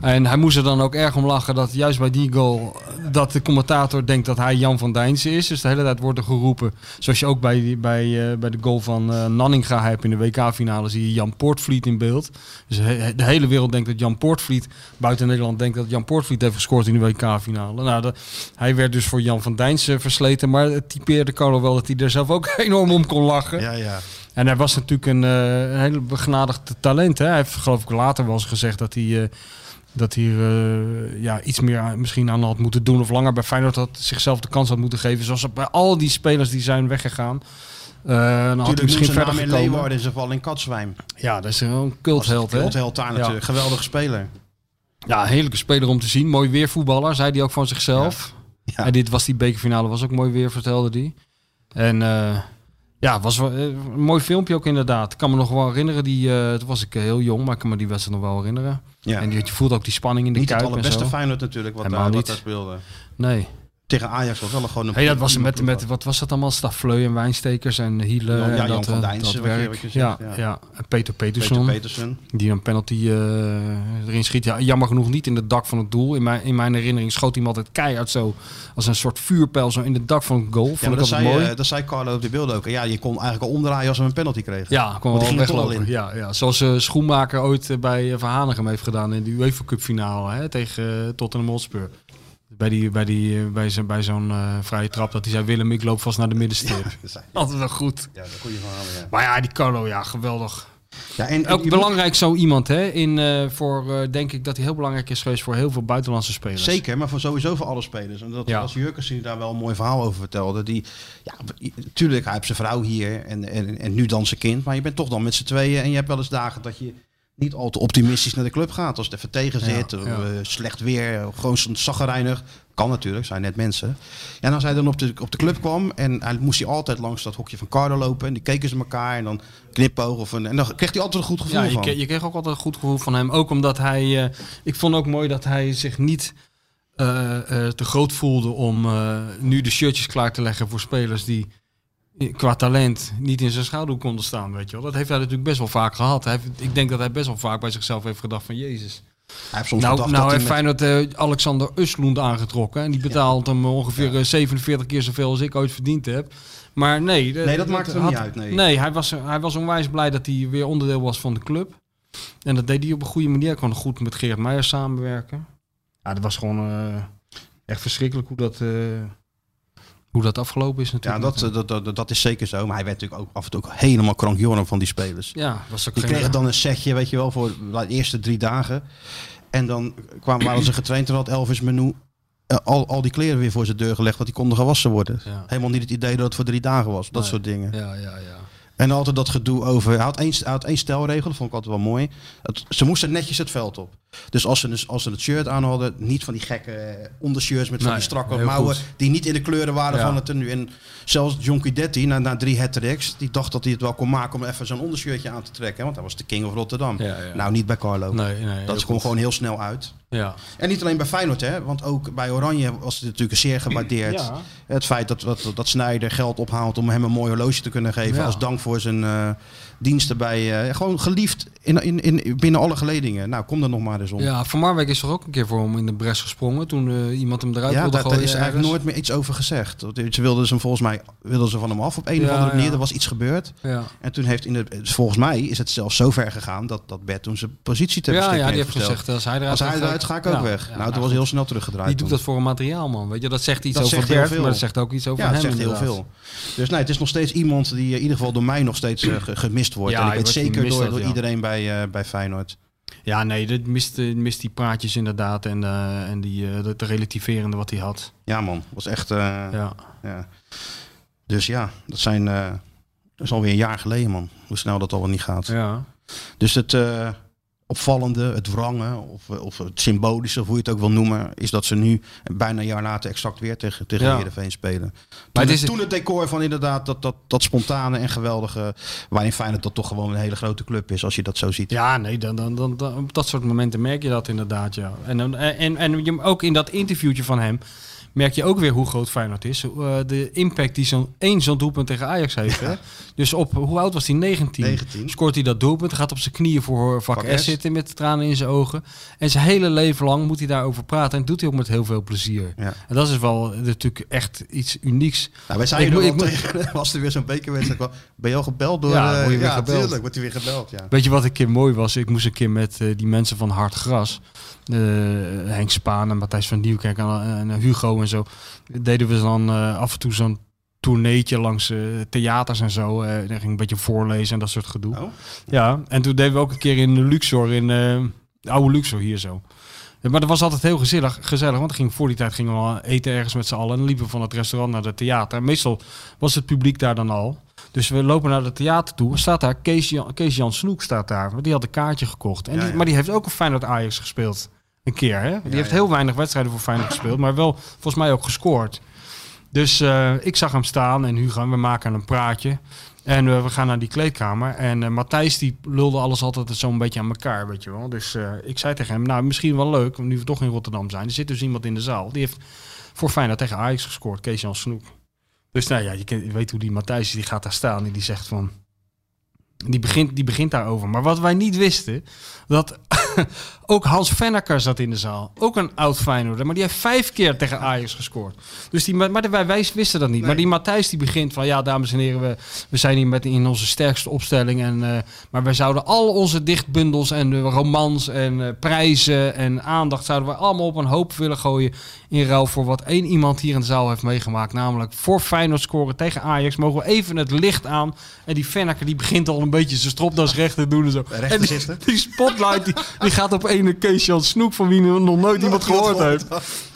S5: En hij moest er dan ook erg om lachen dat juist bij die goal dat de commentator denkt dat hij Jan van Dijnsen is. Dus de hele tijd wordt er geroepen, zoals je ook bij, die- bij, eh, bij de goal van eh, Nanninga hebt in de WK-finale, zie je Jan Poortvliet in beeld. Dus he- de hele wereld denkt dat Jan Poortvliet, buiten Nederland, denkt dat Jan Poortvliet heeft gescoord in de WK-finale. Nou, dat- hij werd dus voor Jan van Dijnsen versleten, maar het typeerde Carlo wel dat hij er zelf ook enorm om kon lachen.
S4: Ja, ja.
S5: En hij was natuurlijk een, eh een heel begenadigd talent. Hè? Hij heeft geloof ik later wel eens gezegd dat hij, eh, dat hij eh, ja, iets meer aan- misschien aan had moeten doen. Of langer bij Feyenoord had zichzelf de kans had moeten geven. Zoals bij al die spelers die zijn weggegaan. Eh, dan had hij
S4: Natuurlijk
S5: misschien
S4: misschien
S5: verder
S4: naam in
S5: gekomen.
S4: Leeuwarden en zijn val in Katzwijm.
S5: Ja, dat is een cultheld. hè?
S4: Held daar natuurlijk. Geweldige speler.
S5: Ja, een heerlijke speler om te zien. Mooi weer voetballer, zei hij ook van zichzelf.
S4: Ja.
S5: En dit was die bekerfinale, was ook mooi weer, vertelde hij. En eh, ja, was wel, eh, een mooi filmpje ook inderdaad. Ik kan me nog wel herinneren, die, eh, toen was ik eh, heel jong, maar ik kan me die wedstrijd nog wel herinneren.
S4: Ja.
S5: En je, je voelt ook die spanning in de
S4: Niet het
S5: kuip en
S4: allerbeste
S5: zo.
S4: Feyenoord natuurlijk wat,
S5: Helemaal
S4: daar, wat
S5: niet.
S4: daar speelde.
S5: Nee.
S4: Tegen Ajax was wel een- gewoon een...
S5: Hey, dat was met,
S4: ploeg.
S5: met, wat was dat allemaal? Stafleu en Wijnstekers en Hiele.
S4: Ja,
S5: en
S4: Jan
S5: dat,
S4: van
S5: eh,
S4: Dijnsen,
S5: dat
S4: wat je-
S5: werk.
S4: wat je
S5: ja,
S4: zegt,
S5: ja.
S4: ja.
S5: En Peter
S4: Peter
S5: Peterson,
S4: Petersen.
S5: die een penalty eh, erin schiet. Ja, jammer genoeg niet in het dak van het doel. In mijn, in mijn herinnering schoot iemand het keihard zo als een soort vuurpijl zo in het dak van het goal. Vond
S4: Ja, maar
S5: ik
S4: dat
S5: altijd
S4: zei,
S5: mooi.
S4: eh, dat zei Carlo op de beelden ook. Ja, je kon eigenlijk al omdraaien als we een penalty kregen.
S5: Ja, kon
S4: eh, Want
S5: wel
S4: die ging er toch
S5: weglopen. Ja, ja. Zoals eh, Schoenmaker ooit eh, bij eh, Van Hanegem heeft gedaan in de UEFA Cup finale hè, tegen eh, Tottenham Hotspur. Bij, die, bij, die, eh, bij, zo, bij zo'n eh, vrije trap dat hij zei, Willem, ik loop vast naar de middenstip.
S4: Dat zei-
S5: Altijd wel goed.
S4: Ja, dat goede verhaal, ja.
S5: Maar ja, die Carlo, ja, geweldig.
S4: ja en, en
S5: Ook
S4: je
S5: belangrijk zo iemand, hè? In, eh, voor, eh, denk ik dat hij heel belangrijk is geweest voor heel veel buitenlandse
S4: moet-
S5: spelers.
S4: Zeker, maar voor sowieso voor alle spelers. En dat
S5: Ja.
S4: was Jurkens die daar wel een mooi verhaal over vertelde. Die, ja, natuurlijk, hij heeft zijn vrouw hier en, en, en nu dan zijn kind. Maar je bent toch dan met z'n tweeën. En je hebt wel eens dagen dat je niet al te optimistisch naar de club gaat. Als het even tegen
S5: Ja,
S4: zit, of,
S5: ja.
S4: eh, slecht weer, eh, gewoon zo'n zaggerijnig. Kan natuurlijk, zijn net mensen. En als hij dan op de, op de club kwam en hij moest hij altijd langs dat hokje van Carlo lopen. En die keken ze elkaar en dan knipoog. Of een, en dan kreeg hij altijd een goed gevoel
S5: Ja, je,
S4: van.
S5: kreeg, je kreeg ook altijd een goed gevoel van hem. Ook omdat hij, eh, ik vond ook mooi dat hij zich niet eh, eh, te groot voelde om eh, nu de shirtjes klaar te leggen voor spelers die qua talent niet in zijn schaduw konden staan, weet je wel. Dat heeft hij natuurlijk best wel vaak gehad. Hij heeft- ik denk dat hij best wel vaak bij zichzelf heeft gedacht van, jezus.
S4: Hij heeft soms
S5: Nou,
S4: gedacht
S5: nou
S4: dat
S5: heeft
S4: hij met-
S5: Feyenoord eh, Alexander Usloend aangetrokken. En die betaalt hem ongeveer eh, 47 keer zoveel als ik ooit verdiend heb. Maar nee... de-
S4: Nee, dat maakt hem niet uit, nee.
S5: hij, was, hij was onwijs blij dat hij weer onderdeel was van de club. En dat deed hij op een goede manier. Hij kon goed met Geert Meijer samenwerken. Ja, dat was gewoon eh, echt verschrikkelijk hoe dat, eh, hoe dat afgelopen is
S4: Ja,
S5: natuurlijk.
S4: dat, eh, dat, dat, dat is zeker zo. Maar hij werd natuurlijk ook af en toe ook helemaal krankjoren van die spelers.
S5: ja, was ook
S4: Die
S5: geen...
S4: kregen dan een setje, weet je wel, voor de eerste drie dagen. En dan kwamen, waren ze getraind. Toen had Elvis Menu eh, al, al die kleren weer voor zijn deur gelegd. Want die konden gewassen worden.
S5: Ja.
S4: Helemaal niet het idee dat het voor drie dagen was. Dat
S5: Nee.
S4: soort dingen.
S5: Ja, ja, ja.
S4: En altijd dat gedoe over. Hij had één, hij had één stelregel, dat vond ik altijd wel mooi. Het- ze moesten netjes het veld op. Dus als ze, dus, als ze het shirt aan hadden, niet van die gekke eh, ondershirts met van
S5: Nee,
S4: die strakke
S5: heel
S4: mouwen.
S5: goed.
S4: Die niet in de kleuren waren
S5: Ja.
S4: van het tenue. En zelfs John Guidetti, na, na drie hat die dacht dat hij het wel kon maken om even zo'n ondershirtje aan te trekken. Want hij was de king of Rotterdam.
S5: Ja, ja.
S4: Nou, niet bij Carlo.
S5: Nee, nee. heel
S4: dat
S5: goed.
S4: kon gewoon heel snel uit.
S5: Ja.
S4: En niet alleen bij Feyenoord, hè? want ook bij Oranje was het natuurlijk zeer gewaardeerd.
S5: Ja.
S4: Het feit dat, dat, dat Snijder geld ophaalt om hem een mooi horloge te kunnen geven.
S5: Ja.
S4: Als dank voor zijn eh, diensten bij. eh, gewoon geliefd in, in, in, binnen alle geledingen. Nou, kom er nog maar eens om.
S5: Ja, Van Marwijk is toch ook een keer voor hem in de bres gesprongen toen eh, iemand hem eruit
S4: Ja,
S5: wilde
S4: daar, daar
S5: gooien.
S4: is eigenlijk nooit
S5: ergens.
S4: meer iets over gezegd. Want Ze wilden ze hem volgens mij wilden ze van hem af op een
S5: Ja,
S4: of andere manier.
S5: ja.
S4: Er was iets gebeurd.
S5: Ja,
S4: En toen heeft in de, volgens mij is het zelfs zo ver gegaan dat, dat Bert toen zijn positie te
S5: ja, ja,
S4: beschikking
S5: die heeft
S4: gesteld.
S5: gezegd als hij eruit,
S4: Als hij
S5: gaat,
S4: eruit ga ik ook
S5: Ja,
S4: weg.
S5: ja,
S4: nou, toen was hij heel snel teruggedraaid.
S5: Die
S4: toen.
S5: doet dat voor een materiaal, man. Weet je, dat zegt iets
S4: Dat
S5: over
S4: zegt heel
S5: Bert,
S4: veel.
S5: maar dat zegt ook iets over
S4: Ja,
S5: hem.
S4: dat zegt heel
S5: inderdaad.
S4: veel. Dus nee, het is nog steeds iemand die eh, in ieder geval door mij nog steeds eh, ge- gemist wordt.
S5: Ja,
S4: en ik
S5: je
S4: weet
S5: wordt
S4: zeker
S5: gemist,
S4: door,
S5: dat,
S4: door
S5: ja.
S4: iedereen bij, eh, bij Feyenoord.
S5: Ja, nee, dat mist, eh, mist die praatjes inderdaad en, eh, en die, eh, dat relativerende wat hij had.
S4: Ja man, was echt... eh, ja.
S5: Ja,
S4: Dus ja, dat zijn... eh, dat is alweer een jaar geleden man, hoe snel dat al niet gaat.
S5: ja.
S4: Dus het eh, opvallende, het wrange of, eh, of het symbolische, of hoe je het ook wil noemen... is dat ze nu bijna een jaar later exact weer tegen, tegen
S5: Ja.
S4: Heerenveen spelen.
S5: Maar
S4: Toen,
S5: het
S4: het
S5: is-
S4: toen het decor van inderdaad dat, dat, dat spontane en geweldige... waarin Feyenoord dat toch gewoon een hele grote club is, als je dat zo ziet.
S5: ja nee, dan, dan, dan, dan- op dat soort momenten merk je dat inderdaad, ja. En, dan- en, en, en je- ook in dat interviewtje van hem merk je ook weer hoe groot Feyenoord is. Hoe, eh, de impact die zo'n één zo'n doelpunt tegen Ajax heeft. Hè? Dus op, hoe oud was hij? 19.
S4: 19.
S5: Scoort hij dat doelpunt, gaat op zijn knieën voor vak,
S4: Vak
S5: S
S4: S.
S5: zitten met tranen in zijn ogen. En zijn hele leven lang moet hij daarover praten en doet hij ook met heel veel plezier.
S4: Ja.
S5: En dat is wel eh, natuurlijk echt iets unieks.
S4: Nou, wij zeiden
S5: Ik
S4: er
S5: moet-
S4: wel
S5: ik moet-
S4: tegen, als er weer zo'n bekerwedstrijd kwam, ben je al gebeld door...
S5: Ja,
S4: eh,
S5: word je weer gebeld.
S4: tuurlijk, wordt hij weer gebeld, ja.
S5: Weet je wat een keer mooi was? Ik moest een keer met eh, die mensen van Hard Gras, eh, Henk Spaan en Matthijs van Nieuwkerk en, eh, en Hugo en zo, deden we dan eh, af en toe zo'n tourneetje langs eh, theaters en zo. eh daar ging ik een beetje voorlezen en dat soort gedoe.
S4: Oh.
S5: Ja, en toen deden we ook een keer in Luxor, in eh, de oude Luxor hier zo. Ja, Maar dat was altijd heel gezellig, gezellig want ging, voor die tijd gingen we al eten ergens met z'n allen. En dan liepen we van het restaurant naar het theater. En meestal was het publiek daar dan al. Dus we lopen naar het theater toe. Staat daar Kees Jan, Kees Jan Snoek staat daar. want Die had een kaartje gekocht. En
S4: Ja,
S5: die-
S4: ja.
S5: Maar die heeft ook een Feyenoord Ajax gespeeld. Een keer, hè? Die heeft
S4: ja.
S5: heel weinig wedstrijden voor Feyenoord gespeeld. Maar wel volgens mij ook gescoord. Dus eh, ik zag hem staan en Hugo, en we maken een praatje. En eh, we gaan naar die kleedkamer. En eh, Matthijs die lulde alles altijd zo'n beetje aan elkaar, weet je wel. Dus eh, ik zei tegen hem, nou misschien wel leuk, nu we toch in Rotterdam zijn. Er zit dus iemand in de zaal, die heeft voor Feyenoord tegen Ajax gescoord, Kees-Jan Snoek. Dus nou ja, je, kent- je weet hoe die Matthijs, is, die gaat daar staan en die zegt van... Die begint, die begint daarover. Maar wat wij niet wisten, dat ook Hans Venneker zat in de zaal. Ook een oud Feyenoorder, maar die heeft vijf keer tegen Ajax gescoord. Dus die, maar maar wij, wij wisten dat niet. Maar die Matthijs die begint van, ja dames en heren, we, we zijn hier met in onze sterkste opstelling. En, eh, maar wij zouden al onze dichtbundels en eh, romans en eh, prijzen en aandacht zouden we allemaal op een hoop willen gooien. In ruil voor wat één iemand hier in de zaal heeft meegemaakt. Namelijk voor Feyenoord scoren tegen Ajax mogen we even het licht aan. En die Venneker die begint al een beetje zijn stropdas recht te doen en zo.
S4: Recht te
S5: en die,
S4: zitten.
S5: die spotlight die, die gaat op ene Kees Jan Snoek van wie nog nooit iemand gehoord heeft.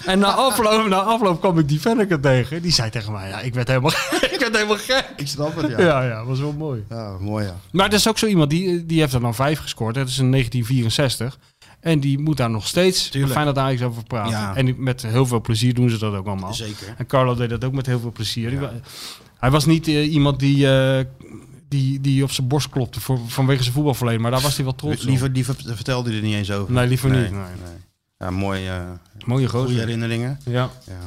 S5: En na afloop, na afloop kwam ik die Venneker tegen. Die zei tegen mij, ja, ik werd helemaal, ik werd helemaal gek.
S4: Ik snap het, ja.
S5: Ja, ja, was wel mooi.
S4: Ja, mooi, ja.
S5: Maar dat is ook zo iemand, die, die heeft er dan vijf gescoord. Dat is in 1964. En die moet daar nog steeds
S4: Tuurlijk.
S5: fijn dat Ajax over praten.
S4: Ja.
S5: En die- met heel veel plezier doen ze dat ook allemaal.
S4: Zeker.
S5: En Carlo deed dat ook met heel veel plezier. Die wa- Hij was niet eh, iemand die, eh, die, die op zijn borst klopte voor, vanwege zijn voetbalverleden. Maar daar was hij wel trots op.
S4: Liever, liever vertelde hij er niet eens over.
S5: Nee, liever niet.
S4: Nee. Ja, mooie, eh,
S5: Mooie
S4: goede
S5: gozer.
S4: herinneringen.
S5: Ja.
S4: Ja.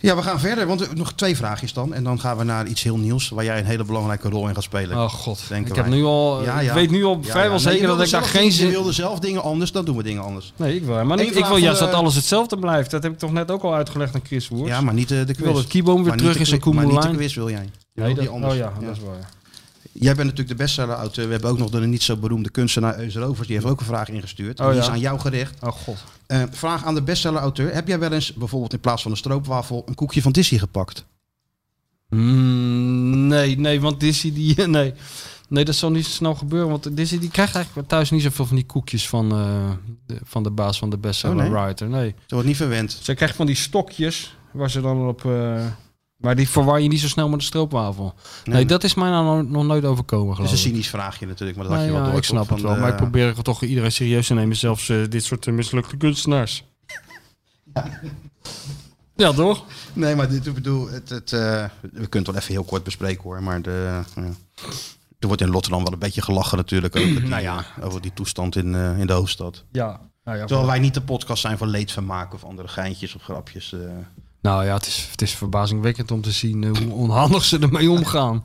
S4: Ja, we gaan verder, want er- nog twee vraagjes dan. En dan gaan we naar iets heel nieuws, waar jij een hele belangrijke rol in gaat spelen.
S5: Oh god,
S4: Denken
S5: ik,
S4: wij.
S5: heb nu al, eh,
S4: Ja,
S5: ik
S4: ja.
S5: weet nu al
S4: Ja,
S5: vrijwel
S4: ja. Nee, je
S5: zeker
S4: wilde
S5: dat ik daar
S4: zelf
S5: geen
S4: dingen- Je
S5: zin...
S4: wilde zelf dingen anders, dan doen we dingen anders.
S5: Nee, ik wil maar
S4: Eén
S5: niet. Ik
S4: vraag
S5: wil
S4: van
S5: juist
S4: de-
S5: dat alles hetzelfde blijft. Dat heb ik toch net ook al uitgelegd aan Chris Woers.
S4: Ja, maar niet eh, de quiz.
S5: wil dat Kieboom weer
S4: Maar niet
S5: terug
S4: de
S5: is en
S4: quiz- Maar niet
S5: Koemelijn.
S4: de quiz wil jij. Je
S5: nee,
S4: wil
S5: dat,
S4: die anders.
S5: oh ja, dat is waar. ja.
S4: Jij bent natuurlijk de bestseller-auteur. We hebben ook nog de niet zo beroemde kunstenaar Eus Rovers. Die heeft ook een vraag ingestuurd.
S5: Oh
S4: die
S5: ja.
S4: is aan jou gericht.
S5: Oh god.
S4: Eh, vraag aan de bestseller-auteur. Heb jij wel eens bijvoorbeeld in plaats van een stroopwafel een koekje van Disney gepakt?
S5: Mm, nee, nee, want Dizzy die... Nee. nee, dat zal niet zo snel gebeuren. Want Dizzy die krijgt eigenlijk thuis niet zoveel van die koekjes van, eh, de, van de baas van de bestseller
S4: Oh, nee?
S5: writer. Nee.
S4: Ze wordt niet verwend.
S5: Ze krijgt van die stokjes waar ze dan op... eh, maar die verwar je niet zo snel met de stroopwafel. Nee, dat is mij nou nog- nog nooit overkomen,
S4: Dat
S5: geloof
S4: is een
S5: ik.
S4: cynisch vraagje natuurlijk, maar dat had Dus
S5: Nou
S4: je
S5: ja,
S4: wel door.
S5: ik
S4: toch?
S5: snap het
S4: Van eh,
S5: wel.
S4: de-
S5: Maar ik probeer het toch iedereen serieus te nemen. Zelfs eh, dit soort eh, mislukte kunstenaars. Ja, toch?
S4: Nee, maar dit, ik bedoel, het, het, eh, we kunnen het wel even heel kort bespreken hoor. Maar de, ja. er wordt in Rotterdam wel een beetje gelachen natuurlijk over die, over die toestand in, eh, in de hoofdstad.
S5: Ja. Nou ja,
S4: Terwijl wij niet de podcast zijn van leedvermaak of andere geintjes of grapjes. eh.
S5: nou ja het, is, het is verbazingwekkend om te zien eh, hoe onhandig ze ermee omgaan.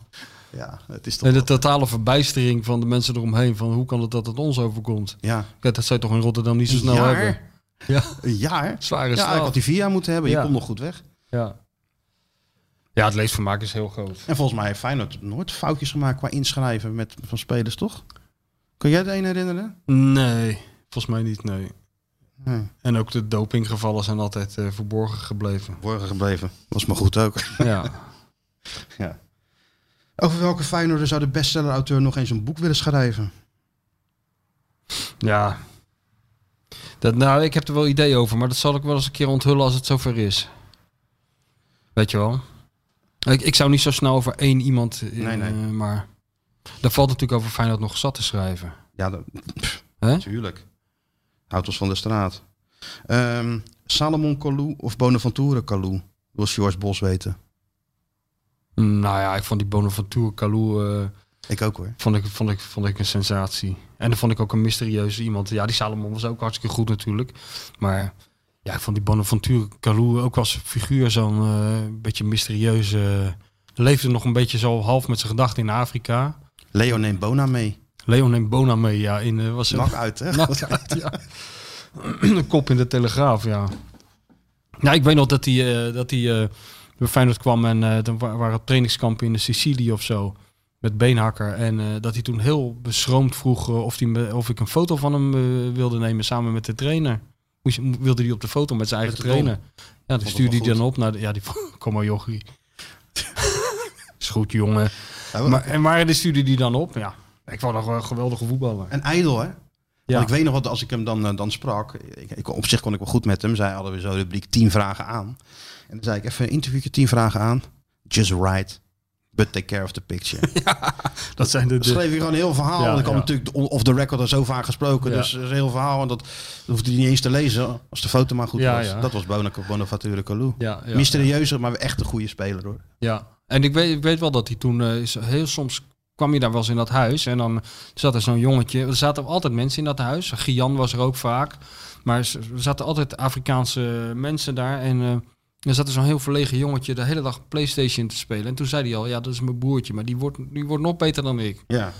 S4: ja, het is toch...
S5: En de totale verbijstering van de mensen eromheen. Van hoe kan het dat het ons overkomt?
S4: ja,
S5: Kijk, dat zou je toch in Rotterdam niet zo snel
S4: jaar?
S5: hebben. Ja,
S4: een jaar.
S5: zware
S4: Ja, ik
S5: straf.
S4: had die vier jaar moeten hebben. Je
S5: Ja.
S4: komt nog goed weg.
S5: Ja. ja, het leedvermaak is heel groot.
S4: En volgens mij heeft Feyenoord nooit foutjes gemaakt qua inschrijven met, van spelers, toch? Kun jij de een herinneren?
S5: Nee, volgens mij niet, nee.
S4: Nee.
S5: En ook de dopinggevallen zijn altijd eh, verborgen gebleven.
S4: Borgen gebleven. Was maar goed ook.
S5: Ja.
S4: Over welke Feyenoorder zou de bestseller-auteur nog eens een boek willen schrijven?
S5: ja. Dat, nou, ik heb er wel ideeën over, maar dat zal ik wel eens een keer onthullen als het zover is. Weet je wel? Ik, ik zou niet zo snel over één iemand... eh,
S4: Nee, nee.
S5: maar daar valt natuurlijk over Feyenoord nog zat te schrijven.
S4: Ja, dat,
S5: Hè?
S4: natuurlijk. Houdt ons van de straat. Ehm, Salomon Kalou of Bonaventure Kalou? Wil George Bos weten.
S5: Mm, Nou ja, ik vond die Bonaventure Kalou eh,
S4: Ik ook hoor.
S5: vond ik, vond, ik, vond ik een sensatie. En dan vond ik ook een mysterieuze iemand. Ja, die Salomon was ook hartstikke goed natuurlijk. Maar ja, ik vond die Bonaventure Kalou ook als figuur zo'n eh, beetje mysterieuze... Leefde nog een beetje zo half met zijn gedachten in Afrika.
S4: Leo neemt Bona mee.
S5: Leon en Bona mee, ja, in... eh, was
S4: Nak uit, hè?
S5: Nak uit, ja. een kop in de Telegraaf, ja. Ja, ik weet nog dat hij eh, dat hij eh, bij Feyenoord kwam en eh, dan wa- waren het trainingskampen in de Sicilië of zo. Met Beenhakker. En eh, dat hij toen heel beschroomd vroeg eh, of, die me- of ik een foto van hem eh, wilde nemen samen met de trainer. Moest, mo- wilde hij op de foto met zijn eigen
S4: de dom.
S5: trainer. Ja, die
S4: het
S5: stuurde
S4: wel
S5: hij dan op naar... de- ja, die van, kom maar jochie. Is goed, jongen.
S4: Ja,
S5: Maar, en waar die stuurde die dan op? Ja, ik vond nog wel een geweldige voetballer.
S4: Een ijdel, hè?
S5: Ja.
S4: Want ik weet nog wat, als ik hem dan, eh, dan sprak, ik, ik, op zich kon ik wel goed met hem. Zij hadden we zo de rubriek 10 vragen aan. En dan zei ik even een interviewtje 10 vragen aan. Just right, but take care of the picture.
S5: Dat zijn de,
S4: Dan schreef hij gewoon een heel verhaal.
S5: Ja,
S4: want ik had
S5: ja.
S4: natuurlijk de- off the record al zo vaak gesproken.
S5: Ja.
S4: Dus dat is een heel verhaal. En dat, dat hoefde hij niet eens te lezen. Als de foto maar goed
S5: Ja,
S4: was.
S5: ja.
S4: Dat was Bona- Bonaventure Kalou.
S5: Ja, ja,
S4: Mysterieuzer, maar echt een goede speler hoor.
S5: ja. En ik weet, ik weet wel dat hij toen eh, is heel soms kwam je daar wel eens in dat huis en dan zat er zo'n jongetje. Er zaten altijd mensen in dat huis. Gian was er ook vaak, maar s- er zaten altijd Afrikaanse mensen daar en eh, er zat er zo'n heel verlegen jongetje de hele dag PlayStation te spelen. En toen zei hij al, ja, dat is mijn broertje, maar die wordt, die wordt nog beter dan ik.
S4: Ja.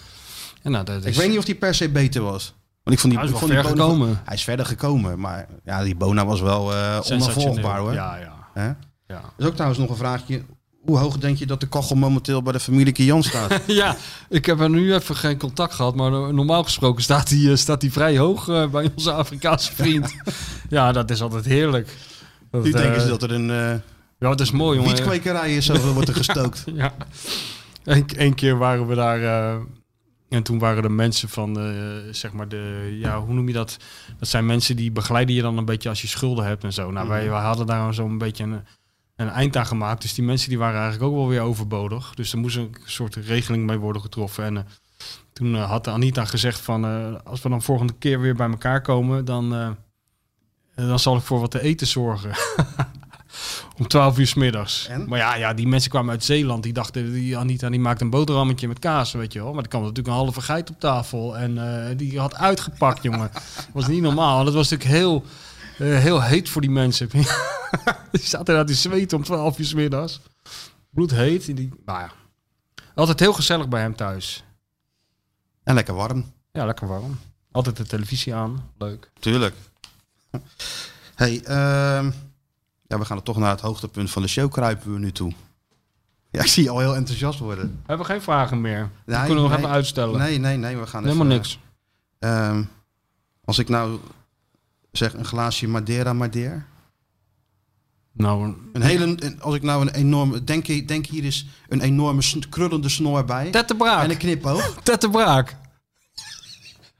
S5: En nou, dat is,
S4: Ik weet niet of hij per se beter was. Want ik vond die,
S5: Hij is
S4: ik
S5: wel
S4: vond die
S5: ver
S4: Bona-
S5: gekomen.
S4: Hij is verder gekomen. Maar ja, die Bona was wel eh onafvolgbaar hoor.
S5: Ja, ja.
S4: Hè?
S5: Ja.
S4: Er is ook trouwens nog een vraagje. Hoe hoog denk je dat de kachel momenteel bij de familie Kian staat?
S5: ja, ik heb er nu even geen contact gehad, maar eh, normaal gesproken staat hij eh, staat hij vrij hoog eh, bij onze Afrikaanse vriend. ja, dat is altijd heerlijk. Dat,
S4: nu
S5: eh,
S4: denken ze dat er een eh
S5: Ja, dat is mooi, jongen.
S4: wietkwekerij is. Zoveel wordt er gestookt.
S5: Ja. Eén één keer waren we daar. eh, en toen waren er mensen van, eh, zeg maar, de, ja, hoe noem je dat? Dat zijn mensen die begeleiden je dan een beetje als je schulden hebt en zo. Nou, wij, wij hadden daar zo'n beetje een, een eind aan gemaakt. Dus die mensen die waren eigenlijk ook wel weer overbodig. Dus er moest een soort regeling mee worden getroffen. En eh, toen eh, had Anita gezegd van, eh, als we dan volgende keer weer bij elkaar komen, dan, eh, dan zal ik voor wat te eten zorgen. Om 12 uur s middags.
S4: En?
S5: Maar ja, ja, die mensen kwamen uit Zeeland. Die dachten, die Anita die maakt een boterhammetje met kaas, weet je wel. Maar er kwam natuurlijk een halve geit op tafel. En eh, die had uitgepakt, jongen. was niet normaal. Dat was natuurlijk heel... eh, heel heet voor die mensen. die staat inderdaad die zweet om 12 uur 's middags. Bloedheet. En die, nou ja. Altijd heel gezellig bij hem thuis.
S4: En lekker warm.
S5: Ja, lekker warm. Altijd de televisie aan. Leuk.
S4: Tuurlijk. hey, ehm, ja, we gaan toch naar het hoogtepunt van de show kruipen we nu toe. Ja, ik zie je al heel enthousiast worden.
S5: We hebben geen vragen meer.
S4: Nee,
S5: we kunnen nog
S4: nee.
S5: even uitstellen.
S4: Nee, eh, nee, nee, we gaan
S5: Helemaal
S4: even,
S5: niks.
S4: ehm, als ik nou zeg een glaasje Madeira Madeir.
S5: Nou,
S4: Een hele, als ik nou een enorme, denk, je- denk hier is een enorme sn- krullende snor bij.
S5: Ted de Braak.
S4: en een knipoog.
S5: Ted de Braak.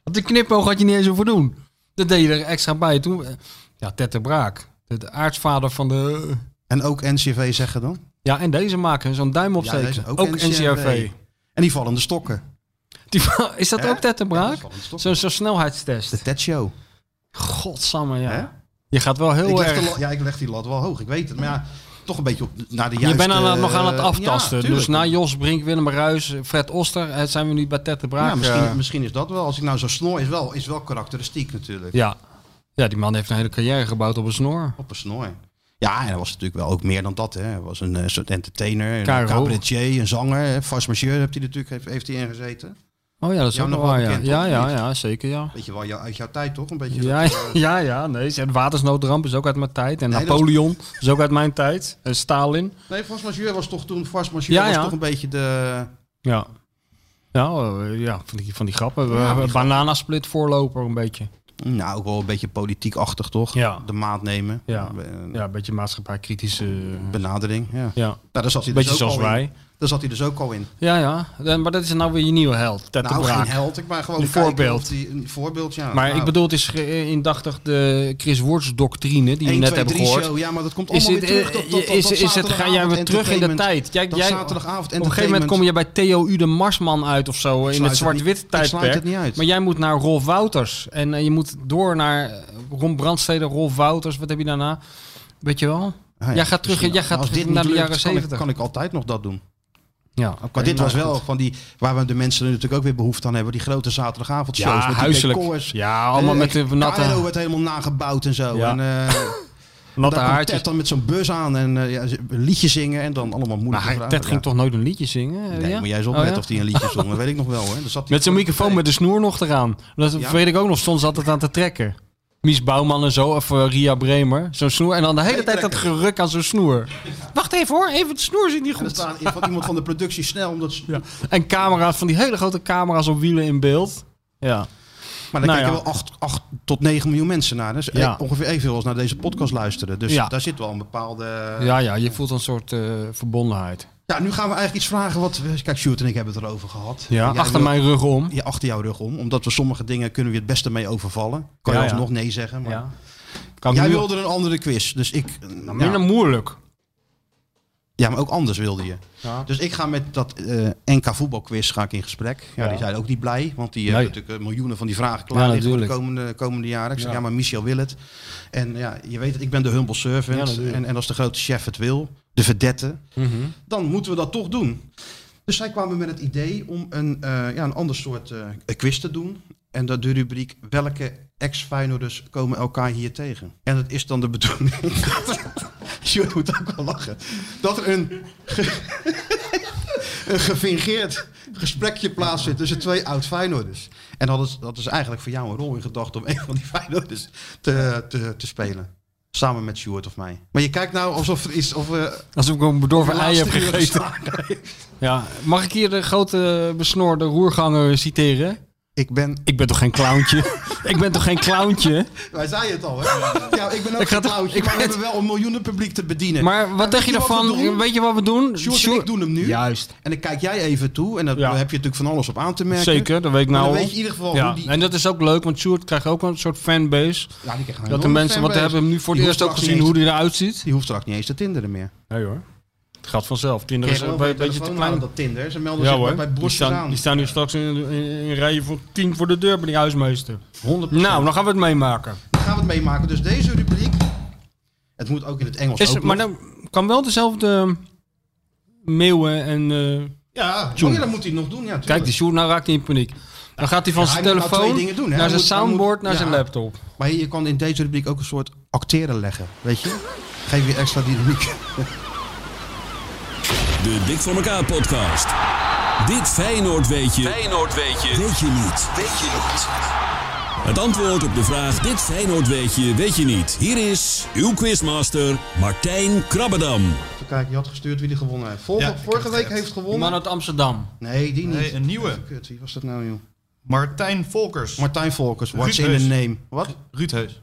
S5: Want de knipoog had je niet eens over doen. Dat deed je er extra bij. Toen, eh, ja, Ted de Braak. De aartsvader van de...
S4: en ook NCV zeggen dan.
S5: Ja, en deze maken. Zo'n duim opsteken.
S4: deze
S5: ook NCRV.
S4: En die vallende stokken.
S5: Die, is dat
S4: Hè?
S5: ook Ted de
S4: Ja,
S5: Braak?
S4: die vallende stokken.
S5: Zo'n zo'n snelheidstest.
S4: De TED Show.
S5: Godsamme, ja.
S4: Hè?
S5: Je gaat wel heel
S4: Ik leg de
S5: erg...
S4: lat- ja, ik leg die lat wel hoog, ik weet het. Maar ja, toch een beetje op, naar de
S5: Je
S4: juiste...
S5: bent aan het, nog aan het
S4: eh,
S5: aftasten.
S4: ja,
S5: dus
S4: tuurlijk.
S5: na Jos Brink, Willem Ruijs, Fred Oster... eh, zijn we nu bij Ted de Braak.
S4: Ja, misschien,
S5: eh,
S4: misschien is dat wel. Als ik nou zo snor is wel, is wel karakteristiek natuurlijk.
S5: ja. ja, die man heeft een hele carrière gebouwd op een snor.
S4: Op een snor. Ja, en hij was natuurlijk wel ook meer dan dat. Hè. Hij was een eh, soort entertainer, een
S5: Caro.
S4: cabaretier, een zanger. Hè. Vast majeur heeft hij natuurlijk heeft, heeft hij ingezeten.
S5: Oh ja, dat is
S4: Jou
S5: ook
S4: nog
S5: nog waar,
S4: wel
S5: ja.
S4: bekend,
S5: Ja,
S4: toch?
S5: ja,
S4: Niet?
S5: ja, zeker, ja.
S4: Weet je wel, jou- uit jouw tijd toch? Een beetje
S5: Ja, ja, ja, nee. En watersnoodramp is ook uit mijn tijd. En
S4: Nee, dat is-
S5: Napoleon is... ook uit mijn tijd. En Stalin.
S4: Nee, Vast Majeur was toch toen Vast Majeur
S5: Ja,
S4: was
S5: ja.
S4: toch een beetje de...
S5: Ja. Ja, eh, ja van, die, van die grappen. Eh,
S4: die grappen.
S5: Bananasplit voorloper een beetje.
S4: Nou, ook wel een beetje politiekachtig toch?
S5: Ja.
S4: De maat nemen.
S5: Ja.
S4: Be-
S5: Ja, een beetje maatschappijkritische... eh,
S4: Benadering, ja. Nou,
S5: Ja,
S4: daar zat hij
S5: beetje
S4: dus ook
S5: zoals
S4: al in.
S5: wij.
S4: Daar zat hij dus ook al in.
S5: Ja, ja. Eh, Maar dat is nou weer je nieuwe held. Ted
S4: Nou,
S5: de Braak.
S4: geen held. Ik maar gewoon
S5: Een
S4: kijken
S5: voorbeeld.
S4: of die- een voorbeeld, ja.
S5: Maar
S4: Nou,
S5: ik bedoel, het is ge- eh, indachtig de Chris Woerts doctrine die we
S4: 1,
S5: net
S4: 2,
S5: hebben
S4: 3
S5: gehoord.
S4: show. Ja, maar dat komt
S5: Is
S4: allemaal
S5: het,
S4: weer terug.
S5: eh,
S4: Dat, dat, dat,
S5: is, is het, ga jij weer
S4: zaterdagavond
S5: terug in de
S4: entertainment.
S5: tijd? Jij,
S4: Dat
S5: jij,
S4: zaterdagavond
S5: op een gegeven moment kom je bij Theo U de Marsman uit of zo in
S4: sluit
S5: het
S4: het
S5: zwart-wit
S4: niet- ik sluit
S5: tijdperk.
S4: het niet uit.
S5: Maar jij moet naar Rolf Wouters. En eh, je moet door naar eh, Ron Brandstede, Rolf Wouters. Wat heb je daarna? Weet je wel?
S4: Ah,
S5: jij gaat terug,
S4: misschien
S5: jij gaat
S4: als
S5: terug
S4: dit
S5: naar
S4: niet
S5: de
S4: lukt,
S5: jaren
S4: kan ik-
S5: 70.
S4: Kan, ik altijd nog dat doen.
S5: Ja, oké,
S4: Maar dit
S5: nou
S4: was wel
S5: goed.
S4: van die, waar we de mensen natuurlijk ook weer behoefte aan hebben. Die grote zaterdagavond shows.
S5: Ja,
S4: met die
S5: huiselijk.
S4: decors.
S5: Ja, allemaal
S4: Eh,
S5: met de
S4: KRO
S5: natte,
S4: werd helemaal nagebouwd en zo.
S5: Ja.
S4: En, eh,
S5: natte
S4: daar komt
S5: haartjes.
S4: Ted dan met zo'n bus aan en eh, ja, een liedje zingen en dan allemaal moeilijke
S5: Maar
S4: vragen.
S5: Ted ging
S4: Ja.
S5: toch nooit een liedje zingen? Eh,
S4: Nee,
S5: ja?
S4: moet jij eens
S5: Oh,
S4: opletten
S5: ja?
S4: of hij een liedje zong. Dat weet ik nog wel. Hè. Daar zat hij
S5: Met zijn
S4: voor-
S5: microfoon
S4: Nee.
S5: met de snoer nog eraan. Dat
S4: Ja.
S5: weet ik ook nog. Stond ze altijd aan te trekken. Mies Bouwman en zo, of eh, Ria Bremer. Zo'n snoer. En dan de hele tijd dat geruk aan zo'n snoer. Wacht even hoor, even de snoer zit niet
S4: En dan
S5: goed.
S4: staat van iemand van de productie snel. Omdat ze-
S5: Ja. En camera's, van die hele grote camera's op wielen in beeld. Ja.
S4: Maar daar
S5: Nou
S4: kijken
S5: ja.
S4: wel 8, tot 9 miljoen mensen naar. Dus
S5: Ja.
S4: eh, ongeveer evenveel als naar deze podcast luisteren. Dus
S5: Ja.
S4: daar zit wel een bepaalde... Ja.
S5: ja, ja, je voelt een soort eh, verbondenheid.
S4: nu gaan we eigenlijk iets vragen wat... we- Kijk, Sjoerd en ik hebben het erover gehad.
S5: Ja,
S4: Jij
S5: achter
S4: wil-
S5: mijn rug om.
S4: Ja, achter jouw rug om. Omdat we sommige dingen kunnen we het beste mee overvallen. Kan
S5: Ja,
S4: je
S5: ja.
S4: alsnog nee zeggen. Maar
S5: Ja. Kan
S4: Jij
S5: nu-
S4: wilde een andere quiz. Dus ik...
S5: Nou,
S4: ja.
S5: minder moeilijk.
S4: Ja, maar ook anders wilde je.
S5: Ja.
S4: Dus ik ga met dat eh, NK voetbalquiz ga ik in gesprek. Ja,
S5: Ja.
S4: Die zijn ook niet blij, want die
S5: Nee.
S4: hebben natuurlijk eh, miljoenen van die vragen klaar liggen voor de
S5: natuurlijk.
S4: komende, komende jaren. Ik zeg,
S5: Ja.
S4: ja, maar Michel wil het. En ja, je weet het, ik ben de humble servant.
S5: natuurlijk. Mhm.
S4: en, en als de grote chef het wil, de verdette, dan moeten we dat toch doen. Dus zij kwamen met het idee om een, eh, ja, een ander soort eh, een quiz te doen. En dat de rubriek welke ex-Feyenoorders komen elkaar hier tegen. En dat is dan de bedoeling... Sjoerd moet ook wel lachen. Dat er een, ge- een gefingeerd gesprekje plaatsvindt tussen twee oud-Feyenoorders. En dat is, dat is eigenlijk voor jou een rol in gedachten om een van die Feyenoorders te, te, te spelen. Samen met Sjoerd of mij. Maar je kijkt nou alsof er is... Of, eh,
S5: Alsof ik een bedorven ei
S4: laatste
S5: heb
S4: uur
S5: gegeten.
S4: gestaan. Nee.
S5: Ja. Mag ik hier de grote besnoorde roerganger citeren?
S4: Ik ben...
S5: Ik ben toch geen clowntje? ik ben toch geen clowntje?
S4: Wij zeiden het al, hè? Ja, ik ben ook
S5: Ik ga
S4: geen
S5: toch-
S4: clowntje,
S5: ik
S4: maar we
S5: ben-
S4: hebben wel een miljoenen publiek te bedienen.
S5: Maar wat denk je
S4: je wat we
S5: daarvan?
S4: doen?
S5: Weet je wat we doen?
S4: Sjoerd en
S5: Sjoerd-
S4: ik doen hem nu.
S5: Juist.
S4: En dan kijk jij even toe. En daar
S5: Ja.
S4: heb je natuurlijk van alles op aan te merken.
S5: Zeker, dat weet ik
S4: Maar
S5: nou
S4: dan
S5: al.
S4: weet je in ieder geval
S5: ja.
S4: hoe die...
S5: En dat is ook leuk, want Sjoerd krijgt ook een soort fanbase.
S4: Ja, die krijgen
S5: dat de
S4: een
S5: mensen, want
S4: fanbase.
S5: we hebben hem nu voor het
S4: Die
S5: eerst ook
S4: hoeft straks
S5: gezien
S4: niet
S5: hoe hij eruit ziet.
S4: eens- Die hoeft straks niet eens te tinderen meer.
S5: Nee hoor. Het gaat vanzelf. Kinderen
S4: Krijg
S5: zijn
S4: wel
S5: een
S4: van je
S5: beetje te
S4: telefoon
S5: klein.
S4: aan dat Tinder. Ze melden
S5: Ja
S4: zich
S5: hoor,
S4: bij- bij
S5: die
S4: borstjes
S5: staan,
S4: aan.
S5: die staan nu straks in, in, in rijen voor tien voor de deur bij die huismeester.
S4: 100%.
S5: Nou, dan gaan we het meemaken.
S4: Dan gaan we het meemaken. Dus deze rubriek... Het moet ook in het Engels
S5: Is,
S4: ook
S5: maar
S4: nog.
S5: dan kan wel dezelfde ehm, meeuwen en... eh,
S4: Ja,
S5: Tjoen.
S4: oh ja, dat moet hij nog doen. Ja,
S5: kijk,
S4: tuurlijk.
S5: die Sjoerd, nou raakt hij in paniek. Dan gaat hij van
S4: Ja,
S5: zijn
S4: hij moet nou
S5: telefoon
S4: twee dingen doen, hè.
S5: naar
S4: Hij
S5: zijn
S4: moet- hij moet-
S5: soundboard, naar zijn
S4: ja.
S5: laptop.
S4: Maar je kan in deze rubriek ook een soort acteren leggen, weet je? Geef je extra dynamiek.
S10: De Dik voor elkaar podcast. Dit Feyenoord weet je. Feyenoord weet je. Weet je niet. Weet je niet. Het antwoord op de vraag Dit Feyenoord weet je, weet je niet. Hier is uw quizmaster Martijn Krabbedam.
S4: Even kijken, je had gestuurd wie die gewonnen heeft. Vorige,
S11: Ja, ik heb
S4: vorige
S11: het
S4: week
S11: geappt.
S4: heeft
S5: Die man
S4: gewonnen.
S5: uit Amsterdam.
S4: Nee, die niet.
S11: Nee, een nieuwe.
S4: Kut, wie was dat nou, joh?
S11: Martijn Volkers.
S4: Martijn Volkers, what's
S11: Ruud
S4: in the
S11: Heus.
S4: name? Wat?
S11: Ruud Heus.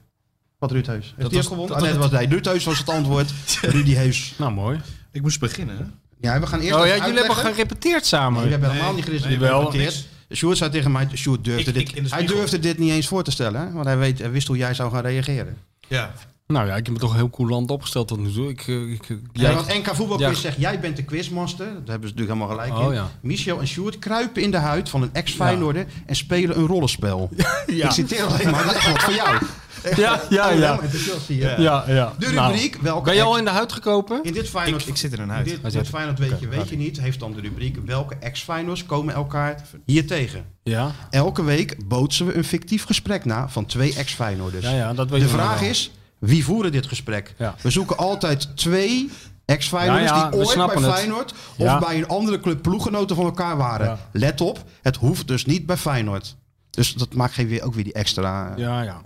S4: Wat Ruud Heus? Heeft
S11: Dat
S4: die ook
S11: was-
S4: gewonnen?
S11: dat
S4: Ah, nee,
S11: was-
S4: dat was, nee, Ruud Heus was het antwoord. Rudy Heus.
S5: Nou, mooi.
S11: Ik moest beginnen, hè?
S4: Ja, we gaan eerst
S5: Oh ja,
S4: even
S5: jullie hebben
S4: uitleggen.
S5: gerepeteerd samen.
S4: Nee, we hebben
S11: Nee,
S4: helemaal niet gericht
S11: nee, we hebben
S4: gedebatteerd. Sjoerd zei tegen mij, Sjoerd durfde,
S11: Ik- ik in
S4: dit,
S11: de
S4: hij
S11: spiegel.
S4: durfde dit niet eens voor te stellen. hè, Want hij, weet, hij wist hoe jij zou gaan reageren.
S11: Ja.
S5: Nou ja, ik heb me toch heel coulant opgesteld tot nu toe. Ik, eh, ik, ik-
S4: Ja,
S5: jij-
S4: want NK Voetbalquiz
S5: Ja.
S4: zegt, jij bent de quizmaster. Daar hebben ze natuurlijk helemaal gelijk
S5: Oh,
S4: in.
S5: ja.
S4: Michel en Sjoerd kruipen in de huid van een ex-Feyenoorder en spelen een rollenspel. Ik citeer alleen maar, dat is wat voor jou.
S5: ja, ja,
S4: Oh,
S5: ja.
S4: helemaal enthousiast hier.
S5: ja, ja.
S4: De
S5: Nou,
S4: rubriek, welke
S5: ben je al
S4: ex-
S5: in de huid gekopen?
S4: In dit Feyenoord...
S11: Ik zit er een
S4: in
S11: uit.
S4: dit,
S5: Hij
S4: dit
S5: zit-
S4: Feyenoord weet je,
S5: Oké,
S4: weet je niet, heeft dan de rubriek welke ex-Feyenoorders komen elkaar hier tegen.
S5: Ja,
S4: Elke week bootsen we een fictief gesprek na van twee ex-Feyenoorders.
S5: ja, ja dat weet
S4: De
S5: ik nog
S4: vraag
S5: wel.
S4: is, wie voeren dit gesprek?
S5: Ja.
S4: We zoeken altijd twee ex-Feyenoorders
S5: Ja, ja, we
S4: die ooit bij
S5: snappen het.
S4: Feyenoord of
S5: Ja.
S4: bij een andere club ploeggenoten van elkaar waren.
S5: Ja.
S4: Let op, het hoeft dus niet bij Feyenoord. Dus dat maakt geen weer, ook weer die extra.
S5: Ja, ja.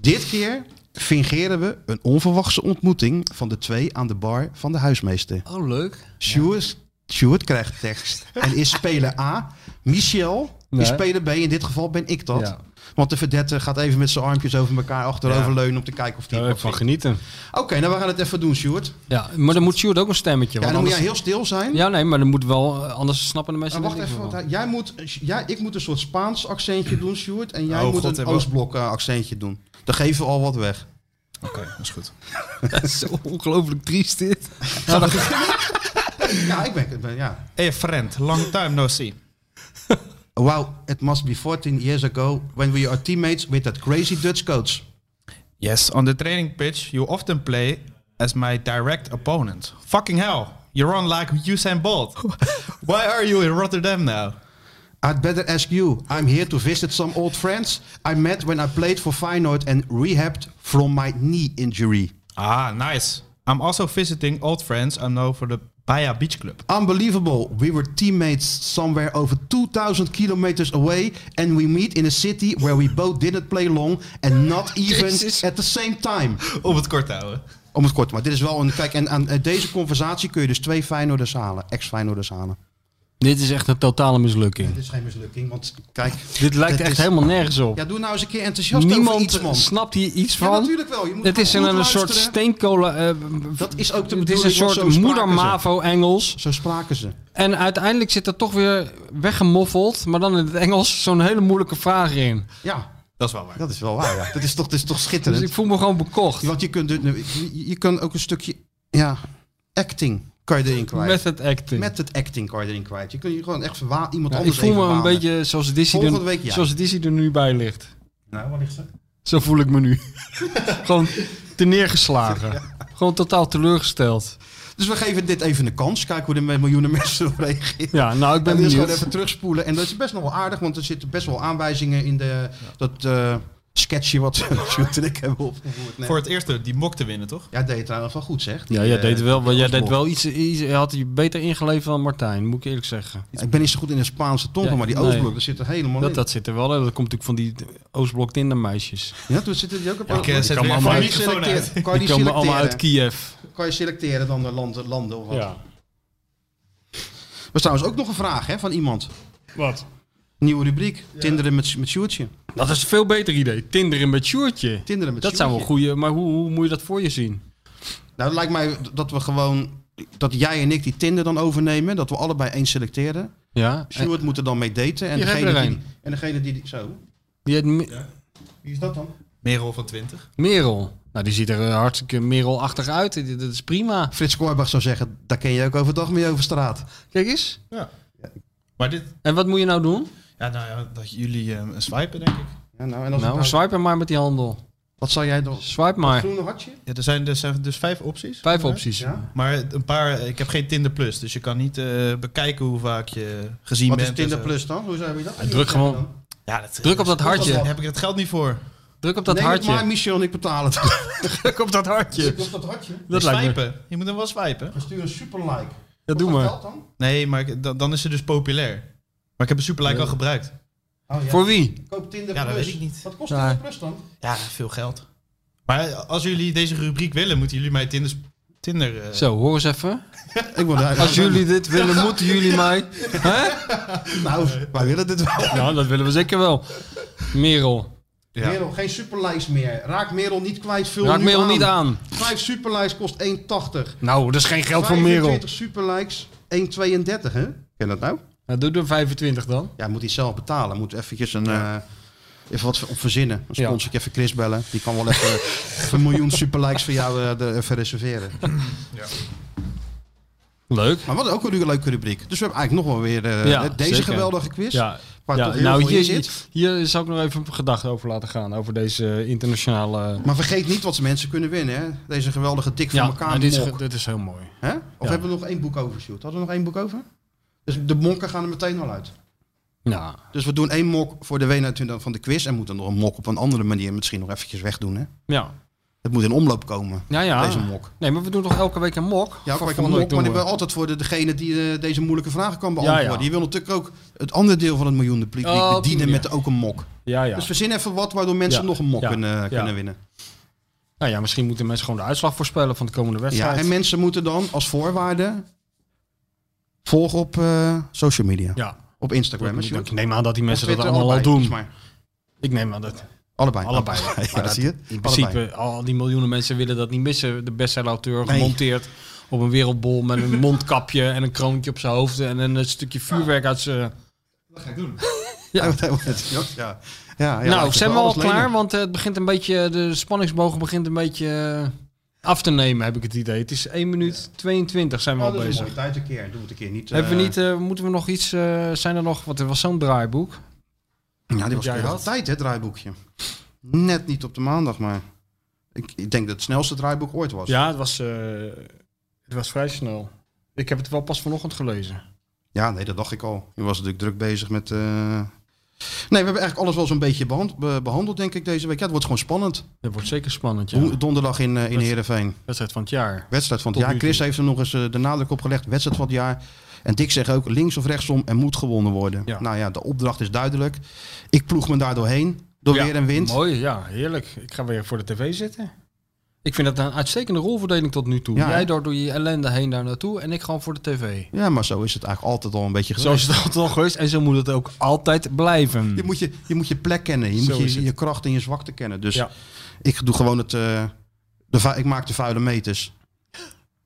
S4: Dit keer fingeren we een onverwachte ontmoeting van de twee aan de bar van de huismeester.
S5: Oh, leuk.
S4: Stuart, Stuart krijgt tekst en is speler A. Michel
S5: Nee.
S4: is speler B. In dit geval ben ik dat.
S5: Ja.
S4: Want de verdette gaat even met zijn armpjes over elkaar achteroverleunen om te kijken of die...
S5: Daar heb ik van genieten.
S4: Oké, nou we gaan het even doen, Stuart.
S5: Ja, maar dan moet Sjoerd ook een stemmetje.
S4: Ja, dan
S5: want
S4: moet jij
S5: anders-
S4: heel stil zijn.
S5: Ja, nee, maar dan moet wel, eh, anders snappen de mensen
S4: Maar wacht
S5: er
S4: even,
S5: niks
S4: want
S5: meer
S4: hij- jij moet, jij, ik moet een soort Spaans accentje doen, Stuart. En jij
S11: Oh,
S4: moet
S11: God,
S4: een
S11: hebben we-
S4: Oostblok eh, accenttje doen. Dan geven we al wat weg.
S11: Oké, dat is goed.
S5: van. Dat is zo ongelooflijk triest dit.
S4: Ja, ik ben... ben ja.
S11: Hey friend, long time no see.
S4: Wow, it must be 14 years ago when we are teammates with that crazy Dutch coach.
S11: Yes, on the training pitch you often play as my direct opponent. Fucking hell, you're on like Usain Bolt. Why are you in Rotterdam now?
S4: I'd better ask you. I'm here to visit some old friends I met when I played for Feyenoord and rehabbed from my knee injury.
S11: Ah, nice. I'm also visiting old friends I know for the Baia Beach Club.
S4: Unbelievable. We were teammates somewhere over 2,000 kilometers away, and we meet in a city where we both didn't play long and not even at the same time.
S11: Om het kort te houden.
S4: Om het kort, maar dit is wel een. Kijk, en aan eh, deze conversatie kun je dus twee Feyenoorders halen, ex-Feyenoorders halen.
S5: Dit is echt een totale mislukking.
S4: Dit is geen mislukking, want kijk.
S5: Dit lijkt
S4: het
S5: echt
S4: is-
S5: helemaal nergens op.
S4: Ja, doe nou eens een keer enthousiast over
S5: Niemand
S4: iets, man.
S5: snapt hier iets
S4: Ja,
S5: van.
S4: natuurlijk wel. Je moet
S5: Het is
S4: gewoon
S5: een,
S4: goed
S5: een soort
S4: luisteren.
S5: steenkolen. eh,
S4: Dat is ook de
S5: het
S4: bedoeling,
S5: is een
S4: want zo
S5: soort
S4: spraken
S5: moeder-MAVO-Engels.
S4: Zo spraken ze.
S5: En uiteindelijk zit er toch weer weggemoffeld, maar dan in het Engels, zo'n hele moeilijke vraag in.
S4: Ja,
S11: Dat is wel waar.
S4: Dat is wel waar, ja. Dat is toch, dat is toch
S5: Dus
S4: schitterend?
S5: ik voel me gewoon bekocht.
S4: Want je kunt, dit nu- je, je kan ook een stukje ja, acting kan je erin kwijt.
S5: Met
S4: Met,
S5: het acting.
S4: het acting kan je erin kwijt. Je kunt je gewoon echt verwa- iemand
S5: Ja, ik
S4: anders
S5: voel me
S4: even
S5: een
S4: wanen.
S5: beetje zoals Dizzy,
S4: Volgende
S5: er,
S4: week jij.
S5: zoals Dizzy er nu bij ligt.
S4: Nou, waar ligt ze?
S5: Zo voel ik me nu. gewoon teneergeslagen. Gewoon totaal teleurgesteld.
S4: Dus we geven dit even een kans. Kijken hoe er met miljoenen mensen op reageren.
S5: Ja, nou, ik ben
S4: en dus gewoon
S5: benieuwd.
S4: even terugspoelen. En dat is best nog wel aardig, want er zitten best wel aanwijzingen in de, dat eh, sketchje wat Sjoerd en ik hebben opgevoerd. Nee.
S11: Voor het eerste die mok te winnen, toch?
S4: Ja, deed het trouwens wel goed, zeg.
S5: Ja, jij
S4: Eh,
S5: deed wel, maar jij
S4: Engelsblok.
S5: deed wel iets, iets. je Had je beter ingeleverd dan Martijn, moet ik eerlijk zeggen.
S4: Ik ben niet zo goed in de Spaanse tong,
S5: Ja,
S4: maar die
S5: nee.
S4: Oostblok, daar zit er helemaal
S5: Dat,
S4: in.
S5: dat zit er wel in. Dat komt natuurlijk van die Oostblok Tindermeisjes.
S4: Ja, toen zitten die ook op.
S11: eh, zet weer
S4: Kan
S11: even
S4: je
S11: de
S4: die
S11: microfoon uit.
S4: selecteren? Kan je
S5: Die
S4: die
S5: komen allemaal
S4: selecteren?
S5: uit Kiev.
S4: Kan je selecteren dan de landen, landen of wat?
S5: Ja.
S4: Er was trouwens ook nog een vraag hè, van iemand.
S5: Wat?
S4: Nieuwe rubriek. Tinderen met, met Sjoerdje.
S5: Dat is een veel beter idee. Tinderen met Sjoerdje.
S4: Tinderen met
S5: Dat zijn wel
S4: Sjoerdje.
S5: goede, maar hoe, hoe moet je dat voor je zien?
S4: Nou, het lijkt mij dat we gewoon... Dat jij en ik die Tinder dan overnemen. Dat we allebei één selecteren.
S5: Ja. En,
S4: Sjoerd moet er dan mee daten. En
S5: Hier heb je
S4: degene
S5: er
S4: die,
S5: een.
S4: en degene die... die- Zo.
S5: die heet Me-
S4: Wie is dat dan?
S11: Merel van 20.
S5: Merel. Nou, die ziet er eh, hartstikke Merel-achtig uit. Die- Dat is prima.
S4: Frits Korbach zou zeggen, daar ken je ook overdag mee over straat.
S5: Kijk eens.
S11: Maar dit...
S5: En wat moet je nou doen?
S11: Ja, nou ja, dat jullie eh, swipen, denk ik.
S4: Ja, nou, en als ik
S5: Nou, swipe hem maar met die handel.
S4: Wat zou jij dan...
S5: Swipe maar.
S4: Groene hartje?
S11: Ja, er, zijn, er zijn dus vijf opties.
S5: Vijf opties.
S4: Ja.
S11: Maar een paar... eh, Ik heb geen Tinder Plus, dus je kan niet eh, bekijken hoe vaak je gezien
S4: Wat
S11: bent.
S4: is
S11: en
S4: Tinder
S11: zo.
S4: Plus dan? Hoe zou je dat?
S5: druk gewoon-
S11: Ja, dat,
S5: Druk op dat
S11: Daar
S5: hartje.
S11: heb ik het geld niet voor.
S5: Druk op dat
S4: Nee,
S5: hartje.
S4: maar Michel en ik betalen het.
S11: Druk op dat hartje.
S4: Druk op dat hartje.
S5: Dat
S11: Dat
S5: lijkt me.
S11: swipen. Je moet hem wel swipen.
S4: Stuur een super like.
S5: Ja, doe maar.
S11: Nee, maar ik- dan, dan is ze dus populair. Maar ik heb een superlike al gebruikt.
S5: Voor wie?
S4: Oh, Koop Tinder
S11: Ja, dat
S4: Plus.
S11: weet ik niet.
S4: Wat kost
S5: Ja.
S4: Tinder Plus dan?
S11: Ja, veel geld. Maar als jullie deze rubriek willen, moeten jullie mij Tinder... Tinder eh,
S5: Zo, hoor eens even.
S4: Ik wil daar-
S5: Als jullie dit willen, moeten jullie mij.
S4: Nou, wij willen dit wel.
S5: Nou, dat willen we zeker wel. Merel.
S11: Ja.
S4: Merel, geen superlikes meer. Raak Merel niet kwijt. Vul
S5: Raak
S4: nu
S5: Merel niet aan.
S4: Vijf superlikes kost 1,80.
S5: Nou, dat is geen geld voor Merel.
S4: 25 superlikes, 1,32 hè? Ken dat nou?
S5: Nou, doe er 25 dan.
S4: Ja, moet hij zelf betalen. Moet eventjes een... eh, Even wat op verzinnen. Dan sponsor ik even Chris bellen. Die kan wel even, even een miljoen superlikes voor jou eh, de- even reserveren.
S5: Leuk.
S4: Maar wat ook weer een leuke rubriek. Dus we hebben eigenlijk nog wel weer eh,
S5: Ja,
S4: deze
S5: zeker.
S4: geweldige quiz.
S5: Ja,
S4: Waar
S5: ja
S4: toch heel
S5: nou
S4: veel in
S5: hier,
S4: zit.
S5: hier, hier zou ik nog even een gedachte over laten gaan. Over deze internationale...
S4: Maar vergeet niet wat mensen kunnen winnen. Hè? Deze geweldige dik van
S5: Ja,
S4: elkaar
S5: maar dit is,
S4: mok.
S5: ge- dit is heel mooi.
S4: Hè? Of hebben we nog één boek over, Sjoerd? Hadden we nog één boek over? Dus de monken gaan er meteen al uit.
S5: Nou,
S4: Dus we doen één mok voor de winnaar van de quiz. En moeten nog een mok op een andere manier misschien nog eventjes wegdoen. Hè?
S5: ja.
S4: Het moet in omloop komen,
S5: Ja, ja.
S4: deze mok.
S5: Nee, maar we doen toch elke week een mok?
S4: Ja,
S5: Van
S4: kijk, een
S5: volgende
S4: mok,
S5: week
S4: maar ik
S5: doen
S4: ben
S5: we.
S4: altijd voor de- degene die eh, deze moeilijke vragen kan beantwoorden.
S5: Ja, ja.
S4: Die wil natuurlijk ook het andere deel van het miljoenen publiek
S5: Oh, op die
S4: bedienen
S5: manier.
S4: met ook een mok.
S5: Ja, ja.
S4: Dus verzin even wat waardoor mensen
S5: Ja,
S4: nog een mok
S5: ja,
S4: kunnen,
S5: ja.
S4: kunnen winnen.
S5: Nou ja, misschien moeten mensen gewoon de uitslag voorspellen van de komende
S4: Ja,
S5: wedstrijd.
S4: en mensen moeten dan als voorwaarde volgen op eh, social media.
S5: Ja.
S4: Op Instagram. hè, Sjoerd?
S5: ik neem aan dat die mensen
S4: Of
S5: dat
S4: Twitter,
S5: allemaal al
S4: allebei,
S5: doen.
S4: kies maar.
S5: Ik neem aan dat
S4: Allebei.
S5: allebei.
S4: Ja, dat zie je.
S5: In
S4: Allebei.
S5: principe, al die miljoenen mensen willen dat niet missen. De bestsellerauteur
S4: Nee.
S5: gemonteerd op een wereldbol met een mondkapje en een kroontje op zijn hoofd en een eh, stukje vuurwerk uit zijn...
S6: Dat ga ik doen.
S4: Ja, dat wordt het. Ja, ja. Ja, ja,
S5: nou,
S4: laat je
S5: zijn we
S4: wel
S5: al
S4: alles lenen.
S5: klaar? Want eh, het begint een beetje, de spanningsbogen begint een beetje eh, af te nemen, heb ik het idee. Het is 1 minuut 22 zijn we
S4: Oh,
S5: al
S4: dat is een
S5: bezig.
S4: mooie tijd een keer. Doe het een keer niet. eh,
S5: Hebben we niet, eh, moeten we nog iets, eh, zijn er nog, want er was zo'n draaiboek.
S4: Ja, die was
S5: jij
S4: keurig op
S5: had?
S4: tijd, hè, het draaiboekje. Net niet op de maandag, maar... Ik, ik denk dat het snelste draaiboek ooit was.
S5: Ja, het was, eh, het was vrij snel. Ik heb het wel pas vanochtend gelezen.
S4: Ja, nee, dat dacht ik al. Je was natuurlijk druk bezig met... eh, Nee, we hebben eigenlijk alles wel zo'n beetje behand- be- behandeld, denk ik, deze week. Ja, het wordt gewoon spannend.
S5: Dat wordt zeker spannend, ja.
S4: Hoe- Donderdag in, eh, in Heerenveen.
S5: Wedstrijd van het jaar.
S4: Wedstrijd van het
S5: Tot
S4: jaar.
S5: nu toe.
S4: Chris heeft er nog eens eh, de nadruk op gelegd. Wedstrijd van het jaar. En Dick zegt ook links of rechtsom en moet gewonnen worden.
S5: Ja.
S4: Nou ja, de opdracht is duidelijk. Ik ploeg me daar doorheen. Door
S5: Ja,
S4: weer en wind.
S5: Mooi, ja, heerlijk. Ik ga weer voor de tv zitten. Ik vind dat een uitstekende rolverdeling tot nu toe.
S4: Ja, hè?
S5: Jij door, door je ellende heen daar naartoe en ik gewoon voor de tv.
S4: Ja, maar zo is het eigenlijk altijd al een beetje
S5: Zo
S4: geweest.
S5: is het altijd al geweest en zo moet het ook altijd blijven.
S4: Je moet je, je moet je plek kennen. Je
S5: Hmm. Zo
S4: moet
S5: is
S4: je,
S5: het.
S4: je kracht en je zwakte kennen. Dus
S5: Ja.
S4: ik doe gewoon het... eh, de, vu- ik maak de vuile meters.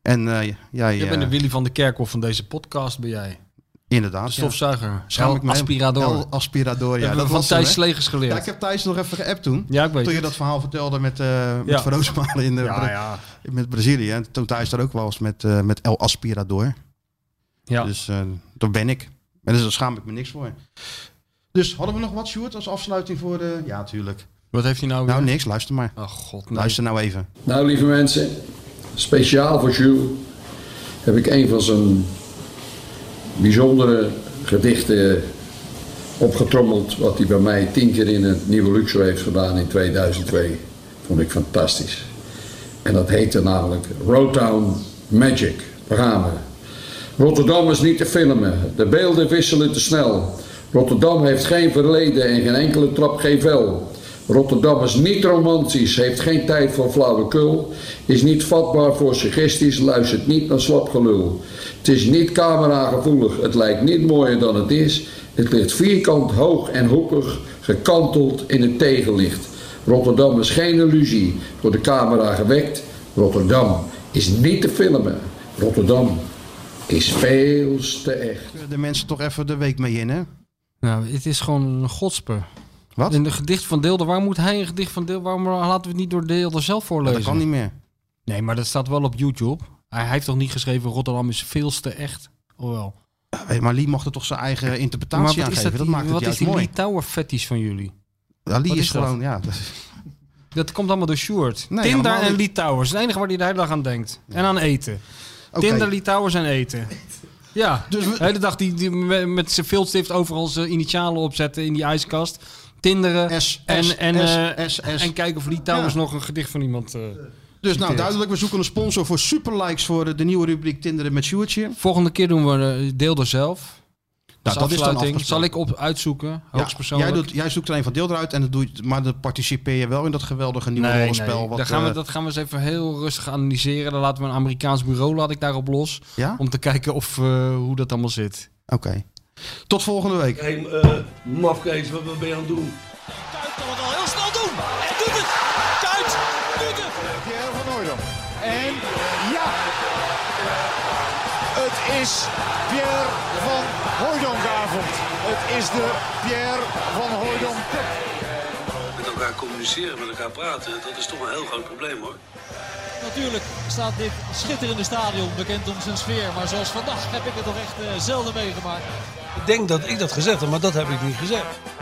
S4: En eh, jij...
S5: Je
S4: eh,
S5: bent de Willy van de Kerkhof van deze podcast, ben jij. De
S4: Inderdaad. ja.
S5: stofzuiger.
S4: Schaam ik me helemaal-
S5: aspirador.
S4: El Aspirador, ja.
S5: dat
S4: Dat
S5: hebben we van
S4: was hem,
S5: Thijs
S4: hè?
S5: Slegers geleerd.
S4: Ja, ik heb Thijs nog even geappt toen.
S5: Ja, ik weet
S4: Toen je
S5: het.
S4: dat verhaal vertelde met, eh met
S5: Ja.
S4: Van Roosmalen in de...
S5: Ja, ja.
S4: Met Brazilië. En toen thuis daar ook wel eens met, eh, met El Aspirador.
S5: ja.
S4: Dus eh daar ben ik. En dus daar schaam ik me niks voor. Dus hadden we nog wat, Sjoerd, als afsluiting voor... de Ja, tuurlijk.
S5: Wat heeft hij nou weer?
S4: Nou, niks. Luister maar.
S5: Oh god, nee.
S4: Luister nou even.
S12: Nou, lieve mensen, speciaal voor Jules heb ik een van zijn bijzondere gedichten opgetrommeld. Wat hij bij mij tien keer in het Nieuwe Luxor heeft gedaan in 2002. Vond ik fantastisch. En dat heette namelijk Rotown Magic. Daar gaan we. Rotterdam is niet te filmen. De beelden wisselen te snel. Rotterdam heeft geen verleden en geen enkele trap geen vel. Rotterdam is niet romantisch, heeft geen tijd voor flauwekul, is niet vatbaar voor suggesties, luistert niet naar slapgelul. Het is niet cameragevoelig, het lijkt niet mooier dan het is. Het ligt vierkant, hoog en hoekig, gekanteld in het tegenlicht. Rotterdam is geen illusie, door de camera gewekt. Rotterdam is niet te filmen. Rotterdam is veel te echt.
S4: de mensen toch even de week mee in, hè?
S5: Nou, het is gewoon een godsper.
S4: Wat?
S5: In de gedicht van Deelder, waar moet hij een gedicht van Deelder, waarom laten we het niet door Deelder zelf voorlezen?
S4: Dat kan niet meer.
S5: Nee, maar dat staat wel op YouTube. Hij, hij heeft toch niet geschreven Rotterdam is veel te echt? Oh wel.
S4: Hey, maar Lee mag er toch zijn eigen interpretatie aan geven. Dat,
S5: die-
S4: maakt het
S5: wat is
S4: juist
S5: die
S4: mooi.
S5: Lee Tower fetish van jullie?
S4: Ja, Lee
S5: wat
S4: is
S5: is dat?
S4: gewoon, ja. dat-
S5: Dat komt allemaal door Sjoerd.
S4: Nee,
S5: Tinder
S4: helemaal
S5: en
S4: niet.
S5: Lee Towers. Het enige waar hij de hele dag aan denkt. En aan eten.
S4: Oké. Dus
S5: Tinder, Lee Towers en eten. Ja, de hele dag die, die me- met zijn viltstift overal zijn initialen opzetten in die ijskast. tinderen en,
S4: S,
S5: en,
S4: S,
S5: eh,
S4: S, S.
S5: en kijken of die trouwens
S4: Ja.
S5: nog een gedicht van iemand eh,
S4: Dus nou,
S5: citeert.
S4: duidelijk, we zoeken een sponsor voor superlikes voor eh, de nieuwe rubriek Tinderen met Sjoertje.
S5: Volgende keer doen we eh, deel er zelf.
S4: Nou,
S5: Als
S4: dat is dan
S5: afsluiting.
S4: afgesproken.
S5: Zal ik op uitzoeken,
S4: Ja,
S5: hoogstpersoonlijk.
S4: jij, doet, jij zoekt er een van deel eruit, en dat doe je, maar dan participeer je wel in dat geweldige nieuwe
S5: Nee,
S4: rollenspel.
S5: nee.
S4: wat,
S5: Daar gaan we,
S4: eh,
S5: dat gaan we eens even heel rustig analyseren. Dan laten we een Amerikaans bureau laat ik daarop los.
S4: Ja?
S5: Om te kijken of, eh, hoe dat allemaal zit.
S4: Oké. Tot volgende week.
S1: Hé, eh mafkees, wat, wat ben je aan het doen?
S2: Heel snel doen. En doet het. Kuit doet het.
S3: Pierre van Hooydonk. En ja, het is Pierre van Hooydonkavond. Het is de Pierre van Hooydonk
S1: Met elkaar communiceren, met elkaar praten, dat is toch een heel groot probleem hoor.
S2: Natuurlijk staat dit schitterende stadion bekend om zijn sfeer. Maar zoals vandaag heb ik het toch echt eh, zelden meegemaakt.
S1: Ik denk dat ik dat gezegd heb, maar dat heb ik niet gezegd.